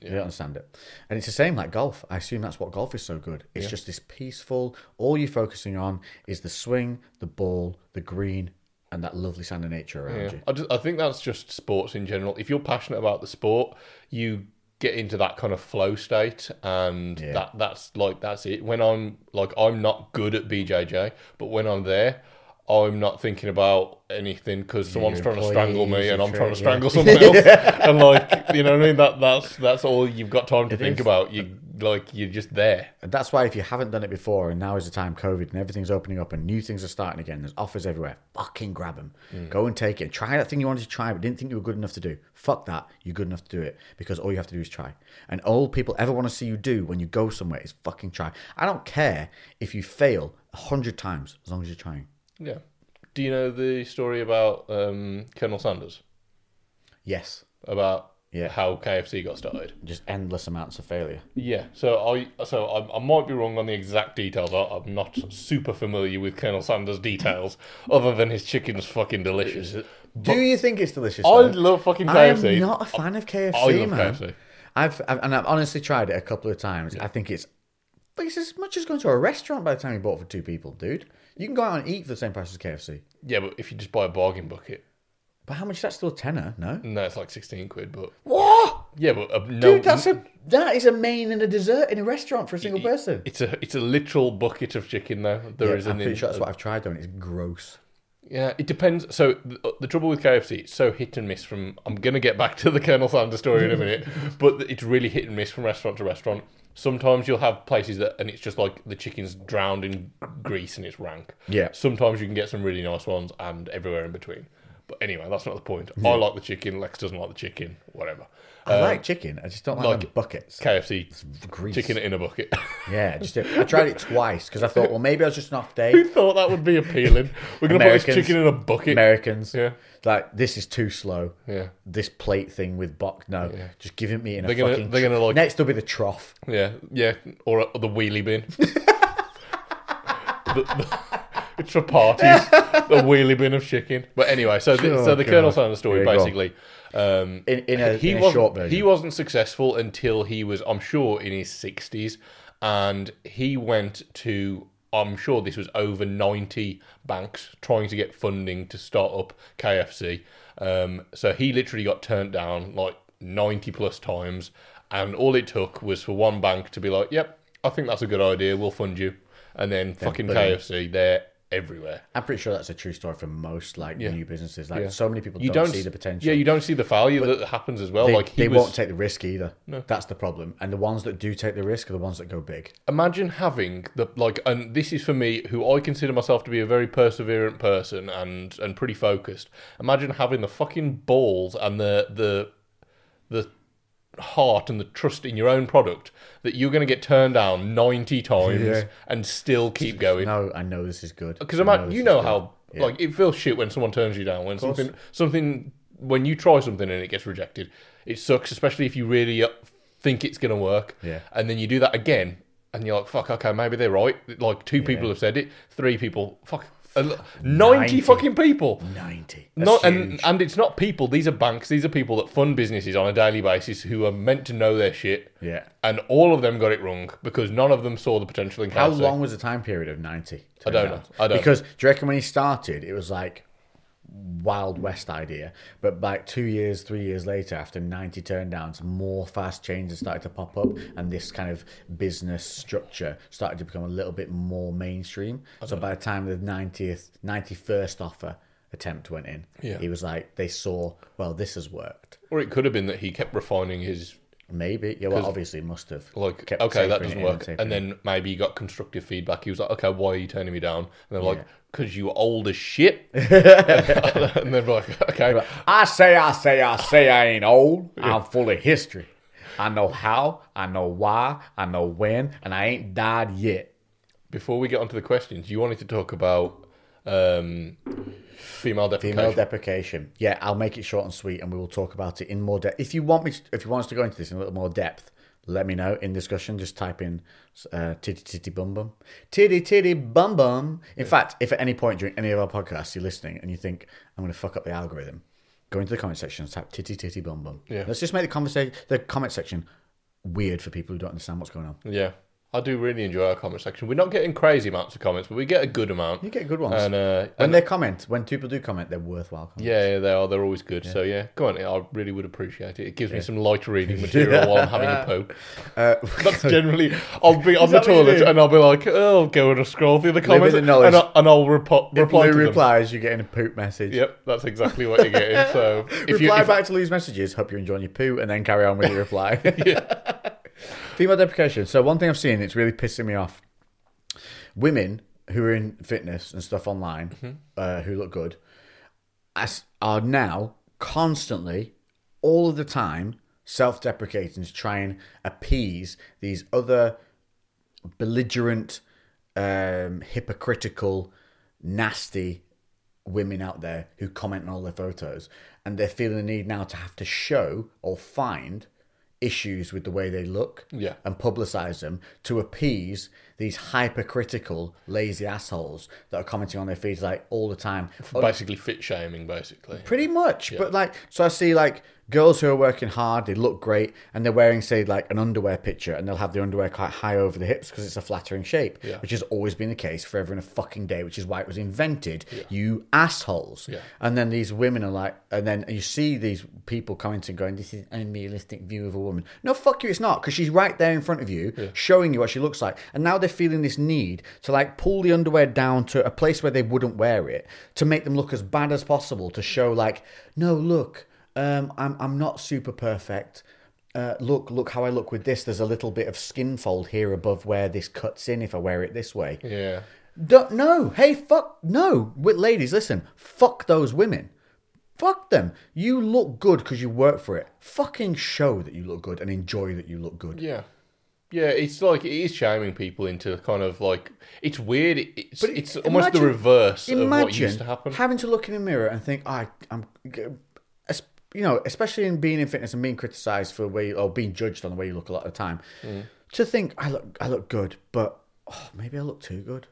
[SPEAKER 1] They don't understand it. And it's the same like golf. I assume that's what golf is so good. It's just this peaceful, all you're focusing on is the swing, the ball, the green, and that lovely sound of nature around
[SPEAKER 3] Yeah.
[SPEAKER 1] you.
[SPEAKER 3] I, just, I think that's just sports in general. If you're passionate about the sport, you get into that kind of flow state, and that that's like that's it. When I'm like I'm not good at BJJ, but when I'm there. I'm not thinking about anything because someone's trying to strangle me
[SPEAKER 1] employees,
[SPEAKER 3] and
[SPEAKER 1] your
[SPEAKER 3] I'm trying to
[SPEAKER 1] tra- yeah.
[SPEAKER 3] strangle someone
[SPEAKER 1] [LAUGHS]
[SPEAKER 3] else, and like you know what I mean. That that's that's all you've got time to think about. You like you're just there.
[SPEAKER 1] And that's why if you haven't done it before, and now is the time COVID and everything's opening up and new things are starting again, there's offers everywhere. Fucking grab them. Go and take it. Try that thing you wanted to try but didn't think you were good enough to do. Fuck that. You're good enough to do it because all you have to do is try. And all people ever want to see you do when you go somewhere is fucking try. I don't care if you fail a hundred times as long as you're trying.
[SPEAKER 3] Yeah. Do you know the story about um, Colonel Sanders?
[SPEAKER 1] Yes.
[SPEAKER 3] about
[SPEAKER 1] Yeah.
[SPEAKER 3] how KFC got started.
[SPEAKER 1] Just endless amounts of failure.
[SPEAKER 3] Yeah, so I so I, I might be wrong on the exact details. I, I'm not super familiar with Colonel Sanders' details, other than his chicken's fucking delicious.
[SPEAKER 1] Do you think it's delicious?
[SPEAKER 3] I
[SPEAKER 1] though?
[SPEAKER 3] love fucking
[SPEAKER 1] I
[SPEAKER 3] KFC.
[SPEAKER 1] am not a fan of KFC,
[SPEAKER 3] I love
[SPEAKER 1] man.
[SPEAKER 3] KFC.
[SPEAKER 1] I've, I've and I've honestly tried it a couple of times. I think it's but it's as much as going to a restaurant by the time you bought for two people, dude. You can go out and eat for the same price as KFC.
[SPEAKER 3] Yeah, but if you just buy a bargain bucket,
[SPEAKER 1] But how much is that still a tenner? No.
[SPEAKER 3] no, it's like sixteen quid. But
[SPEAKER 1] What?
[SPEAKER 3] yeah, but uh, no,
[SPEAKER 1] Dude, that's a that is a main and a dessert in a restaurant for a single person.
[SPEAKER 3] It's a it's a literal bucket of chicken though. There
[SPEAKER 1] Yeah,
[SPEAKER 3] is uh,
[SPEAKER 1] I'm
[SPEAKER 3] an
[SPEAKER 1] pretty sure that's what I've tried though, and it's gross.
[SPEAKER 3] yeah. It depends. So th- uh, the trouble with KFC, it's so hit and miss. From I'm gonna get back [LAUGHS] to the Colonel Sanders story in a
[SPEAKER 1] [LAUGHS]
[SPEAKER 3] minute, but it's really hit and miss from restaurant to restaurant. Sometimes you'll have places that and it's just like the chicken's drowned in grease and it's rank.
[SPEAKER 1] Yeah.
[SPEAKER 3] Sometimes you can get some really nice ones and everywhere in between. But anyway, that's not the point. I like the chicken. Lex doesn't like the chicken. Whatever. Um,
[SPEAKER 1] I like chicken. I just don't like,
[SPEAKER 3] uh, like-
[SPEAKER 1] them buckets.
[SPEAKER 3] KFC
[SPEAKER 1] Grease.
[SPEAKER 3] chicken in a bucket. [LAUGHS]
[SPEAKER 1] Yeah, just I tried it twice because I thought, well, maybe I was just an off
[SPEAKER 3] [LAUGHS]
[SPEAKER 1] day.
[SPEAKER 3] Who thought that would be appealing? We're gonna put
[SPEAKER 1] Americans.
[SPEAKER 3] this chicken in a bucket.
[SPEAKER 1] Americans,
[SPEAKER 3] Yeah.
[SPEAKER 1] like this is too slow.
[SPEAKER 3] Yeah.
[SPEAKER 1] this plate thing with Buck. No, just give it me in
[SPEAKER 3] They're
[SPEAKER 1] a
[SPEAKER 3] gonna-
[SPEAKER 1] fucking.
[SPEAKER 3] they're gonna, like-
[SPEAKER 1] next will be the trough.
[SPEAKER 3] Yeah, yeah, or, or the
[SPEAKER 1] [LAUGHS]
[SPEAKER 3] wheelie bin. The- the- it's for parties, the wheelie bin of chicken. But anyway, so the, so the
[SPEAKER 1] Oh, God.
[SPEAKER 3] Colonel Sanders story
[SPEAKER 1] Here you go.
[SPEAKER 3] basically. Um,
[SPEAKER 1] In- in a- in a
[SPEAKER 3] wasn't-
[SPEAKER 1] short version.
[SPEAKER 3] He wasn't successful until he was, I'm sure, in his sixties, and he went to. I'm sure this was over 90 banks trying to get funding to start up KFC. Um, so he literally got turned down like 90 plus times. And all it took was for one bank to be like, yep, I think that's a good idea. We'll fund you. And then fucking KFC, they're everywhere.
[SPEAKER 1] I'm pretty sure that's a true story for most like new businesses. Like so many people
[SPEAKER 3] You
[SPEAKER 1] don't, see
[SPEAKER 3] s-
[SPEAKER 1] the potential.
[SPEAKER 3] Yeah, you don't see the value that happens as well.
[SPEAKER 1] they,
[SPEAKER 3] like he
[SPEAKER 1] they
[SPEAKER 3] was,
[SPEAKER 1] won't take the risk either. That's the problem. And the ones that do take the risk are the ones that go big.
[SPEAKER 3] imagine having the like and this is for me who i consider myself to be a very perseverant person and and pretty focused imagine having the fucking balls and the the the heart and the trust in your own product that you're going to get turned down 90 times and still keep going
[SPEAKER 1] No, I know this is good
[SPEAKER 3] because
[SPEAKER 1] I
[SPEAKER 3] Uh, I'm
[SPEAKER 1] this
[SPEAKER 3] you
[SPEAKER 1] is
[SPEAKER 3] know
[SPEAKER 1] good.
[SPEAKER 3] how like it feels shit when someone turns you down when something something when you try something and it gets rejected it sucks especially if you really uh, think it's gonna work
[SPEAKER 1] Yeah.
[SPEAKER 3] and then you do that again and you're like fuck okay maybe they're right like two people have said it three people fuck a lo- 90,
[SPEAKER 1] 90.
[SPEAKER 3] fucking people
[SPEAKER 1] ninety.
[SPEAKER 3] no,
[SPEAKER 1] That's
[SPEAKER 3] and
[SPEAKER 1] huge.
[SPEAKER 3] and it's not people. These are banks. These are people that fund businesses on a daily basis who are meant to know their shit.
[SPEAKER 1] Yeah.
[SPEAKER 3] And all of them got it wrong because none of them saw the potential in
[SPEAKER 1] How
[SPEAKER 3] KFC.
[SPEAKER 1] long was the time period of 90?
[SPEAKER 3] I don't know. I don't know.
[SPEAKER 1] Because do you reckon when he started, it was like Wild West idea. But like two years, three years later, after 90 turndowns, more fast changes started to pop up. And this kind of business structure started to become a little bit more mainstream. So by the time the 90th, 91st offer attempt went in,
[SPEAKER 3] Yeah.
[SPEAKER 1] he was like, they saw, well, this has worked.
[SPEAKER 3] Or it could have been that he kept refining his
[SPEAKER 1] Maybe. Yeah, well, obviously, it must have.
[SPEAKER 3] like
[SPEAKER 1] kept
[SPEAKER 3] okay that
[SPEAKER 1] tapering
[SPEAKER 3] doesn't
[SPEAKER 1] it in
[SPEAKER 3] work
[SPEAKER 1] tapering
[SPEAKER 3] and
[SPEAKER 1] it in.
[SPEAKER 3] then maybe he got constructive feedback he was like okay why are you turning me down and they're like because you old as shit
[SPEAKER 1] [LAUGHS]
[SPEAKER 3] [LAUGHS] and they're like okay
[SPEAKER 1] I say, I say, I say, I ain't old. I'm full of history. I know how, I know why, I know when, and I ain't died yet.
[SPEAKER 3] before we get onto the questions you wanted to talk about um female defecation
[SPEAKER 1] Female deprecation. Yeah, I'll make it short and sweet, and we will talk about it in more depth. If you want me, to, if you want us to go into this in a little more depth, let me know in discussion. Just type in uh, "titty titty bum bum," "titty titty bum bum." In fact, if at any point during any of our podcasts you're listening and you think I'm going to fuck up the algorithm, go into the comment section and type "titty titty bum bum."
[SPEAKER 3] Yeah.
[SPEAKER 1] Let's just make the conversation, the comment section, weird for people who don't understand what's going on.
[SPEAKER 3] yeah I do really enjoy our comment section. We're not getting crazy amounts of comments, but we get a good amount.
[SPEAKER 1] You get good ones.
[SPEAKER 3] and uh,
[SPEAKER 1] when they comment, when people do comment, they're worthwhile comments.
[SPEAKER 3] Yeah, yeah, they are. They're always good. So yeah, go on. I really would appreciate it. It gives me some
[SPEAKER 1] [LAUGHS]
[SPEAKER 3] light reading material while I'm having a poo. That's generally. I'll be on the
[SPEAKER 1] Uh, that what you
[SPEAKER 3] toilet
[SPEAKER 1] do?
[SPEAKER 3] and I'll be like, oh, I'll go and scroll through the comments
[SPEAKER 1] of
[SPEAKER 3] and,
[SPEAKER 1] knowledge.
[SPEAKER 3] I, and I'll repo-
[SPEAKER 1] If
[SPEAKER 3] reply
[SPEAKER 1] Lou
[SPEAKER 3] to them.
[SPEAKER 1] replies, you're getting a poop message.
[SPEAKER 3] Yep, that's exactly what you're getting.
[SPEAKER 1] [LAUGHS]
[SPEAKER 3] So if you
[SPEAKER 1] reply
[SPEAKER 3] if,
[SPEAKER 1] back to Lou's messages. Hope you're enjoying your poo, and then carry on
[SPEAKER 3] [LAUGHS]
[SPEAKER 1] with your reply. [LAUGHS] Female deprecation. So one thing I've seen, it's really pissing me off. Women who are in fitness and stuff online,
[SPEAKER 3] Mm-hmm.
[SPEAKER 1] uh, who look good, as are now constantly, all of the time, self-deprecating to try and appease these other belligerent, um, hypocritical, nasty women out there who comment on all their photos. And and they're feeling the need now to have to show or find issues with the way they look
[SPEAKER 3] Yeah.
[SPEAKER 1] and publicize them to appease these hypercritical lazy assholes that are commenting on their feeds like all the time Oh,
[SPEAKER 3] Basically, fit shaming, basically.
[SPEAKER 1] Pretty much, but like, so I see like girls who are working hard, they look great, and they're wearing, say, like an underwear picture, and they'll have the underwear quite high over the hips because it's a flattering shape,
[SPEAKER 3] Yeah.
[SPEAKER 1] which has always been the case forever and a fucking day, which is why it was invented. You assholes.
[SPEAKER 3] Yeah.
[SPEAKER 1] And then these women are like, and then you see these people commenting, going, "This is an unrealistic view of a woman." No, fuck you, it's not, because she's right there in front of you, showing you what she looks like. And now they're feeling this need to like pull the underwear down to a place where they wouldn't wear it to make them look as bad as possible to show like, no, look, um, I'm I'm not super perfect. Uh, look, look how I look with this. There's a little bit of skin fold here above where this cuts in if I wear it this way.
[SPEAKER 3] Yeah.
[SPEAKER 1] Don't, no, hey, fuck, no. With ladies, listen, fuck those women. Fuck them. You look good because you work for it. Fucking show that you look good and enjoy that you look good.
[SPEAKER 3] Yeah. Yeah, it's like it is shaming people into kind of like it's weird. It's it's almost the
[SPEAKER 1] imagine-
[SPEAKER 3] reverse of
[SPEAKER 1] Imagine
[SPEAKER 3] what used to happen.
[SPEAKER 1] having to look in a mirror and think, I, I'm, g- es- you know, especially in being in fitness and being criticised for where you, or being judged on the way you look a lot of the time.
[SPEAKER 3] Mm.
[SPEAKER 1] To think I look, I look good, but oh, maybe I look too good.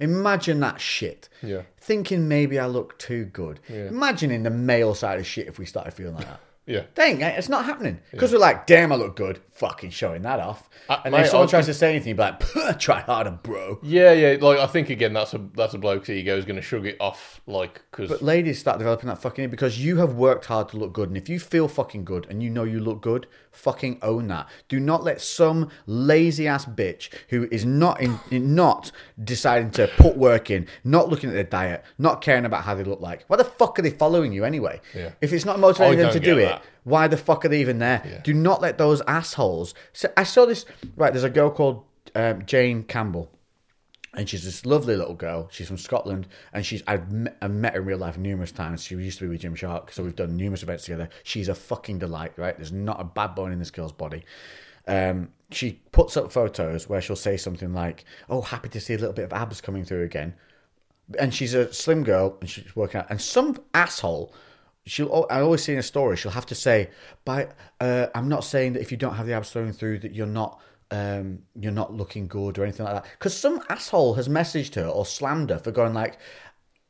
[SPEAKER 1] Imagine that shit.
[SPEAKER 3] Mm. Yeah.
[SPEAKER 1] Thinking maybe I look too good. Imagine in the male side of shit if we started feeling
[SPEAKER 3] [LAUGHS]
[SPEAKER 1] like that.
[SPEAKER 3] yeah.
[SPEAKER 1] Dang, eh, it's not happening because we're like, damn, I look good. Fucking showing that off.
[SPEAKER 3] Uh,
[SPEAKER 1] and
[SPEAKER 3] mate,
[SPEAKER 1] if someone
[SPEAKER 3] I-
[SPEAKER 1] tries to say anything, you'd be like, [LAUGHS] try harder, bro.
[SPEAKER 3] Yeah, yeah. Like I think again, that's a that's a bloke's ego is going to shrug it off, like because
[SPEAKER 1] But ladies, start developing that fucking because you have worked hard to look good, and if you feel fucking good and you know you look good, fucking own that. Do not let some lazy ass bitch who is not in, [LAUGHS] in not deciding to put work in, not looking at their diet, not caring about how they look like. Why the fuck are they following you anyway?
[SPEAKER 3] Yeah.
[SPEAKER 1] If it's not motivating
[SPEAKER 3] I
[SPEAKER 1] them to
[SPEAKER 3] don't
[SPEAKER 1] do
[SPEAKER 3] get
[SPEAKER 1] it,
[SPEAKER 3] that.
[SPEAKER 1] why the fuck are they even there? Do not let those assholes. So I saw this. Right, there's a girl called um, Jane Campbell and she's this lovely little girl. She's from Scotland, and she's I've met, I've met her in real life numerous times. She used to be with Jim Shark, so we've done numerous events together. She's a fucking delight, right? There's not a bad bone in this girl's body. Um, she puts up photos where she'll say something like, "Oh, happy to see a little bit of abs coming through again," and she's a slim girl, and she's working out. And some asshole, she'll I always see in a story, she'll have to say, "By uh, I'm not saying that if you don't have the abs thrown through, that you're not." um, you're not looking good or anything like that. Because some asshole has messaged her or slammed her for going like,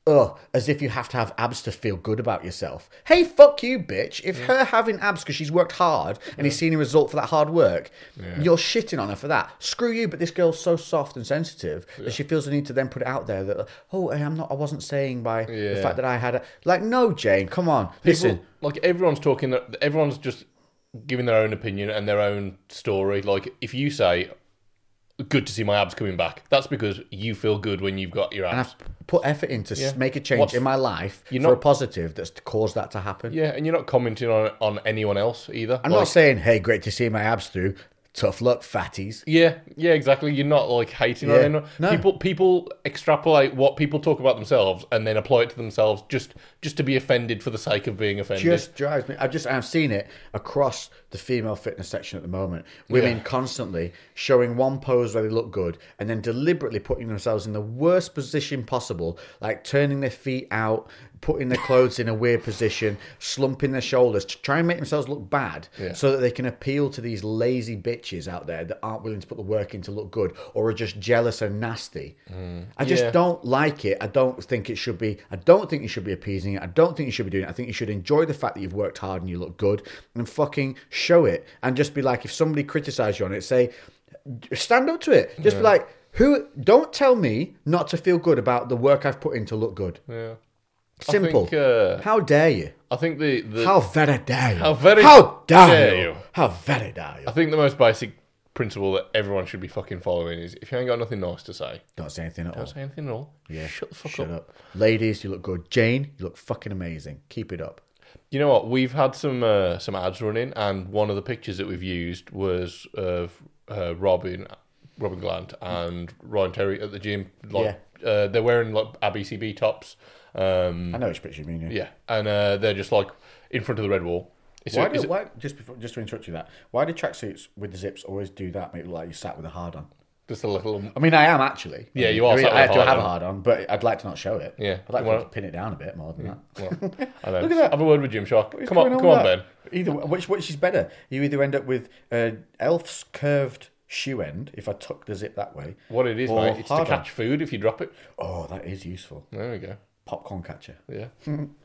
[SPEAKER 1] oh, as if you have to have abs to feel good about yourself. Hey, fuck you, bitch. If her having abs because she's worked hard and he's seen a result for that hard work, you're shitting on her for that. Screw you, but this girl's so soft and sensitive that she feels the need to then put it out there that, oh, hey, I'm not, I wasn't saying by the
[SPEAKER 3] Yeah.
[SPEAKER 1] fact that I had a... Like, no, Jane, come on.
[SPEAKER 3] people,
[SPEAKER 1] Listen,
[SPEAKER 3] like everyone's talking, their- everyone's just giving their own opinion and their own story. Like if you say, "Good to see my abs coming back," that's because you feel good when you've got your abs.
[SPEAKER 1] and I've put effort in to s make a change
[SPEAKER 3] What's-
[SPEAKER 1] in my life
[SPEAKER 3] You're
[SPEAKER 1] for
[SPEAKER 3] not-
[SPEAKER 1] a positive that's caused that to happen.
[SPEAKER 3] Yeah, and you're not commenting on on anyone else either.
[SPEAKER 1] I'm not saying, hey, great to see my abs through. Tough luck, fatties.
[SPEAKER 3] Yeah, yeah, exactly. You're not like hating on
[SPEAKER 1] Yeah.
[SPEAKER 3] anyone.
[SPEAKER 1] No.
[SPEAKER 3] People people extrapolate what people talk about themselves and then apply it to themselves just just to be offended for the sake of being offended.
[SPEAKER 1] Just drives me. I just I've seen it across the female fitness section at the moment. Women
[SPEAKER 3] Yeah.
[SPEAKER 1] constantly showing one pose where they look good and then deliberately putting themselves in the worst position possible, like turning their feet out, putting their clothes in a weird position, slumping their shoulders to try and make themselves look bad
[SPEAKER 3] Yeah.
[SPEAKER 1] so that they can appeal to these lazy bitches out there that aren't willing to put the work in to look good or are just jealous and nasty. I just
[SPEAKER 3] Mm. Yeah.
[SPEAKER 1] don't don't like it. I don't think it should be. I don't think you should be appeasing it. I don't think you should be doing it. I think you should enjoy the fact that you've worked hard and you look good and fucking show it. And just be like, if somebody criticizes you on it, say, stand up to it. Just be like, who? Don't tell me not to feel good about the work I've put in to look good.
[SPEAKER 3] yeah.
[SPEAKER 1] Simple.
[SPEAKER 3] I think, uh,
[SPEAKER 1] How dare you?
[SPEAKER 3] I think the, the
[SPEAKER 1] How very dare you?
[SPEAKER 3] How very
[SPEAKER 1] How dare,
[SPEAKER 3] dare
[SPEAKER 1] you?
[SPEAKER 3] you?
[SPEAKER 1] How very dare you?
[SPEAKER 3] I think the most basic principle that everyone should be fucking following is if you ain't got nothing nice to say,
[SPEAKER 1] Don't say anything at all.
[SPEAKER 3] don't say anything at all. Yeah. Shut the fuck
[SPEAKER 1] Shut
[SPEAKER 3] up.
[SPEAKER 1] up. Ladies, you look good. Jane, you look fucking amazing. Keep it up.
[SPEAKER 3] You know what? We've had some uh, some ads running, and one of the pictures that we've used was of uh, Robin, Robin Glant, and Ryan Terry at the gym. Like uh, they're wearing like ABCB tops. Um,
[SPEAKER 1] I know which picture you mean. yeah.
[SPEAKER 3] yeah, and uh, they're just like in front of the red wall. It's a-
[SPEAKER 1] Why,
[SPEAKER 3] it's
[SPEAKER 1] do,
[SPEAKER 3] a-
[SPEAKER 1] why just before, just to interrupt you that why do tracksuits with the zips always do that? Make it look like you sat with a hard on.
[SPEAKER 3] Just a little.
[SPEAKER 1] I mean, I am actually.
[SPEAKER 3] Yeah,
[SPEAKER 1] I mean,
[SPEAKER 3] you are
[SPEAKER 1] I, mean,
[SPEAKER 3] sort of
[SPEAKER 1] I do
[SPEAKER 3] hard
[SPEAKER 1] have a
[SPEAKER 3] on.
[SPEAKER 1] hard on, but I'd like to not show it.
[SPEAKER 3] Yeah.
[SPEAKER 1] I'd like
[SPEAKER 3] Well-
[SPEAKER 1] to pin it down a bit more than that.
[SPEAKER 3] Well, I know.
[SPEAKER 1] Look at that.
[SPEAKER 3] Have a word with Jim Shark.
[SPEAKER 1] What's
[SPEAKER 3] Come on,
[SPEAKER 1] going
[SPEAKER 3] come on,
[SPEAKER 1] with
[SPEAKER 3] Ben.
[SPEAKER 1] that? Either way- which which is better? You either end up with uh, elf's curved shoe end if I tuck the zip that way.
[SPEAKER 3] What it is,
[SPEAKER 1] or
[SPEAKER 3] mate? It's to
[SPEAKER 1] hard on.
[SPEAKER 3] catch food if you drop it.
[SPEAKER 1] Oh, that is useful.
[SPEAKER 3] There we go.
[SPEAKER 1] Popcorn catcher. [LAUGHS]
[SPEAKER 3] Yeah.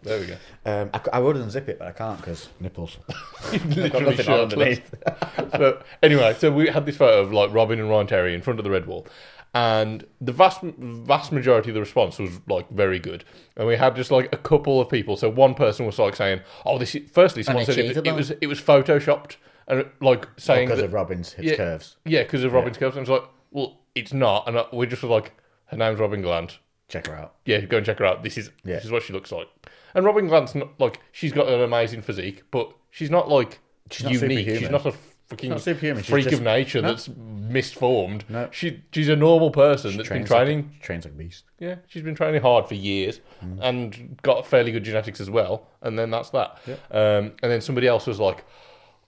[SPEAKER 3] there we go.
[SPEAKER 1] Um, I, c- I would unzip it, but I can't because nipples. [LAUGHS]
[SPEAKER 3] Literally
[SPEAKER 1] nothing on
[SPEAKER 3] shirtless.
[SPEAKER 1] [LAUGHS]
[SPEAKER 3] so anyway, so we had this photo of like Robin and Ryan Terry in front of the red wall, and the vast vast majority of the response was like very good, and we had just like a couple of people. So one person was like saying, "Oh, this." Is, firstly, someone said it, it
[SPEAKER 1] Unachievable.
[SPEAKER 3] was it was photoshopped, and like saying
[SPEAKER 1] Because
[SPEAKER 3] that,
[SPEAKER 1] of Robin's his
[SPEAKER 3] yeah,
[SPEAKER 1] curves.
[SPEAKER 3] yeah, because of Robin's curves. And it's like, well, it's not, and I, we just were like, her name's Robin Gland.
[SPEAKER 1] Check her out.
[SPEAKER 3] Yeah, go and check her out. This is
[SPEAKER 1] Yeah.
[SPEAKER 3] this is what she looks like. And Robin Glant's not like she's got an amazing physique, but she's not like
[SPEAKER 1] She's not
[SPEAKER 3] unique.
[SPEAKER 1] superhuman.
[SPEAKER 3] she's not a fucking
[SPEAKER 1] not superhuman. She's
[SPEAKER 3] freak
[SPEAKER 1] just-
[SPEAKER 3] of nature that's misformed.
[SPEAKER 1] No.
[SPEAKER 3] She she's a normal person that's been
[SPEAKER 1] Trains
[SPEAKER 3] training.
[SPEAKER 1] Like a, trains like a beast.
[SPEAKER 3] Yeah, she's been training hard for years
[SPEAKER 1] Mm.
[SPEAKER 3] and got fairly good genetics as well. And then that's that. Um, and then somebody else was like,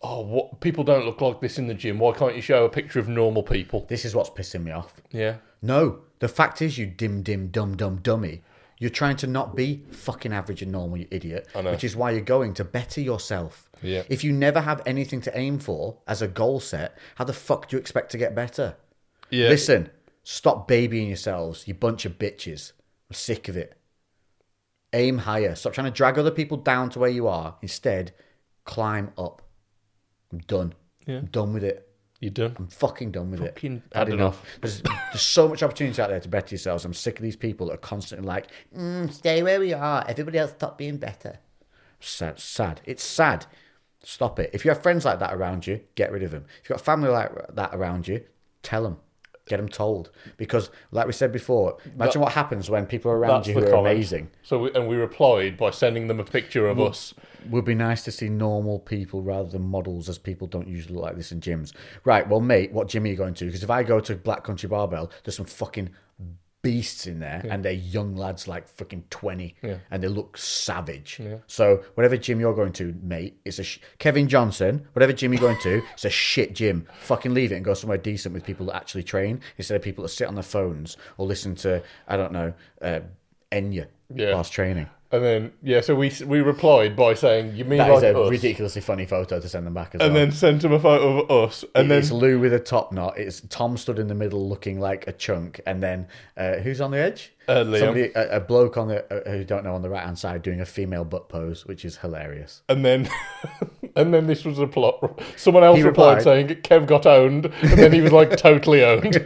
[SPEAKER 3] "Oh, what people don't look like this in the gym. Why can't you show a picture of normal people?"
[SPEAKER 1] This is what's pissing me off.
[SPEAKER 3] Yeah,
[SPEAKER 1] No, the fact is, you dim, dim, dum, dum, dummy. You're trying to not be fucking average and normal, you idiot.
[SPEAKER 3] I know.
[SPEAKER 1] Which is why you're going to better yourself.
[SPEAKER 3] Yeah.
[SPEAKER 1] If you never have anything to aim for as a goal set, how the fuck do you expect to get better?
[SPEAKER 3] yeah.
[SPEAKER 1] Listen, stop babying yourselves, you bunch of bitches. I'm sick of it. Aim higher. Stop trying to drag other people down to where you are. Instead, climb up. I'm done.
[SPEAKER 3] Yeah.
[SPEAKER 1] I'm done with it.
[SPEAKER 3] you done?
[SPEAKER 1] I'm fucking done with
[SPEAKER 3] Fucking
[SPEAKER 1] it. Had
[SPEAKER 3] had
[SPEAKER 1] enough. There's, there's so much opportunity out there to better yourselves. I'm sick of these people that are constantly like, mm, stay where we are. Everybody else stop being better. Sad, sad. It's sad. Stop it. If you have friends like that around you, get rid of them. If you've got family like that around you, tell them. Get them told. Because, like we said before, imagine what happens when people are around
[SPEAKER 3] That's
[SPEAKER 1] you
[SPEAKER 3] the
[SPEAKER 1] who are
[SPEAKER 3] comment.
[SPEAKER 1] amazing.
[SPEAKER 3] So we, and we replied by sending them a picture of us.
[SPEAKER 1] would be nice to see normal people rather than models, as people don't usually look like this in gyms. Right, well, mate, what gym are you going to? Because if I go to Black Country Barbell, there's some fucking beasts in there, and they're young lads like fucking 20, and they look savage. So, whatever gym you're going to, mate, it's a sh- Kevin Johnson, whatever gym you're going to, it's a shit gym. Fucking leave it and go somewhere decent with people that actually train instead of people that sit on their phones or listen to, I don't know, uh, Enya
[SPEAKER 3] Yeah.
[SPEAKER 1] whilst training.
[SPEAKER 3] And then yeah, so we we replied by saying you mean
[SPEAKER 1] That is
[SPEAKER 3] like
[SPEAKER 1] a
[SPEAKER 3] us,
[SPEAKER 1] ridiculously funny photo to send them back as well.
[SPEAKER 3] and then sent them a photo of us, and then
[SPEAKER 1] it's Lou with a top knot. It's Tom stood in the middle looking like a chunk, and then uh, who's on the edge?
[SPEAKER 3] Uh, Liam.
[SPEAKER 1] Somebody, a, a bloke on the uh, who don't know on the right hand side doing a female butt pose, which is hilarious.
[SPEAKER 3] and then. [LAUGHS] And then this was a plot. Someone else
[SPEAKER 1] He
[SPEAKER 3] replied,
[SPEAKER 1] replied.
[SPEAKER 3] saying Kev got owned, and then he was like totally owned.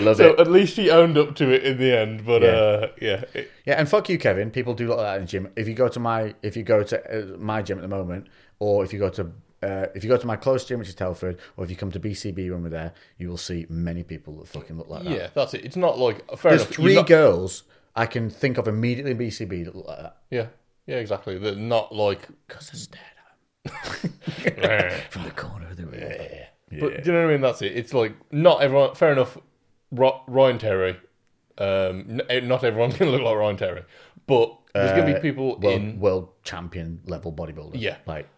[SPEAKER 1] Love
[SPEAKER 3] so
[SPEAKER 1] it.
[SPEAKER 3] at least he owned up to it in the end. But yeah,
[SPEAKER 1] Yeah.
[SPEAKER 3] uh, yeah, it-
[SPEAKER 1] Yeah, and fuck you, Kevin. People do look like that in the gym. If you go to my if you go to uh, my gym at the moment, or if you go to uh, if you go to my close gym, which is Telford, or if you come to BCB when we're there, you will see many people that fucking look like that.
[SPEAKER 3] yeah, that's it. It's not like fair
[SPEAKER 1] There's
[SPEAKER 3] enough.
[SPEAKER 1] three
[SPEAKER 3] you're not-
[SPEAKER 1] girls I can think of immediately in BCB that look like that.
[SPEAKER 3] yeah, yeah, exactly. They're not like.
[SPEAKER 1] Because I stared at
[SPEAKER 3] but
[SPEAKER 1] him [LAUGHS] from the corner of the room.
[SPEAKER 3] do you know what I mean? That's it. It's like not everyone. Fair enough. Ro- Ryan Terry. Um, n- not [LAUGHS] everyone's gonna look like Ryan Terry, but there's gonna
[SPEAKER 1] Uh,
[SPEAKER 3] be people
[SPEAKER 1] world,
[SPEAKER 3] in.
[SPEAKER 1] world champion level bodybuilder.
[SPEAKER 3] Yeah.
[SPEAKER 1] like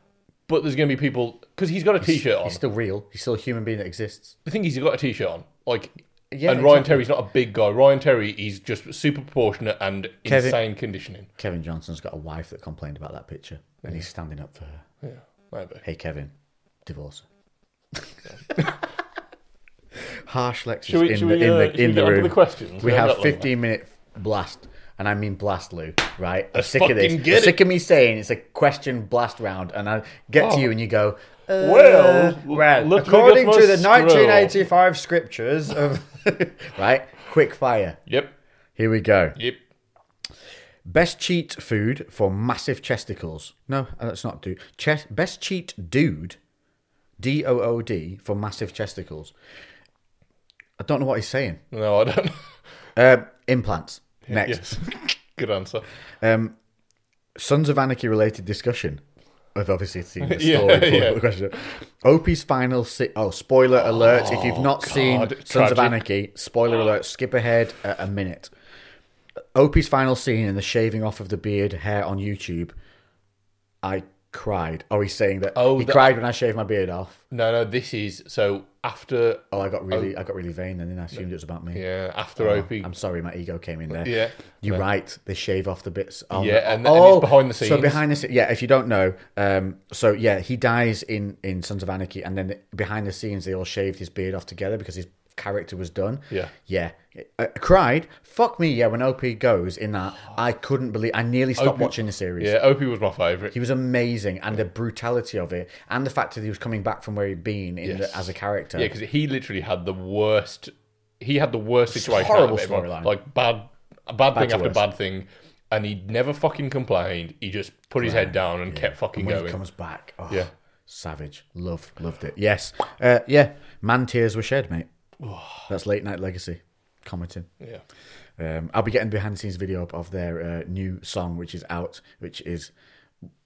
[SPEAKER 3] But there's gonna be people because he's got a t-shirt on.
[SPEAKER 1] he's still real. He's still a human being that exists.
[SPEAKER 3] the thing is, he's got a t-shirt on. Like,
[SPEAKER 1] Yeah,
[SPEAKER 3] and Ryan
[SPEAKER 1] exactly.
[SPEAKER 3] Terry's not a big guy. Ryan Terry, he's just super proportionate and
[SPEAKER 1] Kevin-
[SPEAKER 3] insane conditioning.
[SPEAKER 1] Kevin Johnson's got a wife that complained about that picture, and he's standing up for her.
[SPEAKER 3] Yeah, maybe.
[SPEAKER 1] Hey, Kevin,
[SPEAKER 3] [LAUGHS]
[SPEAKER 1] divorce. Harsh lectures
[SPEAKER 3] Should we,
[SPEAKER 1] in
[SPEAKER 3] should
[SPEAKER 1] the
[SPEAKER 3] we,
[SPEAKER 1] in
[SPEAKER 3] uh,
[SPEAKER 1] the,
[SPEAKER 3] should
[SPEAKER 1] in the
[SPEAKER 3] we get on to
[SPEAKER 1] room.
[SPEAKER 3] the questions?
[SPEAKER 1] We
[SPEAKER 3] We haven't
[SPEAKER 1] have
[SPEAKER 3] got long
[SPEAKER 1] 15 minute blast, and I mean blast, Lou. Right? I'm sick of this.
[SPEAKER 3] fucking get
[SPEAKER 1] I'm sick
[SPEAKER 3] it.
[SPEAKER 1] of me saying it's a question blast round, and I get
[SPEAKER 3] Oh.
[SPEAKER 1] to you and you go, uh,
[SPEAKER 3] Well,
[SPEAKER 4] Well,
[SPEAKER 3] look who
[SPEAKER 4] according
[SPEAKER 3] got
[SPEAKER 4] to the
[SPEAKER 3] my scroll.
[SPEAKER 4] 1985 scriptures of.
[SPEAKER 1] [LAUGHS] right? Quick fire.
[SPEAKER 3] Yep,
[SPEAKER 1] Here we go.
[SPEAKER 3] yep.
[SPEAKER 1] Best cheat food for massive chesticles. No, uh, that's not dude. Chest. Best cheat dude, D O O D for massive chesticles. I don't know what he's saying.
[SPEAKER 3] No, I [LAUGHS] don't.
[SPEAKER 1] Um, implants. Next.
[SPEAKER 3] yes, [LAUGHS] good answer.
[SPEAKER 1] Um, Sons of Anarchy related discussion. I've obviously seen the
[SPEAKER 3] [LAUGHS] Yeah,
[SPEAKER 1] story before
[SPEAKER 3] yeah.
[SPEAKER 1] the [LAUGHS] question. Opie's final. Si- oh, spoiler alert! if you've not seen
[SPEAKER 3] God,
[SPEAKER 1] Sons of
[SPEAKER 3] tragic.
[SPEAKER 1] Anarchy, spoiler alert. Skip ahead a, a minute. Opie's final scene and the shaving off of the beard hair on YouTube. I cried. Oh, he's saying that.
[SPEAKER 3] Oh,
[SPEAKER 1] he
[SPEAKER 3] that-
[SPEAKER 1] cried when I shaved my beard off.
[SPEAKER 3] No, no, this is so after
[SPEAKER 1] Oh, I got really, I got really vain, and then I assumed it was about me.
[SPEAKER 3] yeah after
[SPEAKER 1] Oh,
[SPEAKER 3] OP
[SPEAKER 1] I'm sorry, my ego came in there.
[SPEAKER 3] Yeah.
[SPEAKER 1] you're right. They shave off the bits. on
[SPEAKER 3] Yeah,
[SPEAKER 1] the-
[SPEAKER 3] and- and it's behind the
[SPEAKER 1] So
[SPEAKER 3] scenes.
[SPEAKER 1] behind the scenes, yeah. If you don't know, um, so yeah, he dies in in Sons of Anarchy, and then behind the scenes, they all shaved his beard off together because his character was done.
[SPEAKER 3] Yeah.
[SPEAKER 1] yeah. I, I cried. Fuck me. Yeah, when OP goes in that, I couldn't believe. I nearly stopped
[SPEAKER 3] OP
[SPEAKER 1] watching the series.
[SPEAKER 3] yeah OP was my favourite
[SPEAKER 1] He was amazing, and the brutality of it, and the fact that he was coming back from where he'd been in
[SPEAKER 3] Yes.
[SPEAKER 1] the, as a character.
[SPEAKER 3] yeah because he literally had the worst he had the worst situation
[SPEAKER 1] horrible
[SPEAKER 3] out of everyone.
[SPEAKER 1] storyline.
[SPEAKER 3] like bad a bad, thing
[SPEAKER 1] to
[SPEAKER 3] after
[SPEAKER 1] worse.
[SPEAKER 3] bad thing and he never fucking complained he just put his head down and kept fucking
[SPEAKER 1] when
[SPEAKER 3] going
[SPEAKER 1] he comes back. Oh,
[SPEAKER 3] Yeah.
[SPEAKER 1] savage. Love, loved it. Yes, uh, yeah. Man tears were shed,
[SPEAKER 3] [SIGHS]
[SPEAKER 1] mate. That's late night legacy. Commenting.
[SPEAKER 3] yeah
[SPEAKER 1] Um, I'll be getting behind the scenes video up of their uh, new song, which is out, which is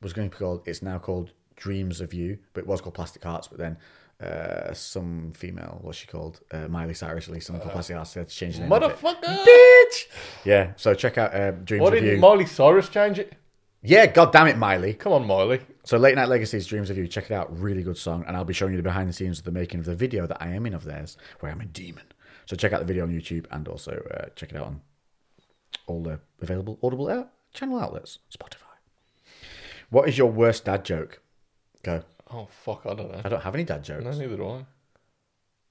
[SPEAKER 1] was going to be called. It's now called Dreams of You, but it was called Plastic Hearts. But then uh, some female, what's she called? Uh, Miley Cyrus released something
[SPEAKER 3] Uh,
[SPEAKER 1] called Plastic Hearts. They had to change the name. of it.
[SPEAKER 3] motherfucker
[SPEAKER 1] Bitch. Yeah. So check out uh, Dreams
[SPEAKER 3] why
[SPEAKER 1] of You.
[SPEAKER 3] didn't Miley Cyrus change it
[SPEAKER 1] yeah. God damn it, Miley.
[SPEAKER 3] come on Miley
[SPEAKER 1] So Late Night Legacies, Dreams of You, check it out. Really good song. And I'll be showing you the behind the scenes of the making of the video that I am in of theirs, where I'm a demon. So check out the video on YouTube and also uh, check it out on all the available Audible out- channel outlets, Spotify. What is your worst dad joke? Go.
[SPEAKER 3] oh fuck I don't know
[SPEAKER 1] I don't have any dad jokes.
[SPEAKER 3] no neither do I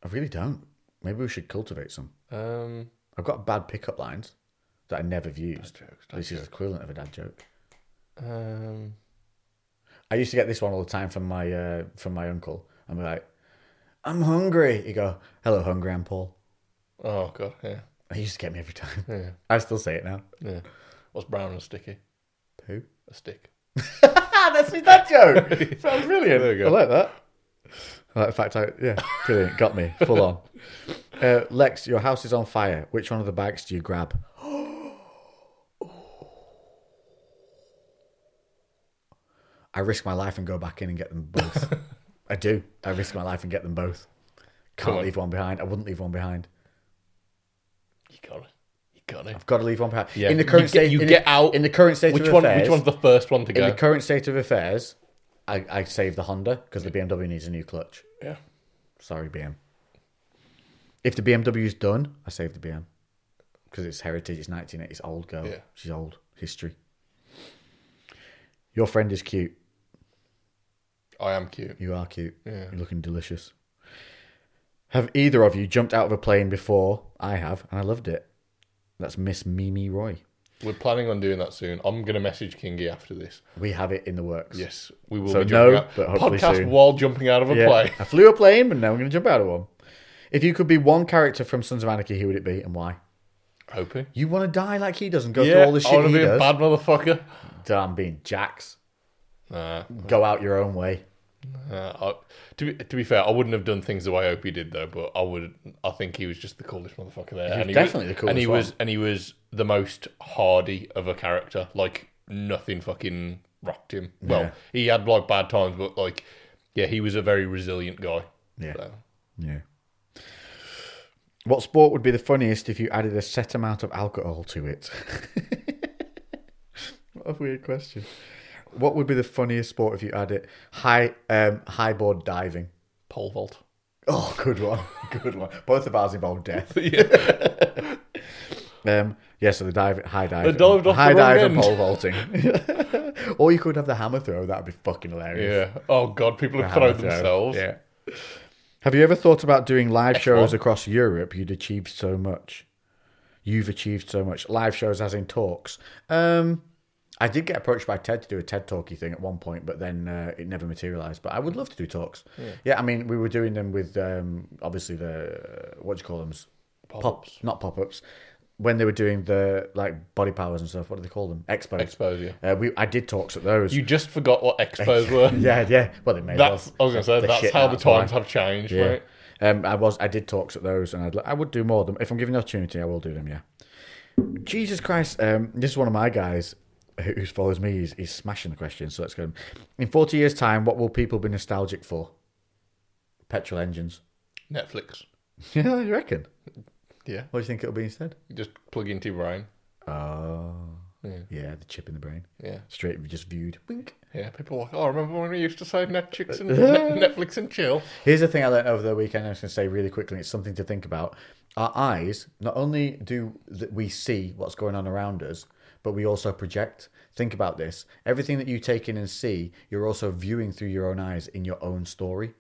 [SPEAKER 1] I really don't. Maybe we should cultivate some.
[SPEAKER 3] Um,
[SPEAKER 1] I've got bad pickup lines that I never have used.
[SPEAKER 3] jokes,
[SPEAKER 1] this is equivalent of a dad joke.
[SPEAKER 3] um,
[SPEAKER 1] I used to get this one all the time from my uh, from my uncle. I'm like, I'm hungry. He go, hello, hungry, I'm Paul.
[SPEAKER 3] oh god, yeah,
[SPEAKER 1] He used to get me every time.
[SPEAKER 3] yeah,
[SPEAKER 1] I still say it now.
[SPEAKER 3] yeah. What's brown and sticky?
[SPEAKER 1] Who?
[SPEAKER 3] A stick.
[SPEAKER 1] Ah, [LAUGHS] that's my dad
[SPEAKER 3] [LAUGHS]
[SPEAKER 1] joke. Sounds brilliant.
[SPEAKER 3] There we go.
[SPEAKER 1] I like that. I like the fact I, yeah, brilliant. Got [LAUGHS] me full on. Uh, Lex, your house is on fire. Which one of the bags do you [GASPS] grab? I risk my life and go back in and get them [LAUGHS] both. I do. I risk my life and get them both.
[SPEAKER 3] Come
[SPEAKER 1] Can't
[SPEAKER 3] on.
[SPEAKER 1] leave one behind. I wouldn't leave one behind.
[SPEAKER 3] You got it. You got it.
[SPEAKER 1] I've got to leave one behind.
[SPEAKER 3] Yeah.
[SPEAKER 1] In the current
[SPEAKER 3] You get-
[SPEAKER 1] state,
[SPEAKER 3] you
[SPEAKER 1] in
[SPEAKER 3] get
[SPEAKER 1] the,
[SPEAKER 3] out.
[SPEAKER 1] In the current state
[SPEAKER 3] Which
[SPEAKER 1] of
[SPEAKER 3] one?
[SPEAKER 1] affairs,
[SPEAKER 3] Which one's the first one to
[SPEAKER 1] in
[SPEAKER 3] go?
[SPEAKER 1] the current state of affairs, I, I save the Honda because the BMW needs a new clutch.
[SPEAKER 3] yeah.
[SPEAKER 1] Sorry, BM. If the BMW's done, I save the BM because it's heritage. It's 1980s. It's old girl.
[SPEAKER 3] Yeah.
[SPEAKER 1] She's old history. Your friend is cute.
[SPEAKER 3] I am cute.
[SPEAKER 1] You are cute.
[SPEAKER 3] Yeah.
[SPEAKER 1] You're looking delicious. Have either of you jumped out of a plane before? I have, and I loved it. That's Miss Mimi Roy.
[SPEAKER 3] We're planning on doing that soon. I'm gonna message Kingy after this.
[SPEAKER 1] We have it in the works.
[SPEAKER 3] Yes, we will.
[SPEAKER 1] So
[SPEAKER 3] be jumping
[SPEAKER 1] no,
[SPEAKER 3] out.
[SPEAKER 1] but hopefully
[SPEAKER 3] podcast
[SPEAKER 1] soon.
[SPEAKER 3] while jumping out of a
[SPEAKER 1] Yeah,
[SPEAKER 3] plane.
[SPEAKER 1] I flew a plane, but now I'm going to jump out of one. If you could be one character from Sons of Anarchy, who would it be and why?
[SPEAKER 3] Hoping.
[SPEAKER 1] You want to die like he does and go
[SPEAKER 3] Yeah,
[SPEAKER 1] through all the
[SPEAKER 3] I
[SPEAKER 1] shit
[SPEAKER 3] wanna
[SPEAKER 1] he
[SPEAKER 3] be a
[SPEAKER 1] does.
[SPEAKER 3] bad motherfucker.
[SPEAKER 1] Damn, being Jax.
[SPEAKER 3] Nah,
[SPEAKER 1] Go out your own way.
[SPEAKER 3] nah, Uh, I, to be to be fair, I wouldn't have done things the way Opie did though. But I would. I think he was just the coolest motherfucker there.
[SPEAKER 1] was
[SPEAKER 3] and he
[SPEAKER 1] definitely
[SPEAKER 3] was,
[SPEAKER 1] the coolest
[SPEAKER 3] And he
[SPEAKER 1] one.
[SPEAKER 3] was and he was the most hardy of a character. Like nothing fucking rocked him. Well,
[SPEAKER 1] Yeah.
[SPEAKER 3] he had like bad times, but like yeah, he was a very resilient guy.
[SPEAKER 1] Yeah.
[SPEAKER 3] So,
[SPEAKER 1] Yeah. What sport would be the funniest if you added a set amount of alcohol to it? [LAUGHS] what a weird question. What would be the funniest sport if you add it? High um, high board diving.
[SPEAKER 3] pole vault.
[SPEAKER 1] Oh, [LAUGHS] good one. Good one. Both of ours involve death.
[SPEAKER 3] [LAUGHS] yeah.
[SPEAKER 1] [LAUGHS] Um, yeah, so the dive, high dive,
[SPEAKER 3] They dived off
[SPEAKER 1] high
[SPEAKER 3] the wrong
[SPEAKER 1] dive, and
[SPEAKER 3] end. [LAUGHS]
[SPEAKER 1] pole vaulting. [LAUGHS] or you could have the hammer throw. That'd be fucking hilarious.
[SPEAKER 3] Yeah. Oh god, people have
[SPEAKER 1] Hammer
[SPEAKER 3] thrown themselves.
[SPEAKER 1] Yeah. Have you ever thought about doing live shows across Europe? You'd achieved so much. You've achieved so much. Live shows, as in talks. Um, I did get approached by Ted to do a TED talky thing at one point, but then uh, it never materialized. But I would love to do talks. Yeah, I mean, we were doing them with um, obviously the what do you call them?
[SPEAKER 3] Pop-ups.
[SPEAKER 1] not pop ups. When they were doing the like body powers and stuff, what do they call them? Expos.
[SPEAKER 3] Expos, yeah.
[SPEAKER 1] Uh, we I did talks at those.
[SPEAKER 3] You just forgot
[SPEAKER 1] [LAUGHS]
[SPEAKER 3] what expos were.
[SPEAKER 1] yeah, yeah. Well, they made
[SPEAKER 3] That's I was gonna say that's how the times have changed,
[SPEAKER 1] yeah.
[SPEAKER 3] right?
[SPEAKER 1] Um, I was I did talks at those, and I'd, li- I would do more of them if I'm given the opportunity. I will do them. Yeah. Jesus Christ! Um, this is one of my guys who, who follows me. He's, he's smashing the question. So let's go. In 40 years' time, what will people be nostalgic for? Petrol engines. [LAUGHS]
[SPEAKER 3] Netflix.
[SPEAKER 1] Yeah, you reckon?
[SPEAKER 3] Yeah.
[SPEAKER 1] What do you think it'll be instead?
[SPEAKER 3] Just plug into your brain.
[SPEAKER 1] Oh, Yeah, the chip in the brain.
[SPEAKER 3] Yeah.
[SPEAKER 1] Straight just viewed. Wink.
[SPEAKER 3] Yeah, people are like, oh, remember when we used to say
[SPEAKER 1] [LAUGHS]
[SPEAKER 3] Netflix and, Net- Netflix and chill?
[SPEAKER 1] Here's the thing I learned over the weekend. I was going to say really quickly. It's something to think about. Our eyes not only do th- we see what's going on around us, but we also project. Think about this. Everything that you take in and see, you're also viewing through your own eyes in your own story.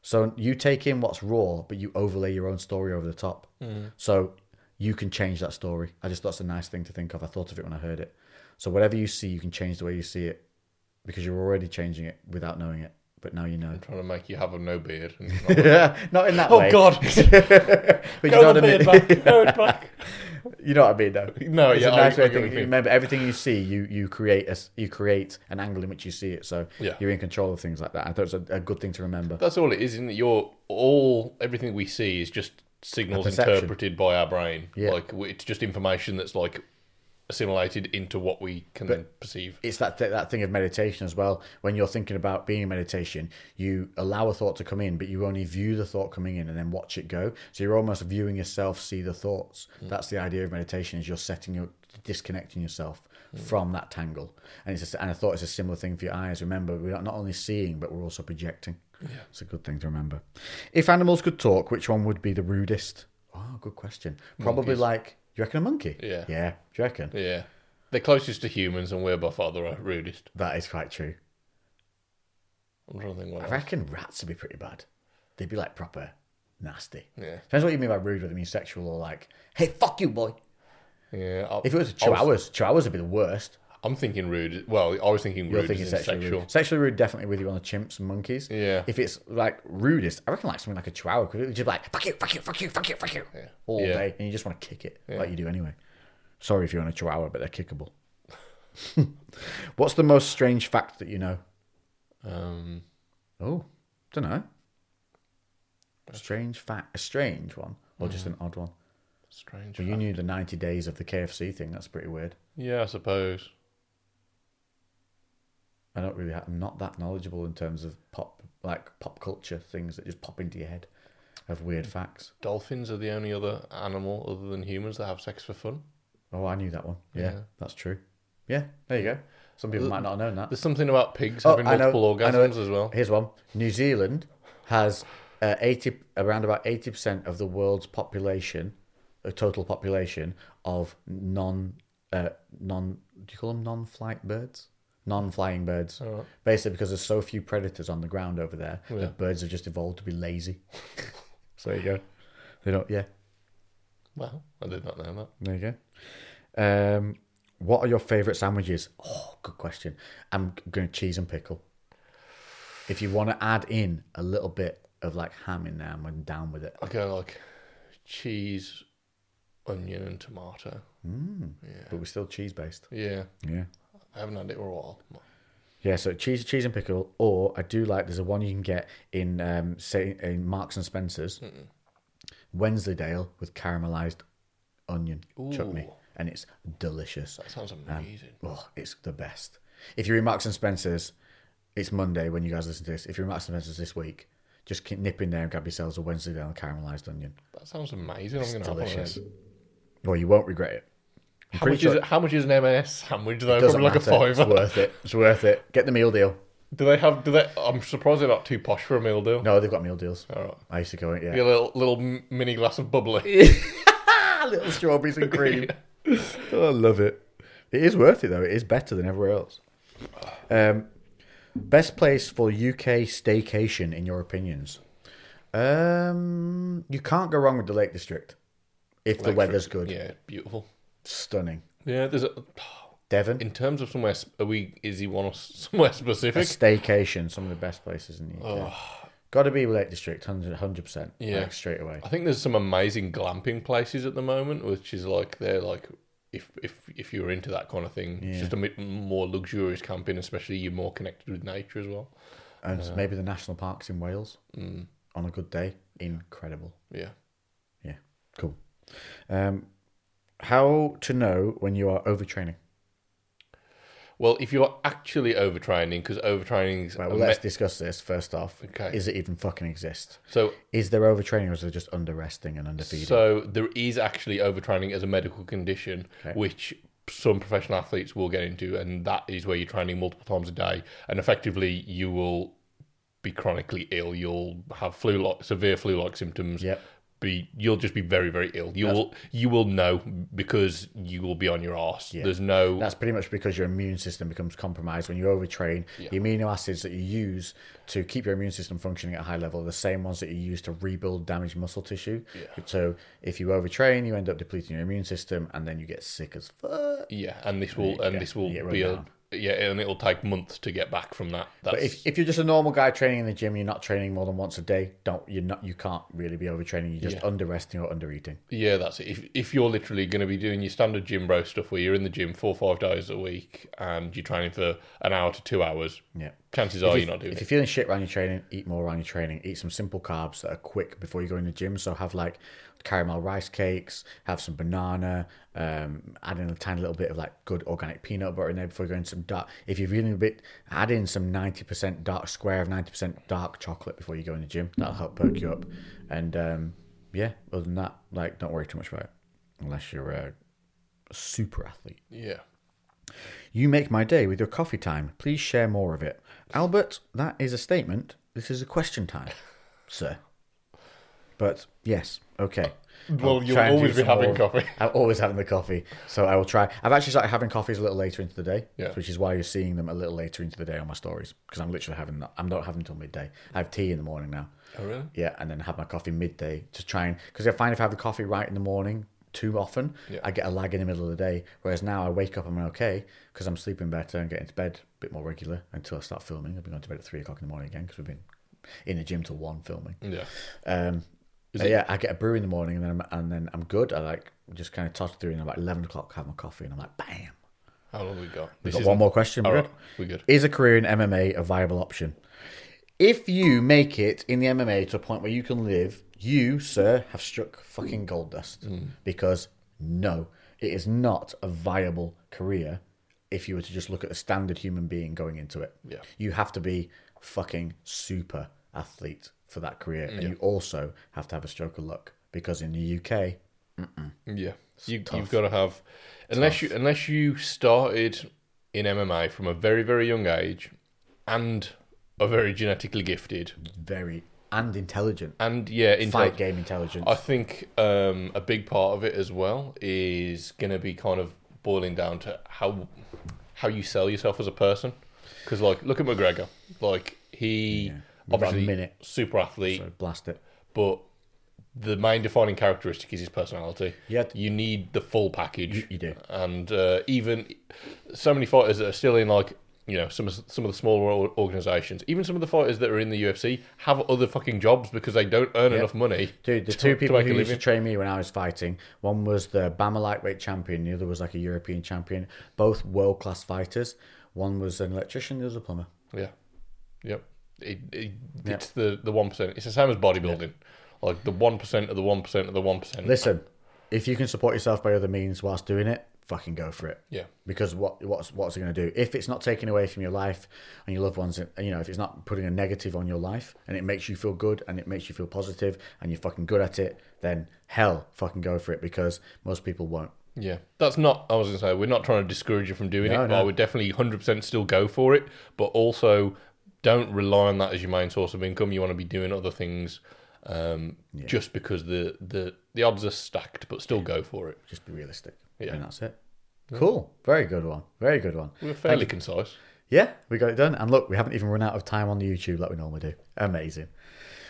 [SPEAKER 1] So you take in what's raw, but you overlay your own story over the top. So you can change that story. I just thought it's a nice thing to think of. I thought of it when I heard it. So whatever you see, you can change the way you see it because you're already changing it without knowing it. But now you know.
[SPEAKER 3] Trying to make you have a no beard.
[SPEAKER 1] [LAUGHS]
[SPEAKER 3] And
[SPEAKER 1] Not in that
[SPEAKER 3] oh,
[SPEAKER 1] way.
[SPEAKER 3] [LAUGHS] God.
[SPEAKER 1] But you know
[SPEAKER 3] Grow the
[SPEAKER 1] what I mean.
[SPEAKER 3] beard back. Grow it back.
[SPEAKER 1] [LAUGHS] You know what I mean, though.
[SPEAKER 3] No,
[SPEAKER 1] it's
[SPEAKER 3] yeah,
[SPEAKER 1] a
[SPEAKER 3] I-
[SPEAKER 1] nice
[SPEAKER 3] I
[SPEAKER 1] way of
[SPEAKER 3] get what you
[SPEAKER 1] thinking.
[SPEAKER 3] mean.
[SPEAKER 1] Remember, everything you see, you you create a s- you create an angle in which you see it. So
[SPEAKER 3] Yeah.
[SPEAKER 1] you're in control of things like that. I thought it was a, a good thing to remember.
[SPEAKER 3] That's all it is, isn't it? You're, all, everything we see is just signals
[SPEAKER 1] A perception.
[SPEAKER 3] interpreted by our brain.
[SPEAKER 1] Yeah.
[SPEAKER 3] Like, w- it's just information that's, like, assimilated into what we can then perceive.
[SPEAKER 1] it's that that thing of meditation as well. When you're thinking about being in meditation, you allow a thought to come in, but you only view the thought coming in and then watch it go. So you're almost viewing yourself see the thoughts.
[SPEAKER 3] Mm.
[SPEAKER 1] That's the idea of meditation: is you're setting your disconnecting yourself
[SPEAKER 3] Mm.
[SPEAKER 1] from that tangle. And it's just, and I thought it's a similar thing for your eyes. Remember, we're not only seeing, but we're also projecting. It's a good thing to remember. If animals could talk, which one would be the rudest? Oh, good question. Probably like. You reckon a monkey?
[SPEAKER 3] Yeah.
[SPEAKER 1] Yeah. Do you reckon?
[SPEAKER 3] Yeah. They're closest to humans, and we're by far the rudest.
[SPEAKER 1] That is quite true.
[SPEAKER 3] I'm trying to think what
[SPEAKER 1] I
[SPEAKER 3] else.
[SPEAKER 1] reckon rats would be pretty bad. They'd be like proper nasty.
[SPEAKER 3] Yeah.
[SPEAKER 1] Depends what you mean by rude, whether you mean sexual or like, hey, fuck you, boy.
[SPEAKER 3] Yeah. I-
[SPEAKER 1] If it was
[SPEAKER 3] I was-
[SPEAKER 1] chihuahuas, chihuahuas would be the worst.
[SPEAKER 3] I'm thinking rude. Well, I was thinking
[SPEAKER 1] You're
[SPEAKER 3] rude
[SPEAKER 1] thinking
[SPEAKER 3] is
[SPEAKER 1] sexually
[SPEAKER 3] sexual.
[SPEAKER 1] rude. Sexually rude, definitely with you on the chimps and monkeys.
[SPEAKER 3] Yeah.
[SPEAKER 1] If it's like rudest, I reckon like something like a chihuahua could just be like, fuck you, fuck you, fuck you, fuck you, fuck you, all
[SPEAKER 3] Yeah.
[SPEAKER 1] day. And you just want to kick it like you do anyway. Sorry if you're on a chihuahua, but they're kickable. [LAUGHS] What's the most strange fact that you know?
[SPEAKER 3] Um,
[SPEAKER 1] Oh, don't know. Strange fact, a strange one, or just an odd one.
[SPEAKER 3] strange.
[SPEAKER 1] Well, you knew the 90 days of the KFC thing. That's pretty weird.
[SPEAKER 3] Yeah, I suppose.
[SPEAKER 1] I don't really. Ha- I'm not that knowledgeable in terms of pop, like pop culture things that just pop into your head of weird facts.
[SPEAKER 3] Dolphins are the only other animal other than humans that have sex for fun.
[SPEAKER 1] Oh, I knew that one. Yeah,
[SPEAKER 3] Yeah.
[SPEAKER 1] that's true. Yeah, there you go. Some people might not have known that.
[SPEAKER 3] There's something about pigs
[SPEAKER 1] Oh,
[SPEAKER 3] having
[SPEAKER 1] I know-
[SPEAKER 3] multiple
[SPEAKER 1] I know it.
[SPEAKER 3] orgasms as
[SPEAKER 1] [LAUGHS]
[SPEAKER 3] well.
[SPEAKER 1] Here's one. New Zealand has uh, 80 around about 80% of the world's population, uh, total population of non uh, non do you call them non-flight birds? Non-flying birds.
[SPEAKER 3] Oh.
[SPEAKER 1] Basically because there's so few predators on the ground over there, the birds have just evolved to be lazy. so there you go. They don't yeah.
[SPEAKER 3] Well, I did not know that.
[SPEAKER 1] There you go. Um, what are your favourite sandwiches? Oh, good question. I'm going to cheese and pickle. If you want to add in a little bit of like ham in there, I'm down with it.
[SPEAKER 3] I go like cheese, onion, and tomato.
[SPEAKER 1] Mm. But we're still cheese based.
[SPEAKER 3] Yeah,
[SPEAKER 1] Yeah.
[SPEAKER 3] I haven't had it for a while.
[SPEAKER 1] Yeah, so cheese, cheese and pickle, or I do like. There's a one you can get in, um, say, in Marks and Spencers, Wednesdaydale with caramelized onion chutney,
[SPEAKER 3] Ooh.
[SPEAKER 1] and it's delicious.
[SPEAKER 3] That sounds amazing.
[SPEAKER 1] Oh, it's the best. If you're in Marks and Spencer's, it's Monday when you guys listen to this. If you're in Marks and Spencer's this week, just keep nip in there and grab yourselves a Wednesday down caramelized onion.
[SPEAKER 3] that sounds amazing. I'm going to have one of
[SPEAKER 1] Delicious.
[SPEAKER 3] those.
[SPEAKER 1] Well, you won't regret it.
[SPEAKER 3] How much is it, how much is an M&S sandwich though?
[SPEAKER 1] Doesn't
[SPEAKER 3] Probably like a
[SPEAKER 1] matter. It's
[SPEAKER 3] fiver.
[SPEAKER 1] worth it. It's worth it. Get the meal deal.
[SPEAKER 3] Do they have? Do they? I'm surprised they're not too posh for a meal deal.
[SPEAKER 1] No, they've got meal deals.
[SPEAKER 3] All right.
[SPEAKER 1] I used to go. Yeah,
[SPEAKER 3] Get a little little m- mini glass of bubbly.
[SPEAKER 1] [LAUGHS] Ah, little strawberries and cream. [LAUGHS] Oh, I love it. It is worth it though. It is better than everywhere else. Um, best place for UK staycation in your opinions? Um, you can't go wrong with the Lake District if the weather's good.
[SPEAKER 3] Yeah, beautiful.
[SPEAKER 1] Stunning.
[SPEAKER 3] Yeah, there's a.
[SPEAKER 1] Devon,
[SPEAKER 3] In terms of somewhere, sp- are we? Is he one of s- [LAUGHS] somewhere
[SPEAKER 1] a
[SPEAKER 3] specific?
[SPEAKER 1] staycation, some of the best places in the UK. Got to be Lake District, 100 percent.
[SPEAKER 3] Yeah.
[SPEAKER 1] like, straight away.
[SPEAKER 3] I think there's some amazing glamping places at the moment, which is like they're like if if if you're into that kind of thing, it's just a bit more luxurious camping, especially you're more connected with nature as well.
[SPEAKER 1] And maybe the national parks in Wales
[SPEAKER 3] Mm.
[SPEAKER 1] on a good day. Incredible.
[SPEAKER 3] Yeah,
[SPEAKER 1] Yeah, cool. Um, how to know when you are overtraining?
[SPEAKER 3] Well, if you're actually overtraining, because overtraining is
[SPEAKER 1] Right,
[SPEAKER 3] a
[SPEAKER 1] well,
[SPEAKER 3] me-
[SPEAKER 1] let's discuss this first off.
[SPEAKER 3] Okay.
[SPEAKER 1] Is it even fucking exist?
[SPEAKER 3] so
[SPEAKER 1] Is there overtraining or is there just underresting and underfeeding?
[SPEAKER 3] so there is actually overtraining as a medical condition, which some professional athletes will get into, and that is where you're training multiple times a day, and effectively you will be chronically ill. You'll have flu like severe flu like symptoms.
[SPEAKER 1] Yep.
[SPEAKER 3] Be you'll just be very very ill. You will you will know because you will be on your arse. There's no
[SPEAKER 1] That's pretty much because your immune system becomes compromised when you overtrain. The amino acids that you use to keep your immune system functioning at a high level are the same ones that you use to rebuild damaged muscle tissue. So if you overtrain, you end up depleting your immune system, and then you get sick as fuck.
[SPEAKER 3] yeah, and this will and this will
[SPEAKER 1] you get run
[SPEAKER 3] be a,
[SPEAKER 1] down.
[SPEAKER 3] yeah, and it'll take months to get back from that. That's,
[SPEAKER 1] But if, if you're just a normal guy training in the gym, you're not training more than once a day. Don't you're not you can't really be overtraining. You're just under underresting or undereating.
[SPEAKER 3] Yeah, that's it. If, if you're literally going to be doing your standard gym bro stuff where you're in the gym four or five days a week and you're training for an hour to two hours,
[SPEAKER 1] Yeah.
[SPEAKER 3] chances are
[SPEAKER 1] if,
[SPEAKER 3] you're not doing
[SPEAKER 1] if
[SPEAKER 3] it.
[SPEAKER 1] you're feeling shit around your training, eat more around your training. Eat some simple carbs that are quick before you go in the gym. So have like caramel rice cakes, have some banana, um, add in a tiny little bit of like good organic peanut butter in there before you go in some dark. If you're feeling a bit, add in some 90% dark square of 90% dark chocolate before you go in the gym. That'll help perk you up. And um, yeah, other than that, like don't worry too much about it unless you're a super athlete.
[SPEAKER 3] Yeah.
[SPEAKER 1] You make my day with your coffee time. Please share more of it. Albert, that is a statement. This is a question time, [LAUGHS] sir. But yes, okay.
[SPEAKER 3] Well,
[SPEAKER 1] I'll
[SPEAKER 3] you'll
[SPEAKER 1] try and do
[SPEAKER 3] always be
[SPEAKER 1] some
[SPEAKER 3] having
[SPEAKER 1] more-
[SPEAKER 3] coffee.
[SPEAKER 1] I'm always having the coffee, so I will try. I've actually started having coffees a little later into the day,
[SPEAKER 3] Yeah.
[SPEAKER 1] which is why you're seeing them a little later into the day on my stories because I'm literally having. that- I'm not having till midday. I have tea in the morning now.
[SPEAKER 3] Oh, really?
[SPEAKER 1] Yeah, and then have my coffee midday to try and because I find if I have the coffee right in the morning too often,
[SPEAKER 3] Yeah.
[SPEAKER 1] I get a lag in the middle of the day. Whereas now I wake up, I'm okay because I'm sleeping better and getting to bed a bit more regular until I start filming. I've been going to bed at three o'clock in the morning again because we've been in the gym till one filming.
[SPEAKER 3] Yeah.
[SPEAKER 1] Um, uh, yeah, I get a brew in the morning and then I'm, and then I'm good. I like just kind of toss through and about eleven o'clock have my coffee and I'm like bam.
[SPEAKER 3] How long have we got?
[SPEAKER 1] We've
[SPEAKER 3] This
[SPEAKER 1] got
[SPEAKER 3] isn't-
[SPEAKER 1] one more question.
[SPEAKER 3] All
[SPEAKER 1] we're
[SPEAKER 3] right, we're good.
[SPEAKER 1] Is a career in MMA a viable option? If you make it in the MMA to a point where you can live, you, sir, have struck fucking gold dust.
[SPEAKER 3] Hmm.
[SPEAKER 1] Because no, it is not a viable career if you were to just look at the standard human being going into it.
[SPEAKER 3] Yeah.
[SPEAKER 1] You have to be fucking super athlete for that career. And you also have to have a stroke of luck. Because in the UK,
[SPEAKER 3] Yeah, you, you've got to have unless you unless you started in MMA from a very very young age and are very genetically gifted
[SPEAKER 1] very and intelligent.
[SPEAKER 3] and yeah, in
[SPEAKER 1] Fight game intelligence.
[SPEAKER 3] I think um, a big part of it as well is going to be kind of boiling down to how how you sell yourself as a person. Because like, look at McGregor. Like he
[SPEAKER 1] We've got a
[SPEAKER 3] obviously
[SPEAKER 1] minute.
[SPEAKER 3] super athlete,
[SPEAKER 1] so blast it.
[SPEAKER 3] but the main defining characteristic is his personality.
[SPEAKER 1] Yeah.
[SPEAKER 3] you need the full package.
[SPEAKER 1] you do.
[SPEAKER 3] and uh, even so many fighters that are still in like you know some of- some of the smaller or- organizations, even some of the fighters that are in the UFC have other fucking jobs because they don't earn enough money.
[SPEAKER 1] Dude, the
[SPEAKER 3] [LAUGHS] to-
[SPEAKER 1] two
[SPEAKER 3] to
[SPEAKER 1] people
[SPEAKER 3] make a
[SPEAKER 1] who used to
[SPEAKER 3] living.
[SPEAKER 1] train me when I was fighting, one was the Bama lightweight champion, the other was like a European champion. Both world class fighters. One was an electrician, the other was a plumber.
[SPEAKER 3] Yeah. Yep. It, it, It's the the one percent. It's the same as bodybuilding. Like the one percent of the one percent of the one percent.
[SPEAKER 1] Listen, if you can support yourself by other means whilst doing it, fucking go for it.
[SPEAKER 3] Yeah.
[SPEAKER 1] Because what what's what's it going to do if it's not taking away from your life and your loved ones? and, You know, if it's not putting a negative on your life and it makes you feel good and it makes you feel positive and you're fucking good at it, then hell, fucking go for it because most people won't.
[SPEAKER 3] Yeah. That's not. I was gonna say we're not trying to discourage you from doing
[SPEAKER 1] No,
[SPEAKER 3] it.
[SPEAKER 1] no.
[SPEAKER 3] I would definitely hundred percent still go for it, but also don't rely on that as your main source of income. You want to be doing other things. Um, Just because the, the, the odds are stacked, but still go for it.
[SPEAKER 1] Just be realistic.
[SPEAKER 3] Yeah.
[SPEAKER 1] And that's it. Cool. Very good one. Very good one.
[SPEAKER 3] We're fairly concise.
[SPEAKER 1] Yeah, we got it done. And look, we haven't even run out of time on the YouTube like we normally do. Amazing.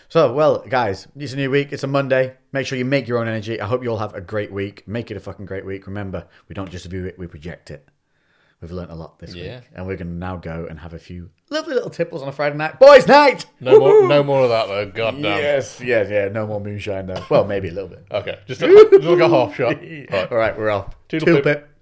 [SPEAKER 1] So, well, guys, it's a new week. It's a Monday. Make sure you make your own energy. I hope you all have a great week. Make it a fucking great week. Remember, we don't just view it, we project it. We've learnt a lot this
[SPEAKER 3] Yeah.
[SPEAKER 1] week. And we're going to now go and have a few lovely little tipples on a Friday night. Boys' night!
[SPEAKER 3] No more, no more of that though. God damn.
[SPEAKER 1] Yes, yeah, yeah. No more moonshine, though. Well, maybe a little bit. [LAUGHS]
[SPEAKER 3] Okay, just, just like a half shot.
[SPEAKER 1] All right, we're off.
[SPEAKER 3] Toodle
[SPEAKER 1] Toodle
[SPEAKER 3] pip.
[SPEAKER 1] pip.